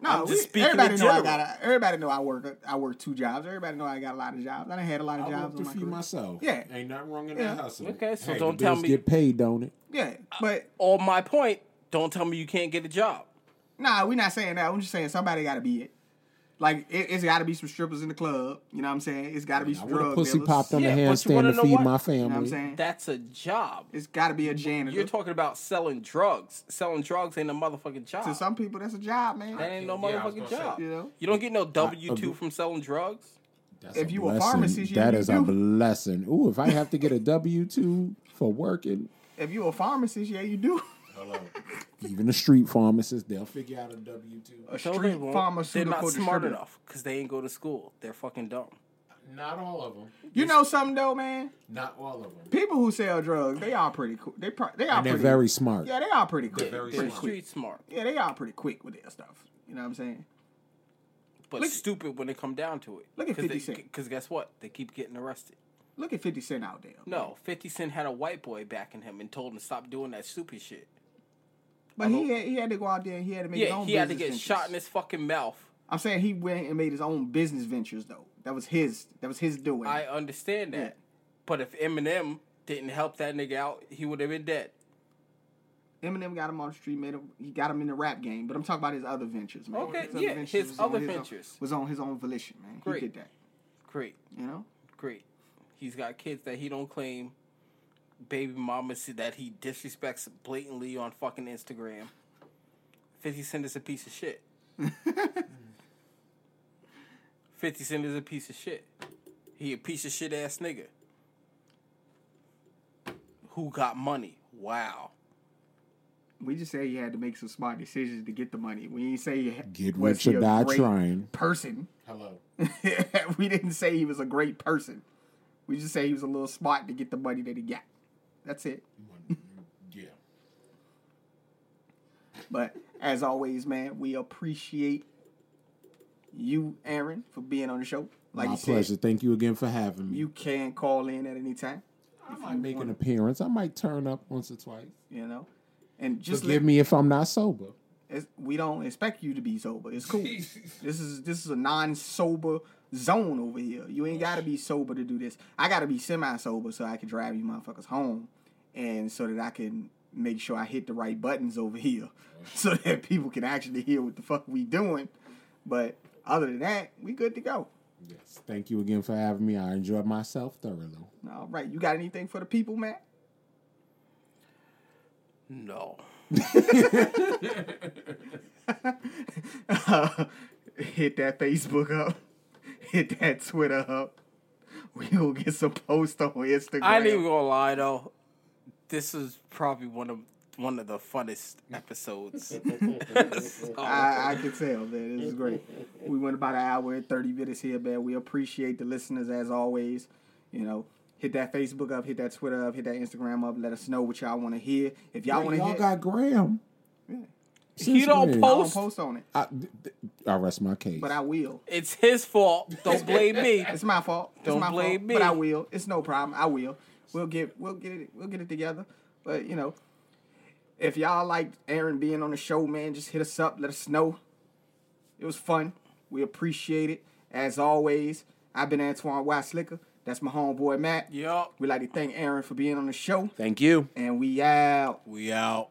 Speaker 1: No,
Speaker 2: I'm
Speaker 1: we,
Speaker 2: just speaking
Speaker 1: everybody
Speaker 2: in
Speaker 1: know I
Speaker 2: general.
Speaker 1: got. A, everybody know I work. I work two jobs. Everybody know I got a lot of jobs. I done had a lot of
Speaker 3: I
Speaker 1: jobs on
Speaker 3: want to
Speaker 1: my
Speaker 3: feed
Speaker 1: career.
Speaker 3: myself.
Speaker 1: Yeah.
Speaker 3: ain't nothing wrong in
Speaker 1: Yeah.
Speaker 3: that hustle.
Speaker 2: Okay, so
Speaker 3: the
Speaker 2: don't tell
Speaker 3: bills
Speaker 2: me-
Speaker 3: get paid, don't it?
Speaker 1: Yeah, but
Speaker 2: On my point, don't tell me you can't get a job.
Speaker 1: nah, we're not saying that. I'm just saying somebody got to be it. Like it, it's got to be some strippers in the club. You know what I'm saying? It's got to be
Speaker 3: I
Speaker 1: some
Speaker 3: want
Speaker 1: drug
Speaker 3: a pussy
Speaker 1: dealers.
Speaker 3: popped on
Speaker 2: Yeah,
Speaker 3: the
Speaker 2: but you wanna
Speaker 3: handstand to
Speaker 2: know
Speaker 3: feed
Speaker 2: what?
Speaker 3: my
Speaker 1: You know what I'm
Speaker 3: family.
Speaker 1: saying?
Speaker 2: That's a job.
Speaker 1: It's got to be a janitor.
Speaker 2: You're talking about selling drugs. Selling drugs ain't a motherfucking job.
Speaker 1: to some people, that's a job, man.
Speaker 2: that ain't no
Speaker 8: Yeah, I was
Speaker 2: motherfucking
Speaker 8: gonna say. Uh,
Speaker 2: job.
Speaker 1: You know?
Speaker 2: You don't get no W
Speaker 3: agree.
Speaker 2: two from selling drugs.
Speaker 3: That's
Speaker 1: If
Speaker 3: a
Speaker 1: you a
Speaker 3: blessing.
Speaker 1: pharmacist, you-
Speaker 3: that
Speaker 1: you
Speaker 3: is
Speaker 1: do.
Speaker 3: a blessing. Ooh, if I have to get a W two for working,
Speaker 1: If you a pharmacist, yeah, you do.
Speaker 3: hello. Even a street pharmacist, they'll figure out a W two.
Speaker 2: No,
Speaker 1: Street
Speaker 2: they won't. They're
Speaker 1: pharmaceutical
Speaker 2: not smart
Speaker 1: distributor.
Speaker 2: enough because they ain't go to school. They're fucking dumb.
Speaker 3: Not all of them.
Speaker 1: You know something though, man.
Speaker 3: Not all of them.
Speaker 1: People who sell drugs, they are pretty cool. They pro- they are
Speaker 3: And they're
Speaker 1: pretty
Speaker 3: very smart.
Speaker 1: Yeah, they are pretty quick.
Speaker 3: very
Speaker 1: pretty
Speaker 2: They're
Speaker 3: smart.
Speaker 1: quick.
Speaker 2: street smart,
Speaker 1: Yeah, they are pretty quick with their stuff. You know what I'm saying?
Speaker 2: but
Speaker 1: Look-
Speaker 2: stupid when it come down to it.
Speaker 1: Look at 50 Cent.
Speaker 2: Because guess what? They keep getting arrested.
Speaker 1: Look at 50 Cent out there.
Speaker 2: No, 50 Cent had a white boy backing him and told him to stop doing that stupid shit.
Speaker 1: But he had, he had to go out there and he had to make his
Speaker 2: Yeah,
Speaker 1: own
Speaker 2: he had to get
Speaker 1: business
Speaker 2: shot in
Speaker 1: ventures.
Speaker 2: his fucking mouth.
Speaker 1: I'm saying he went and made his own business ventures though. That was his that was his doing.
Speaker 2: I understand that.
Speaker 1: Yeah.
Speaker 2: But if Eminem didn't help that nigga out, he would have been dead.
Speaker 1: Eminem got him on the street, made him he got him in the rap game, but I'm talking about his other ventures, man.
Speaker 2: Okay,
Speaker 1: other
Speaker 2: yeah,
Speaker 1: ventures
Speaker 2: his
Speaker 1: was on
Speaker 2: other
Speaker 1: own-
Speaker 2: ventures.
Speaker 1: was on his own volition, man.
Speaker 2: Great.
Speaker 1: He did that.
Speaker 2: Great,
Speaker 1: You know?
Speaker 2: great. He's got kids that he don't claim. Baby mama said that he disrespects blatantly on fucking Instagram. 50 Cent is a piece of shit. 50 Cent is a piece of shit. He a piece of shit ass nigga. who got money. Wow.
Speaker 1: We just say he had to make some smart decisions to get the money. We didn't say he ha-
Speaker 3: Get
Speaker 1: was
Speaker 3: rich
Speaker 1: he
Speaker 3: or
Speaker 1: a
Speaker 3: die
Speaker 1: great
Speaker 3: trying.
Speaker 1: person.
Speaker 8: Hello.
Speaker 1: we didn't say he was a great person. We just say he was a little smart to get the money that he got. That's it.
Speaker 8: Yeah.
Speaker 1: But as always, man, we appreciate you, Aaron, for being on the show. Like
Speaker 3: My
Speaker 1: you said,
Speaker 3: pleasure. Thank you again for having me.
Speaker 1: you can call in at any time.
Speaker 3: I might make an appearance. I might turn up once or twice.
Speaker 1: You know, and just
Speaker 3: Forgive
Speaker 1: let,
Speaker 3: me if I'm not sober.
Speaker 1: it's- we don't expect you to be sober. It's cool. this is this is a non-sober zone over here. You ain't gotta be sober to do this. I gotta be semi-sober so I can drive you motherfuckers home, and so that I can make sure I hit the right buttons over here, so that people can actually hear what the fuck we doing. But other than that, we good to go.
Speaker 3: Yes. Thank you again for having me. I enjoyed myself thoroughly.
Speaker 1: All right, you got anything for the people, man?
Speaker 2: No.
Speaker 1: hit that Facebook up, hit that Twitter up. We gonna get some posts on Instagram.
Speaker 2: I ain't even gonna lie though. This is probably one of one of the funnest episodes. So,
Speaker 1: I, I can tell, man. This is great. We went about an hour and 30 minutes here, man. We appreciate the listeners as always. You know, hit that Facebook up, hit that Twitter up, hit that Instagram up. Let us know what y'all want to hear. If y'all
Speaker 3: Y'all
Speaker 1: want to hear,
Speaker 3: got Graham.
Speaker 2: He don't
Speaker 1: I
Speaker 2: post-
Speaker 1: don't post on it,
Speaker 3: I, th- th- I rest my case.
Speaker 1: but I will.
Speaker 2: it's his fault. Don't blame me.
Speaker 1: It's my fault. It's
Speaker 2: Don't
Speaker 1: my
Speaker 2: blame
Speaker 1: fault,
Speaker 2: me.
Speaker 1: But I will. It's no problem. I will. We'll get we'll get it we'll get it together. But you know, if y'all like Aaron being on the show, man, just hit us up. Let us know. It was fun. We appreciate it. As always, I've been Antoine Weisslicker. That's my homeboy Matt.
Speaker 2: Yup.
Speaker 1: We like to thank Aaron for being on the show.
Speaker 2: Thank you.
Speaker 1: And we out.
Speaker 2: We out.